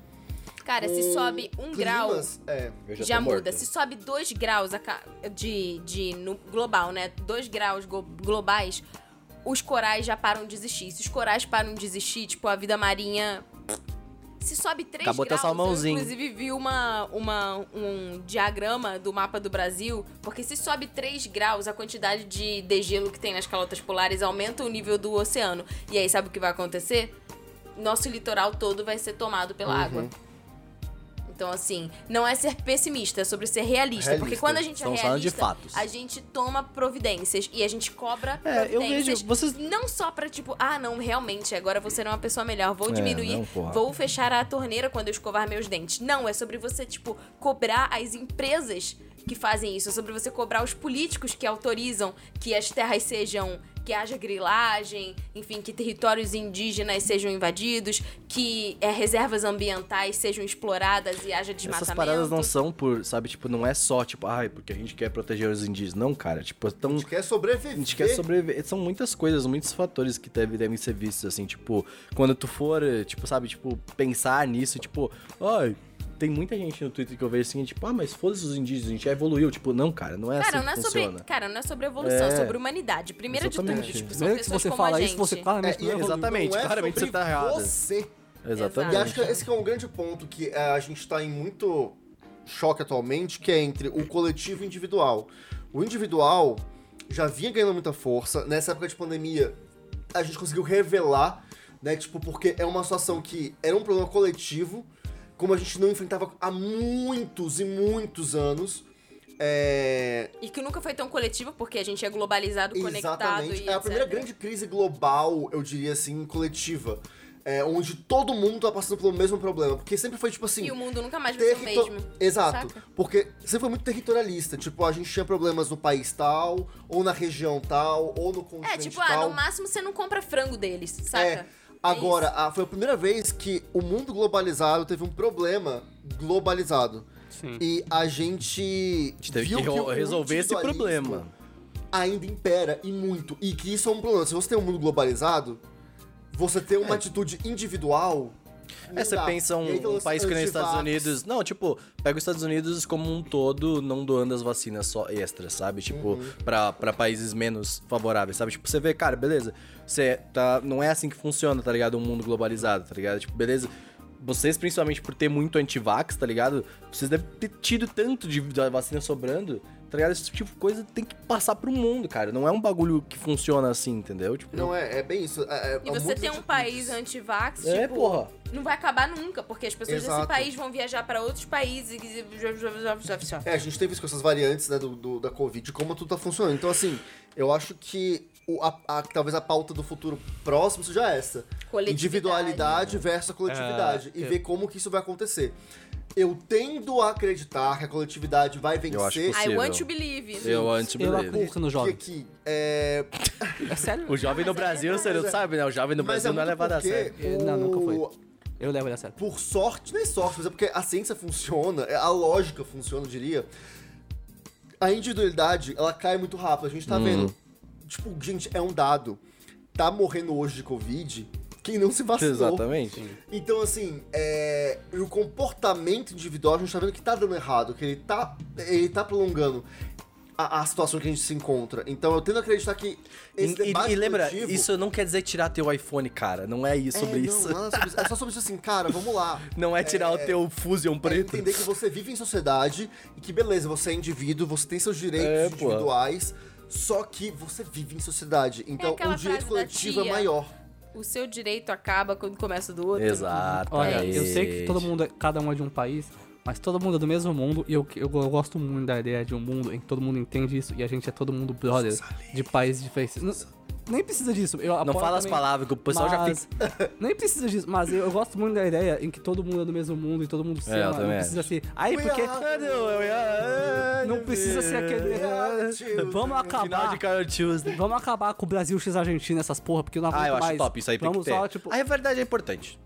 S3: cara, se
S2: com
S3: sobe um grau,
S2: climas- É.
S1: Eu
S3: já,
S1: tô
S3: muda.
S1: morto.
S3: Se sobe dois graus a ca- de, de no global, né? Dois graus go- globais, os corais já param de existir. Se os corais param de existir, tipo, a vida marinha. Se sobe 3
S1: Acabou teu
S3: graus,
S1: salmãozinho.
S3: eu inclusive vi uma, uma, um diagrama do mapa do Brasil, porque se sobe 3 graus, a quantidade de degelo que tem nas calotas polares aumenta o nível do oceano. E aí, sabe o que vai acontecer? Nosso litoral todo vai ser tomado
S1: Uhum.
S3: pela água. Então, assim, não é ser pessimista, é sobre ser realista.
S2: Realista.
S3: Porque quando a gente
S1: Estamos
S3: é
S1: falando de
S3: realista,
S1: fatos.
S3: a gente toma providências e a gente cobra
S1: É, eu
S3: providências.
S1: vejo- vocês-
S3: Não só pra, tipo, ah, não, realmente, agora você não é uma pessoa melhor, vou
S1: É,
S3: diminuir,
S1: não, porra.
S3: vou fechar a torneira quando eu escovar meus dentes. Não, é sobre você, tipo, cobrar as empresas que fazem isso, é sobre você cobrar os políticos que autorizam que as terras sejam. Que haja grilagem, enfim, que territórios indígenas sejam invadidos, que é, reservas ambientais sejam exploradas e haja desmatamento.
S1: Essas paradas não são por, sabe, tipo, não é só, tipo, ai, porque a gente quer proteger os indígenas. Não, cara, tipo,
S2: A
S1: tão,
S2: gente quer sobreviver.
S1: A gente quer sobreviver. São muitas coisas, muitos fatores que deve- devem ser vistos, assim, tipo, quando tu for, eh, tipo, sabe, tipo, pensar nisso, tipo, ai. Tem muita gente no Twitter que eu vejo assim, tipo, ah, mas foda-se os indígenas, a gente já evoluiu. Tipo, não, cara, não é
S3: Cara,
S1: assim
S3: não é
S1: que
S3: sobre,
S1: funciona.
S3: cara, não é sobre evolução, é
S1: É.
S3: sobre humanidade. Primeiro de
S1: Exatamente.
S3: tudo, tipo, são
S4: Primeiro que
S3: pessoas
S4: você
S3: como
S4: fala
S3: a gente.
S4: isso, você claramente não
S2: e- é
S4: evoluiu.
S1: né? exatamente,
S2: não é
S1: claramente
S2: sobre
S1: você tá errado.
S2: Você. E
S1: Exatamente.
S3: Exato.
S2: acho que esse que é um grande ponto que eh, a gente tá em muito choque atualmente, que é entre o coletivo e o individual. O individual já vinha ganhando muita força. Nessa época de pandemia, a gente conseguiu revelar, né? Tipo, porque é uma situação que era um problema coletivo, como a gente não enfrentava há muitos e muitos anos. É,
S3: E que nunca foi tão coletivo, porque a gente é globalizado, conectado
S2: Exatamente.
S3: e
S2: é a
S3: etc.
S2: primeira grande crise global, eu diria assim, coletiva. É, onde todo mundo tá passando pelo mesmo problema. Porque sempre foi tipo assim.
S3: E o mundo nunca mais vai ser é o
S2: territo-
S3: mesmo.
S2: Exato.
S3: Saca?
S2: Porque sempre foi muito territorialista. Tipo, a gente tinha problemas no país tal, ou na região tal, ou no continente
S3: É, tipo, ah,
S2: tal.
S3: no máximo você não compra frango deles, saca?
S2: Um É. Agora, a- foi a primeira vez que o mundo globalizado teve um problema globalizado.
S4: Sim.
S2: E a gente,
S1: A gente teve
S2: viu um
S1: que
S2: o
S1: re- resolver esse
S2: individualismo
S1: problema.
S2: ainda impera e muito. E que isso é um problema. Se você tem um mundo globalizado, você ter uma atitude individual.
S1: É, você pensa um, um
S2: assim,
S1: país que nem os Estados Unidos. Não, tipo, pega os Estados Unidos como um todo, não doando as vacinas só extras, sabe? Tipo, pra, pra países menos favoráveis, sabe? Tipo, você vê, cara, beleza. Você tá. Não é assim que funciona, tá ligado? Um mundo globalizado, tá ligado? Tipo, beleza. Vocês, principalmente por ter muito antivax, tá ligado? Vocês devem ter tido tanto de da vacina sobrando, tá ligado? Esse tipo de coisa tem que passar pro mundo, cara. Não é um bagulho que funciona assim, entendeu? Tipo,
S2: Não, é, é bem isso. é- é-
S3: E
S2: há
S3: você
S2: muitas
S3: tem um
S2: atitudes.
S3: país anti-vax,
S1: é,
S3: tipo,
S1: porra.
S3: não vai acabar nunca, porque as pessoas desse
S2: Exato.
S3: país vão viajar pra outros países. e-
S2: É, a gente teve isso com essas variantes né, do, do- da Covid, como tudo tá funcionando. Então, assim, eu acho que o- a, a- talvez a pauta do futuro próximo seja essa.
S3: Coletividade.
S2: Individualidade versus a coletividade.
S1: É,
S2: e
S4: eu-
S2: ver como que isso vai acontecer. Eu tendo a acreditar que a coletividade vai vencer.
S1: acho que
S3: I
S1: Possível.
S3: want to believe.
S1: Eu antes
S4: Eu acredito no jovem.
S2: Porque aqui, é,
S4: É sério?
S1: O jovem no Brasil, você não sabe, né? O jovem no
S2: Mas
S1: Brasil não é
S2: muito
S1: levado a
S2: porque
S1: sério.
S4: É, não, nunca foi.
S2: o-
S4: Eu levo ele a sério.
S2: Por sorte, nem sorte, mas é porque a ciência funciona, é, a lógica funciona, eu diria. A individualidade, ela cai muito rápido, a gente
S1: Hum.
S2: tá vendo. Tipo, gente, é um dado. Tá morrendo hoje de Covid quem não se vacinou.
S1: Exatamente.
S2: Então, assim, é, e o comportamento individual, a gente tá vendo que tá dando errado, que ele tá, ele tá prolongando a, a situação que a gente se encontra. Então, eu tendo a acreditar que
S1: E,
S2: esse debate
S1: e- e lembra,
S2: coletivo-
S1: isso não quer dizer tirar teu iPhone, cara. Não é isso
S2: É,
S1: sobre
S2: não,
S1: isso.
S2: nada sobre isso. É só sobre isso assim, cara, vamos lá.
S1: Não é tirar o teu Fusion
S2: É
S1: preto.
S2: entender que você vive em sociedade e que beleza, você é indivíduo, você tem seus direitos
S1: É, pô.
S2: individuais, só que você vive em sociedade. Então
S3: aquela
S2: o direito
S3: frase da
S2: coletivo é
S3: tia.
S2: maior.
S3: O seu direito acaba quando começa do outro.
S1: Exato.
S4: Olha, eu sei que todo mundo, é- cada um é de um país, mas todo mundo é do mesmo mundo e eu, eu gosto muito da ideia de um mundo em que todo mundo entende isso e a gente é todo mundo brother de países diferentes. Não- nem precisa disso. Eu
S1: Não
S4: apoio
S1: fala as
S4: também,
S1: palavras, que o pessoal já fica.
S4: mas- Nem precisa disso, mas eu, eu gosto muito da ideia em que todo mundo é do mesmo mundo e todo mundo se
S1: É, eu
S4: ama. Não
S1: também
S4: precisa ser. Aí, porque. Não precisa ser aquele. Vamos
S1: Final
S4: acabar.
S1: de Carol Tuesday.
S4: Vamos acabar com o Brasil X Argentina, essas porra, porque eu não aguento
S1: Ah, eu acho
S4: mais.
S1: top isso aí, tem que
S4: Vamos só,
S1: ter.
S4: tipo,
S1: A rivalidade é importante.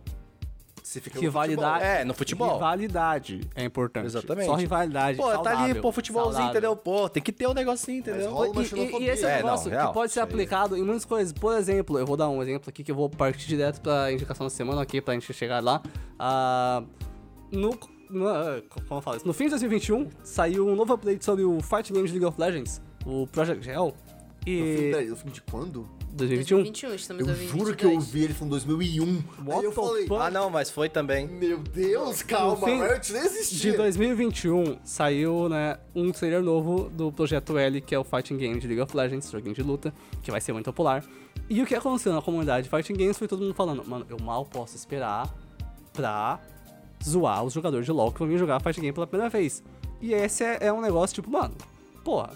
S2: Se fica no
S4: rivalidade.
S1: É, no futebol.
S4: Rivalidade é importante.
S1: Exatamente.
S4: Só rivalidade.
S1: Pô, tá ali,
S4: saudável,
S1: pô, futebolzinho,
S4: saudável.
S1: entendeu? Pô, tem que ter um negocinho, entendeu?
S2: Mas rola uma
S4: E- E, e esse
S2: xenofobia.
S4: é
S1: É,
S4: um
S1: não,
S4: negócio
S1: real,
S4: que pode ser
S1: isso aí.
S4: aplicado em muitas coisas. Por exemplo, eu vou dar um exemplo aqui que eu vou partir direto pra indicação da semana aqui, pra gente chegar lá. Ah, no, no, ah, como eu falo isso? no fim de 2021, saiu um novo update sobre o Fight Game de League of Legends, o Project Hell.
S2: No fim,
S4: E
S2: peraí, no fim de quando?
S4: 2021.
S3: 2021, estamos
S2: Eu
S3: em
S2: juro
S3: 2022.
S2: que eu ouvi ele falando 2001.
S4: What
S2: Aí eu
S4: the
S2: falei,
S4: fuck?
S1: Ah, não, mas foi também.
S2: meu Deus, calma,
S4: fim
S2: Riot nem
S4: De
S2: existia.
S4: 2021 saiu né, um trailer novo do projeto L, que é o Fighting Game de League of Legends, joguinho de luta, que vai ser muito popular. E o que aconteceu na comunidade Fighting Games foi todo mundo falando, mano, eu mal posso esperar pra zoar os jogadores de LoL que vão vir jogar Fighting Game pela primeira vez. E esse é, é um negócio tipo, mano, porra,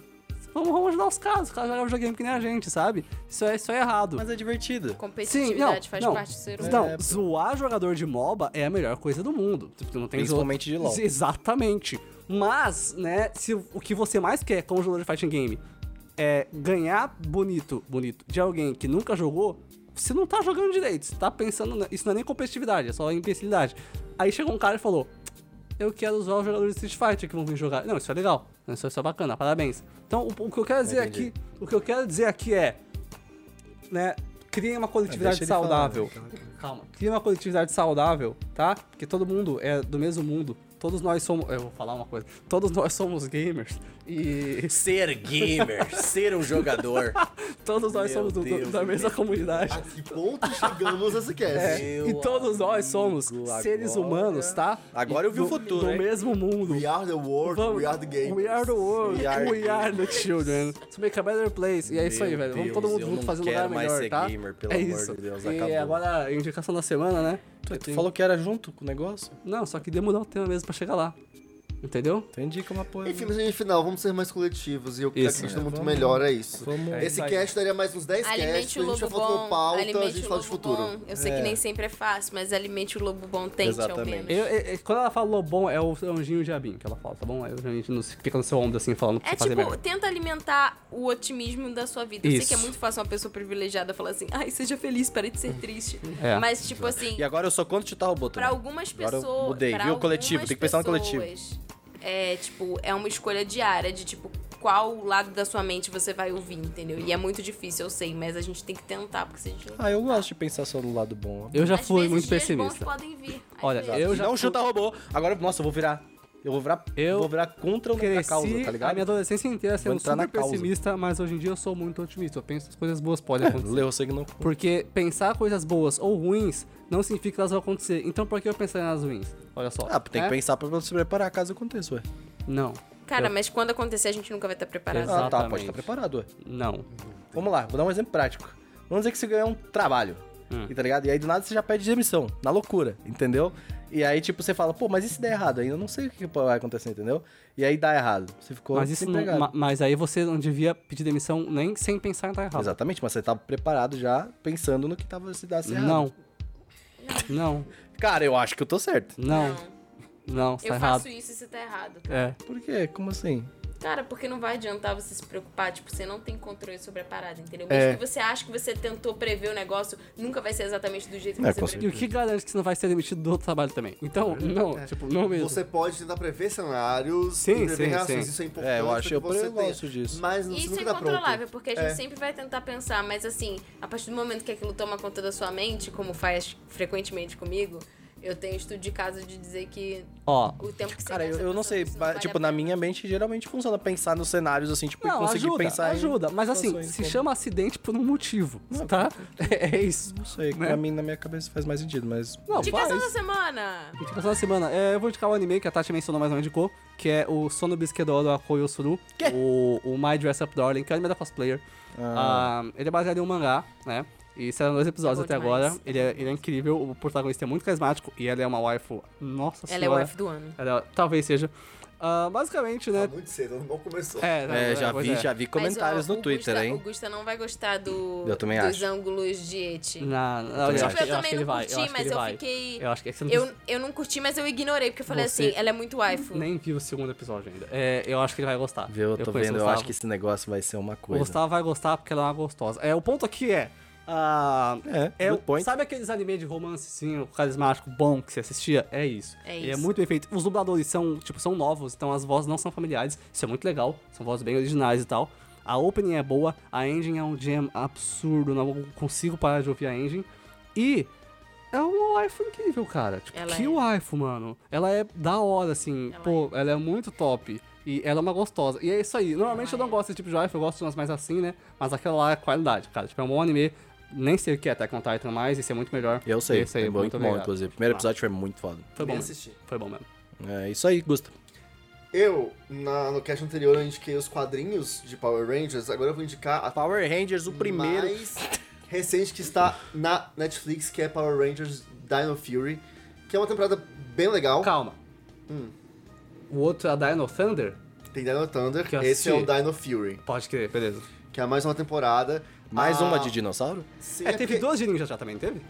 S4: vamos, vamos ajudar os caras, os caras jogam videogame que nem a gente, sabe? Isso é, isso é errado.
S1: Mas é divertido.
S3: Competitividade faz parte do ser humano.
S4: Não,
S1: É, pô.
S4: zoar jogador de MOBA é a melhor coisa do mundo. Tipo, não tem
S1: Principalmente de LoL.
S4: Exatamente. Mas, né, se o o que você mais quer como jogador de fighting game é ganhar bonito, bonito, de alguém que nunca jogou, você não tá jogando direito. Você tá pensando. na- Isso não é nem competitividade, é só imbecilidade. Aí chegou um cara e falou: eu quero usar os jogadores de Street Fighter que vão vir jogar. Não, isso é legal. Isso é, isso é bacana, parabéns. Então, o, o que eu quero dizer
S1: Entendi.
S4: aqui, o que eu quero dizer aqui é, né, criem uma coletividade
S1: É, ele falar, né?
S4: saudável. Calma. Criem uma coletividade saudável, tá? Porque todo mundo é do mesmo mundo. Todos nós somos, eu vou falar uma coisa. Todos nós somos gamers e
S1: Ser gamer, ser um jogador.
S4: todos nós
S1: Meu
S4: somos do- do-
S1: Deus,
S4: da mesma
S2: A
S4: comunidade.
S2: que ponto chegamos nessa cast?
S1: Meu
S4: E todos nós somos
S1: amigo,
S4: seres
S1: agora-
S4: humanos, tá?
S1: Agora eu vi o
S4: Do-
S1: futuro,
S4: Do
S1: hein?
S4: mesmo mundo.
S2: We are the world,
S4: Vamos.
S2: we are the game.
S4: We are the world. We
S1: We
S4: are,
S1: are-
S4: the children. To make a better place. E é isso aí,
S1: Meu
S4: velho. Vamos
S1: Deus,
S4: todo mundo
S1: eu
S4: junto
S1: não
S4: fazer um
S1: quero
S4: lugar
S1: mais
S4: melhor,
S1: ser
S4: tá?
S1: gamer, pelo
S4: é
S1: amor de
S4: isso.
S1: Deus,
S4: E
S1: acabou.
S4: agora, a indicação da semana, né? Eu
S1: Tu
S4: tenho-
S1: falou que era junto com o negócio?
S4: Não, só queria mudar o tema mesmo pra chegar lá. Entendeu?
S1: Entendi como apoio.
S2: Enfim, mas no final, vamos ser mais coletivos e eu
S4: Isso. né?
S2: acredito muito melhor, é isso.
S1: Vamos-
S4: É
S2: Esse
S4: isso aí.
S2: cast daria mais uns 10 casts,
S3: Alimente
S2: a
S3: o
S2: gente já
S3: lobo
S2: faltou
S3: bom.
S1: então
S2: pauta, a
S3: alimente
S2: gente
S3: o
S2: fala de
S3: lobo
S2: futuro.
S3: bom. Eu sei que
S1: É.
S3: nem sempre é fácil, mas alimente o lobo bom, tente ao
S1: Exatamente.
S3: menos.
S4: Eu, eu- eu- quando ela fala lobão, é o anjinho de Abin que ela fala, tá bom? Aí a gente não se- fica no seu ombro assim, falando pra
S3: É
S4: você fazer
S3: tipo,
S4: merda.
S3: tenta alimentar o otimismo da sua vida. Eu
S4: Isso.
S3: sei que é muito fácil uma pessoa privilegiada falar assim, ai, seja feliz, pare de ser triste.
S4: É.
S3: Mas, tipo assim,
S1: E agora eu sou contra chutar o botão.
S3: pra algumas
S1: Agora eu
S3: pessoas.
S1: mudei,
S3: pra
S1: viu? Coletivo,
S3: algumas
S1: tem que pensar no coletivo.
S3: pessoas, É, tipo, é uma escolha diária de, tipo, qual lado da sua mente você vai ouvir, entendeu? E é muito difícil, eu sei, mas a gente tem que tentar, porque se a gente não.
S1: Ah, eu gosto de pensar só no lado bom.
S4: Eu já
S3: Às
S4: fui
S3: vezes,
S4: muito
S3: dias bons
S4: pessimista.
S3: podem vir. Às
S4: Olha,
S3: vezes.
S4: eu já
S1: não
S4: fui-
S1: chutar robô. Agora, nossa, eu vou virar. Eu vou virar.
S4: Eu
S1: vou virar contra o
S4: cresci
S1: causa, tá
S4: a minha
S1: ligado?
S4: adolescência inteira sendo
S1: entrar na
S4: super
S1: causa.
S4: pessimista, mas hoje em dia eu sou muito otimista. Eu penso que as coisas boas podem acontecer.
S1: Leu, sei que não.
S4: Porque pensar coisas boas ou ruins não significa que elas vão acontecer. Então por que eu pensar nas ruins? Olha só.
S1: Ah, tem
S4: né?
S1: que pensar pra se preparar caso aconteça, ué. Ah,
S4: Não.
S3: Cara,
S4: Eu-
S3: mas quando acontecer, a gente nunca vai estar preparado.
S4: Exato.
S1: Ah, tá, pode
S4: Exatamente.
S1: estar preparado, ué.
S4: Não.
S1: Vamos lá, vou dar um exemplo prático. Vamos dizer que você ganhou um trabalho,
S4: Hum.
S1: e tá ligado? E aí do nada você já pede demissão, na loucura, entendeu? E aí, tipo, você fala, pô, mas e se der errado? Ainda não sei o que vai acontecer, entendeu? E aí dá errado. Você ficou
S4: Mas, isso não,
S1: desempregado.
S4: ma- mas aí você não devia pedir demissão nem sem pensar em dar errado.
S1: Exatamente, mas você tava preparado já, pensando no que tava se dar errado.
S4: Não. Não.
S1: Cara, eu acho que eu tô certo.
S4: Não. Não, você
S3: Eu
S4: tá errado.
S3: faço isso e você tá errado.
S4: É.
S1: Por quê? Como assim?
S3: Cara, porque não vai adiantar você se preocupar, tipo, você não tem controle sobre a parada, entendeu?
S4: É.
S3: Mesmo que você acha que você tentou prever o negócio, nunca vai ser exatamente do jeito que
S1: É,
S3: você
S1: com
S4: E o
S3: previu.
S4: que garante que você não vai ser demitido do outro trabalho também?
S1: É.
S4: Então, não, tipo, não mesmo.
S2: Você pode tentar prever cenários,
S4: Sim,
S2: e prever
S4: sim,
S2: reações,
S4: sim.
S2: isso é importante.
S1: É, eu acho-
S2: que
S1: eu
S2: você
S1: gosto
S2: tenha.
S1: disso.
S2: Mas não
S3: Isso é
S1: tá
S2: nunca dá pronto.
S3: incontrolável, porque a gente
S1: É.
S3: sempre vai tentar pensar, mas assim, a partir do momento que aquilo toma conta da sua mente, como faz frequentemente comigo, eu tenho estudo de caso de dizer que
S4: Ó.
S3: o tempo que você
S1: Cara, eu,
S3: gasta
S1: eu não
S3: pensando
S1: sei.
S3: nisso
S1: vai-
S3: vale
S1: tipo,
S3: a
S1: na
S3: pena.
S1: minha mente geralmente funciona pensar nos cenários, assim, tipo, e
S4: Não,
S1: conseguir
S4: ajuda,
S1: pensar em
S4: ajuda. Mas assim,
S1: situações
S4: se
S1: como-
S4: chama acidente por um motivo, tá? É, é isso.
S1: Não sei,
S4: né?
S1: pra mim na minha cabeça faz mais sentido, mas.
S4: Não,
S3: Indicação
S4: faz.
S3: da semana!
S4: Indicação da semana. É, eu vou indicar o anime que a Tati mencionou, mas não indicou, que é o Sono Bisquedoro Akoyo Suru,
S1: Quê?
S4: o, o My Dress Up Darling, que é o anime da cosplayer. Ah, ele é baseado em um mangá, né? E saíram dois episódios
S3: É bom
S4: até
S3: demais.
S4: agora. Ele é, ele é incrível, o protagonista é muito carismático e ela é uma waifu. Nossa
S3: Ela é o
S4: senhora.
S3: F do ano.
S4: Ela talvez seja. Ah, basicamente, né?
S2: Tá muito cedo, não começou.
S4: É, não,
S1: É, já
S4: pois
S1: vi,
S4: é.
S1: já vi comentários
S3: Mas, ó,
S1: no
S3: o
S1: Twitter,
S3: Gusta, O
S1: hein?
S3: Gusta não vai gostar do,
S1: Eu também
S3: dos
S1: acho.
S3: ângulos de Eti.
S4: Não, não,
S1: Tipo,
S4: eu, acho, que-
S3: eu
S4: eu acho que
S3: também
S4: ele
S3: não
S4: vai.
S3: curti,
S4: eu acho que
S3: mas
S4: ele
S3: eu
S4: vai.
S3: fiquei.
S4: Eu acho que é que você não
S3: Eu, eu não curti, mas eu ignorei, porque eu falei
S4: Você-
S3: assim, ela é muito waifu.
S4: nem viu o segundo episódio ainda. É, eu acho que ele vai gostar.
S1: Viu, eu tô
S4: conheço o
S1: vendo, eu acho
S4: Gustavo.
S1: que esse negócio vai ser uma
S4: O
S1: coisa.
S4: Gustavo vai gostar porque ela é uma gostosa. É, o ponto aqui é. ah,
S1: É,
S4: é
S1: good point.
S4: sabe aqueles anime de romancezinho carismático bom que você assistia? É isso.
S3: É
S4: Ele é
S3: isso.
S4: muito bem feito. Os dubladores são, tipo, são novos, então as vozes não são familiares. Isso é muito legal. São vozes bem originais e tal. A opening é boa, a engine é um jam absurdo, não consigo parar de ouvir a engine. E é um waifu incrível, cara. Tipo,
S3: Ela
S4: que
S3: é.
S4: waifu, mano. Ela é da hora, assim.
S3: Ela
S4: Pô, ela é muito top. E ela é uma gostosa. E é isso aí. Normalmente eu não gosto desse tipo de wife, eu gosto de umas mais assim, né? Mas aquela lá é qualidade, cara. Tipo, é um bom anime. Nem sei o que é Attack on Titan mais, isso é muito melhor.
S1: Eu sei,
S4: Esse aí,
S1: é muito, bom,
S4: obrigado.
S1: inclusive. Primeiro episódio foi muito foda.
S4: Foi tá bom
S2: Nem
S4: mesmo.
S2: assisti.
S4: Foi bom mesmo.
S1: É isso aí, Gusta.
S2: Eu, na- no cast anterior, eu indiquei os quadrinhos de Power Rangers, agora eu vou indicar a
S1: Power Rangers, o primeiro.
S2: mais recente que está na Netflix, que é Power Rangers Dino Fury, que é uma temporada bem legal.
S4: Calma. O outro é a Dino Thunder?
S2: Tem Dino Thunder,
S4: Que eu
S2: esse é o
S4: assisti.
S2: Dino Fury,
S4: Pode crer, beleza.
S2: que é mais uma temporada.
S1: Mais
S2: Ah,
S1: uma de dinossauro?
S2: Sim,
S4: É, teve
S2: porque
S4: duas de ninja já também, teve?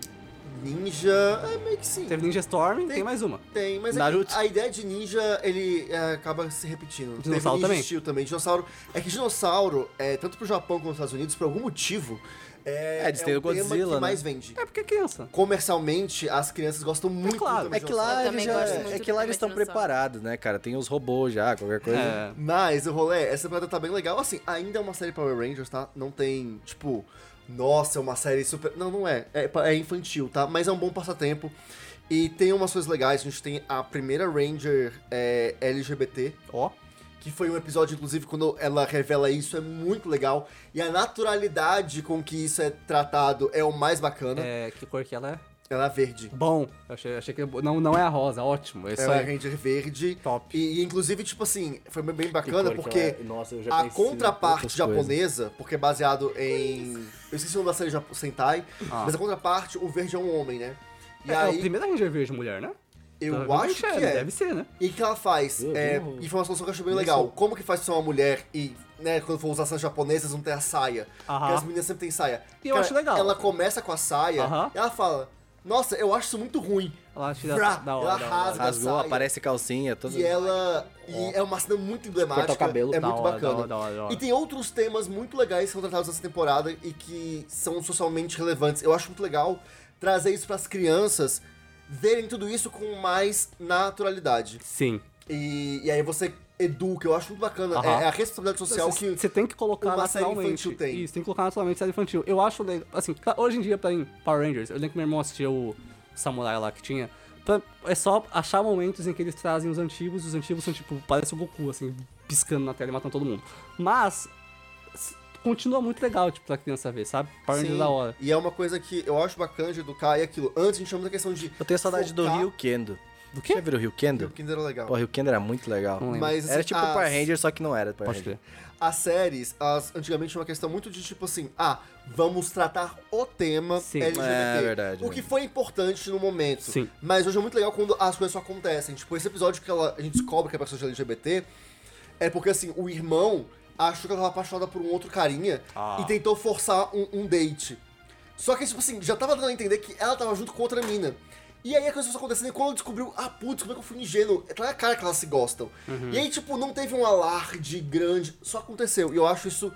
S2: Ninja, é meio que sim.
S4: Teve Ninja Storm, tem, mais uma.
S2: Tem, mas é
S1: Naruto.
S2: que a ideia de ninja, ele é, acaba se repetindo. Teve
S4: Dinossauro
S2: ninja
S4: também.
S2: Steel também. Dinossauro. É que dinossauro, é, tanto pro Japão quanto nos Estados Unidos, por algum motivo, é,
S1: É, eles têm
S2: o
S1: o Godzilla,
S2: tema que
S1: né?
S2: mais vende.
S4: É porque é criança.
S2: Comercialmente, as crianças gostam muito
S4: claro.
S2: do
S1: É
S2: tema
S1: que
S2: de dinossauro.
S1: lá
S3: Eu
S1: eles
S3: também
S1: já,
S3: gosto muito
S1: é
S3: do
S1: que lá eles estão
S3: primeiro dinossauro.
S1: preparados, né, cara? Tem os robôs já, qualquer coisa.
S4: É.
S2: Mas o rolê, essa temporada tá bem legal. Assim, ainda é uma série Power Rangers, tá? Não tem, tipo, nossa, é uma série super. Não, não é. é. pa- É infantil, tá? Mas é um bom passatempo. E tem umas coisas legais. A gente tem a primeira Ranger é, LGBT.
S4: Ó.
S2: que foi um episódio, inclusive, quando ela revela isso, é muito legal. E a naturalidade com que isso é tratado é o mais bacana.
S4: É, que cor que ela é?
S2: Ela é verde.
S4: Bom. Eu achei, achei que não, não é a rosa, ótimo. Isso
S2: Ela é
S4: é.
S2: Ranger verde.
S4: Top.
S2: E, e, inclusive, tipo assim, foi bem bacana
S1: cor que
S2: porque
S1: ela é? Nossa, eu já
S2: a
S1: pensei em
S2: contraparte
S1: outras coisas.
S2: japonesa, porque é baseado em. Eu esqueci o nome da série japo- Sentai,
S4: Ah.
S2: mas a contraparte, o verde é um homem, né? E
S4: é
S2: aí,
S4: a primeira Ranger Verde mulher, né?
S2: eu
S4: Então,
S2: acho que
S4: deve ser,
S2: é.
S4: Deve ser, né?
S2: E o que ela faz?
S1: Eu
S2: É,
S1: vi um-
S2: informação que eu acho bem legal. Como que faz pra ser uma mulher e, né, quando for usar essas japonesas, não tem a saia?
S4: Aham.
S2: Porque as meninas sempre têm saia.
S4: E eu acho legal.
S2: Ela começa com a saia,
S4: Aham.
S2: e ela fala, nossa, eu acho isso muito ruim.
S4: Ela acho que dá-
S2: Vrá!
S4: da hora,
S2: ela
S4: da hora, da hora.
S2: rasga a
S1: Rasgou,
S2: saia.
S1: aparece calcinha, todas.
S2: E
S4: um
S2: ela. E é uma cena muito emblemática.
S1: Cortar o cabelo.
S2: é
S4: Da
S2: muito
S4: hora, da
S2: bacana.
S4: hora, da hora, da hora.
S2: E tem outros temas muito legais que são tratados nessa temporada e que são socialmente relevantes. Eu acho muito legal trazer isso pras crianças verem tudo isso com mais naturalidade.
S4: Sim.
S2: E, e aí você educa, eu acho muito bacana.
S4: Aham.
S2: É a responsabilidade social
S4: Você-
S2: que.
S4: Você tem que colocar
S2: uma série
S4: naturalmente.
S2: infantil tem.
S4: Isso, tem que colocar naturalmente série infantil. Eu acho, le- assim, ca- hoje em dia, pra mim, Power Rangers, eu lembro que meu irmão assistia o Samurai lá que tinha. pra- é só achar momentos em que eles trazem os antigos, e os antigos são tipo, parece o Goku, assim, piscando na tela e matando todo mundo. Mas, s- continua muito legal, tipo, pra criança ver, sabe? Power Rangers
S2: Sim,
S4: é da hora.
S2: E é uma coisa que eu acho bacana de educar, e aquilo. Antes a gente chama da questão de.
S1: Eu tenho saudade
S2: focar-
S1: do Rio Kendo.
S4: Do
S1: Já
S4: quê?
S1: viram o Rio Kendo?
S2: Porque era legal.
S1: Pô, o Rio Kendo era muito legal.
S4: Não lembro.
S2: Mas,
S1: Era
S2: assim,
S1: tipo
S2: as-
S1: o Power Ranger, só que não era Power
S4: Pode
S2: É.
S1: Ranger.
S4: crer.
S2: As séries, as, antigamente tinha uma questão muito de tipo assim, ah, vamos tratar o tema
S4: Sim.
S2: LGBT.
S1: É, verdade,
S2: O
S1: né?
S2: que foi importante no momento.
S4: Sim.
S2: Mas hoje é muito legal quando as coisas só acontecem. Tipo, esse episódio que ela- a gente descobre que a pessoa é LGBT é porque assim, o irmão achou que ela tava apaixonada por um outro carinha
S4: Ah.
S2: e tentou forçar um, um date. Só que, tipo assim, já tava dando a entender que ela tava junto com outra mina. E aí a coisa só acontecendo e quando ela descobriu, ah, putz, como é que eu fui ingênuo? Tá na cara que elas se gostam. E aí, tipo, não teve um alarde grande, só aconteceu. E eu acho isso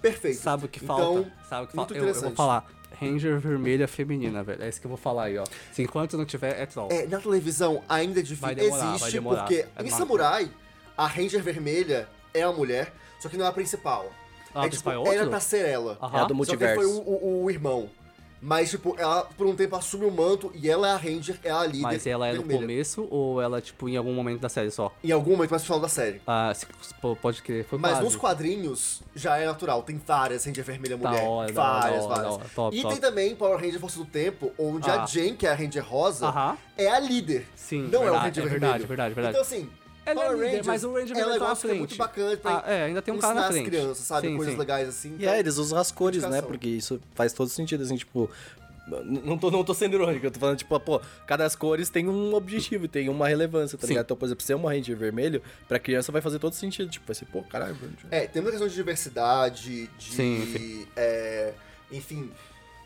S2: perfeito.
S4: Sabe o que
S2: Então,
S4: falta? Sabe o que falta?
S2: muito
S4: Eu, eu vou
S2: interessante.
S4: falar. Ranger vermelha feminina, velho. É isso que eu vou falar aí, ó. Se enquanto não tiver, é troll.
S2: É, na televisão ainda é difícil.
S4: Vai demorar, vai
S2: Existe,
S4: demorar.
S2: porque
S4: É
S2: em
S4: uma-
S2: Samurai, a Ranger vermelha é a mulher, só que não é a principal.
S4: Ah,
S2: é,
S4: a principal é
S2: tipo,
S4: outro?
S2: era pra ser ela.
S4: Aham.
S1: É a do
S2: Só que
S1: multiverso.
S2: aí foi o, o- o irmão. Mas, tipo, ela por um tempo assume o manto e ela é a Ranger, é a líder.
S4: Mas ela é no
S2: vermelha.
S4: começo ou ela, tipo, em algum momento da série só?
S2: Em algum momento mais pro final da série.
S4: Ah, se- se- pô, pode crer, foi
S2: Mas
S4: quase.
S2: nos quadrinhos já é natural, tem várias Ranger Vermelha
S4: Da
S2: Mulher.
S4: hora, Tá, é da hora,
S2: várias,
S4: da hora, da
S2: várias.
S4: hora. Top,
S2: e
S4: top.
S2: tem também Power Ranger Força do Tempo, onde a
S4: Ah.
S2: Jen, que é a Ranger Rosa,
S4: Aham.
S2: é a líder.
S4: Sim,
S2: não é o
S4: verdade,
S2: Ranger
S4: é
S2: Vermelho.
S4: verdade, verdade, verdade.
S2: Então assim.
S4: Ela é
S2: Power
S4: líder,
S2: Rangers,
S4: mas o Ranger
S2: é um
S4: Vermelho tá na
S2: negócio que é
S4: frente.
S2: muito bacana pra
S4: Ah, é, ainda tem um cara na
S2: ensinar as
S4: frente.
S2: crianças, sabe?
S4: Sim,
S2: Coisas
S4: sim.
S2: legais assim.
S1: E é, eles usam as cores, né?
S2: Explicação.
S1: Porque isso faz todo sentido, assim, tipo. n- Não tô, não tô sendo irônico, eu tô falando, tipo, pô, cada as cores tem um objetivo, tem uma relevância, tá
S4: Sim.
S1: ligado? Então, por exemplo, ser uma Ranger vermelho, pra criança vai fazer todo sentido. Tipo, vai ser, pô, caralho, Ranger.
S2: É, tem muita questão de diversidade, de.
S4: Sim,
S2: é, enfim,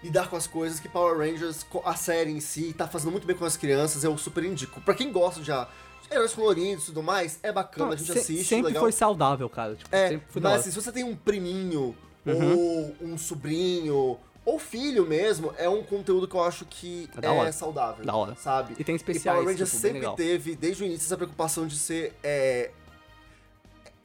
S2: lidar com as coisas que Power Rangers, co- a série em si, tá fazendo muito bem com as crianças, eu super indico. Pra quem gosta de ah, heróis coloridos e tudo mais, é bacana,
S4: Não,
S2: a gente
S4: se-
S2: assiste,
S4: sempre
S2: legal.
S4: foi saudável, cara. Tipo,
S2: é,
S4: sempre foi da
S2: mas
S4: hora. Uhum.
S2: assim, se você tem um priminho, ou um sobrinho, ou filho mesmo, é um conteúdo que eu acho que
S4: É
S2: é,
S4: da hora.
S2: saudável.
S4: Da hora.
S2: Sabe?
S4: E tem especiais,
S2: E Power Rangers
S4: tipo, bem
S2: sempre
S4: legal.
S2: teve, desde o início, essa preocupação de ser. é,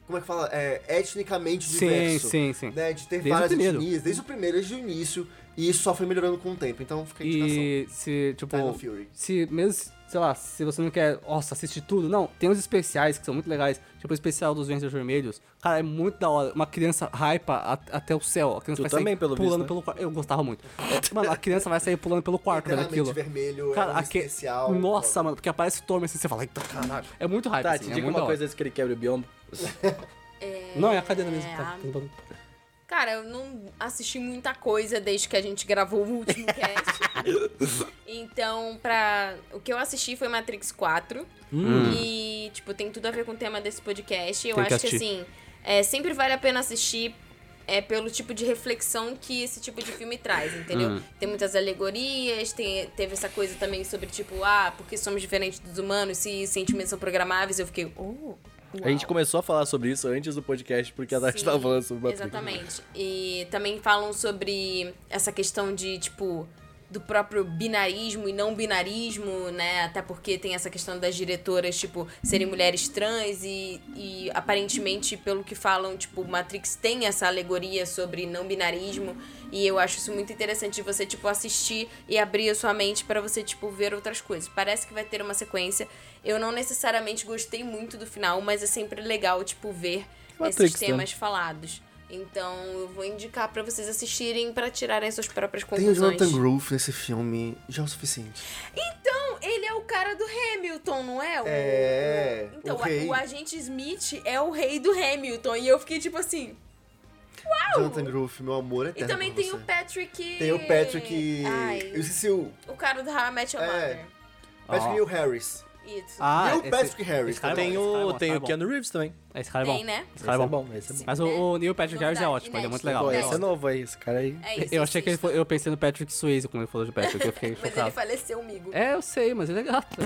S2: como é que fala? É, etnicamente
S4: Sim,
S2: diverso.
S4: sim, sim.
S2: Né? De ter
S4: Desde o
S2: várias
S4: primeiro.
S2: etnias, desde o primeiro, desde o início. E isso só foi melhorando com o tempo, então fica a indicação.
S4: E se, tipo,
S2: Time of Fury.
S4: se mesmo, sei lá, se você não quer, nossa, assistir tudo, não, tem uns especiais que são muito legais, tipo o especial dos Vengers Vermelhos, cara, é muito da hora, uma criança hypa a- até o céu, a criança
S1: Tu
S4: vai sair
S1: também, pelo visto,
S4: pulando
S1: né?
S4: pelo quarto, eu gostava muito, É, mano, a criança vai sair pulando pelo quarto, velho,
S2: Eternamente
S4: aquilo.
S2: vermelho,
S4: Cara,
S2: é um
S4: aque-
S2: especial.
S4: Nossa, mano, porque aparece o Torment assim, você fala, eita, caralho. É muito hype,
S1: Tá,
S4: assim,
S1: te
S4: é
S1: diga
S4: muito
S1: uma
S4: da hora.
S1: coisa antes que ele quebra o biombo.
S4: Não, é a cadeira mesmo. tá.
S3: Cara, eu não assisti muita coisa desde que a gente gravou o último cast. então, pra... o que eu assisti foi Matrix 4.
S1: Hum.
S3: E, tipo, tem tudo a ver com o tema desse podcast. Eu
S4: Tem que
S3: acho que,
S4: assistir.
S3: assim, é, sempre vale a pena assistir é, pelo tipo de reflexão que esse tipo de filme traz, entendeu?
S1: Hum.
S3: Tem muitas alegorias, tem, teve essa coisa também sobre, tipo, ah, porque somos diferentes dos humanos, se sentimentos são programáveis. Eu fiquei, oh,
S1: A gente começou a falar sobre isso antes do podcast, porque a Tati
S3: Sim,
S1: tava falando sobre Matrix. né?
S3: Exatamente. E também falam sobre essa questão de, tipo, do próprio binarismo e não binarismo, né? Até porque tem essa questão das diretoras, tipo, serem mulheres trans e, e aparentemente, pelo que falam, tipo, Matrix tem essa alegoria sobre não binarismo. E eu acho isso muito interessante de você, tipo, assistir e abrir a sua mente pra você, tipo, ver outras coisas. Parece que vai ter uma sequência. Eu não necessariamente gostei muito do final, mas é sempre legal, tipo, ver
S1: Matrix,
S3: esses
S1: né?
S3: temas falados. Então eu vou indicar pra vocês assistirem pra tirarem suas próprias
S2: Tem o
S3: conclusões.
S2: Jonathan Groove nesse filme, já é o suficiente.
S3: Então, ele é o cara do Hamilton, não é? O-
S2: É,
S3: Então,
S2: o
S3: a-
S2: rei.
S3: o agente Smith é o rei do Hamilton. E eu fiquei tipo assim.
S2: Jonathan Groove, meu amor
S3: E
S2: eterno
S3: também
S2: por
S3: tem
S2: você.
S3: o Patrick.
S2: Tem o Patrick... e-
S3: Ai,
S2: Eu esqueci o...
S3: o cara do How I Met Your
S2: É.
S3: Mother.
S2: Patrick e o Harris.
S3: Isso.
S4: Ah,
S2: e o Patrick Harris.
S4: esse cara
S2: também.
S1: Tem
S4: Esse cara é
S1: o,
S4: bom,
S1: tem o
S4: esse cara é
S1: Keanu Reeves também.
S4: Esse cara é
S3: Tem,
S4: bom.
S3: né?
S4: Esse cara é bom.
S1: esse é bom.
S4: Mas o, o Neil Patrick Harris é ótimo, ele é muito legal.
S1: Bom,
S3: Novidade,
S4: ele é
S1: esse é
S4: ótimo.
S1: novo aí, esse cara aí.
S3: É isso.
S4: Eu achei que ele foi, eu pensei no Patrick Swayze quando ele falou de Patrick, eu fiquei
S3: Mas ele
S4: chocado.
S3: faleceu, amigo.
S4: É, eu sei, mas ele é gato.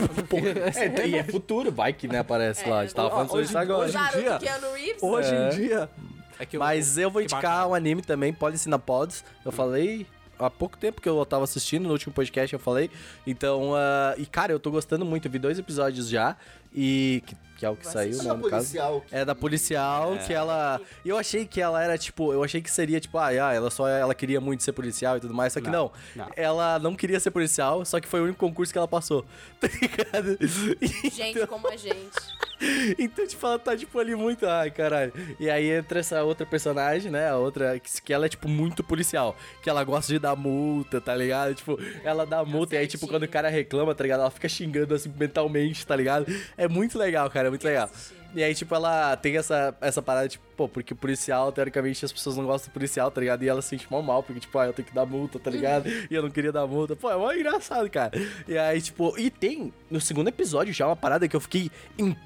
S1: É, e é futuro, vai que né, aparece lá. A gente tava
S4: ó,
S1: falando sobre
S4: hoje-
S1: isso agora.
S3: É. o
S4: hoje em
S3: garoto
S4: dia-
S3: Keanu Reeves.
S4: Hoje
S1: É.
S4: em dia. É que
S1: Mas eu vou
S4: que
S1: indicar
S4: bacana.
S1: um anime também, Policy na Pods. Eu falei há pouco tempo que eu tava assistindo, no último podcast eu falei. Então, ah, e cara, eu tô gostando muito. Eu vi dois episódios já, e que, que é o que
S3: Vou
S1: saiu,
S2: Esse
S1: né,
S2: cara
S1: no caso.
S2: policial. que-
S1: É da policial, que ela. e Eu achei que ela era tipo. Eu achei que seria tipo, ah, ah, ela só ela queria muito ser policial e tudo mais, só que não.
S4: Não, não.
S1: Ela não queria ser policial, só que foi o único concurso que ela passou. Tá ligado? E-
S3: Gente como a gente.
S1: então, tipo, ela tá, tipo, ali muito. Ai, caralho. E aí entra essa outra personagem, né? A outra, que, que ela é, tipo, muito policial. Que ela gosta de dar multa, tá ligado? Tipo, ela dá multa e aí, tipo,
S3: certinho.
S1: quando o cara reclama, tá ligado? Ela fica xingando, assim, mentalmente, tá ligado? É muito legal, cara, é muito legal. E aí, tipo, ela tem essa, essa parada, tipo, pô, porque policial, teoricamente, as pessoas não gostam do policial, tá ligado? E ela se sente mal mal, porque, tipo, ah, eu tenho que dar multa, tá ligado? e eu não queria dar multa. Pô, é mó engraçado, cara. E aí, tipo, e tem no segundo episódio já uma parada que eu fiquei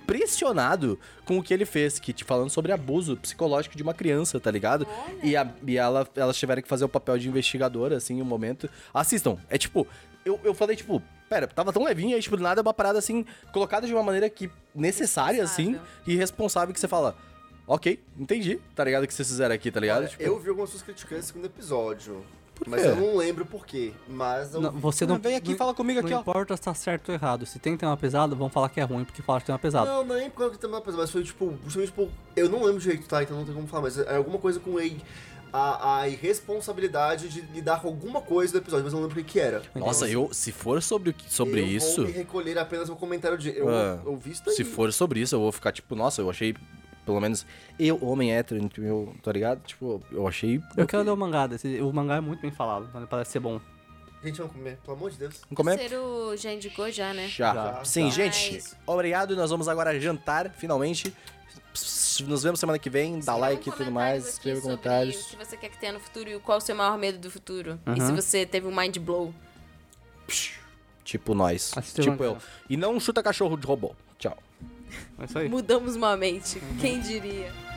S1: impressionado com o que ele fez, que, tipo, falando sobre abuso psicológico de uma criança, tá ligado? E, a, e ela, elas tiveram que fazer o papel de investigadora, assim, em um momento. Assistam, é tipo, eu, eu falei, tipo, pera, tava tão levinho, aí, tipo, do nada é uma parada, assim, colocada de uma maneira que necessária, assim,
S3: Responsável.
S1: e responsável que você fala, ok, entendi, tá ligado o que vocês fizeram aqui, tá ligado?
S2: Olha,
S1: Tipo,
S2: É, Eu vi algumas pessoas criticando esse segundo episódio. Mas eu não lembro por quê. Mas eu
S4: Não,
S2: vi.
S4: você
S1: não
S4: não.
S1: vem aqui e fala comigo um aqui,
S4: não
S1: ó.
S4: importa se tá certo ou errado. Se tem tema pesado, vão falar que é ruim porque falaram que tem tema pesado.
S2: Não, não é nem por causa que tem uma coisa, mas foi tipo, justamente tipo, eu não lembro direito, tá? Então não tem como falar, mas é alguma coisa com a, a, a irresponsabilidade de lidar com alguma coisa do episódio, mas eu não lembro o que, que era.
S1: Nossa, eu, se for sobre, o que- sobre
S2: eu
S1: isso,
S2: Vou me recolher apenas o comentário de. Eu,
S1: Ah,
S2: eu vi isso daí.
S1: se for sobre isso, eu vou ficar, tipo, nossa, eu achei, pelo menos, eu, homem hétero, entre eu, tá ligado? Tipo, eu achei...
S4: Eu quero ler o mangá. desse- O mangá é muito bem falado, então ele parece ser bom.
S2: Gente, vamos comer, pelo amor de Deus.
S1: Como é?
S3: Terceiro já indicou já, né?
S1: Já.
S4: Já.
S1: Sim,
S3: Já.
S1: gente,
S3: É isso.
S1: obrigado. Nós vamos agora jantar, finalmente. Pss, Nos vemos semana que vem. Dá
S3: Escreva
S1: like e
S3: um
S1: tudo
S3: comentário
S1: mais.
S3: aqui
S1: Escreva
S3: sobre
S1: comentários.
S3: O que você quer que tenha no futuro e qual o seu maior medo do futuro. E
S4: Uhum.
S3: se você teve um mind blow.
S1: Tipo nós.
S4: Assistiu
S1: tipo
S3: um
S4: uma-
S1: eu. E não chuta cachorro de robô. Tchau.
S4: É isso aí.
S3: Mudamos uma mente. Quem diria?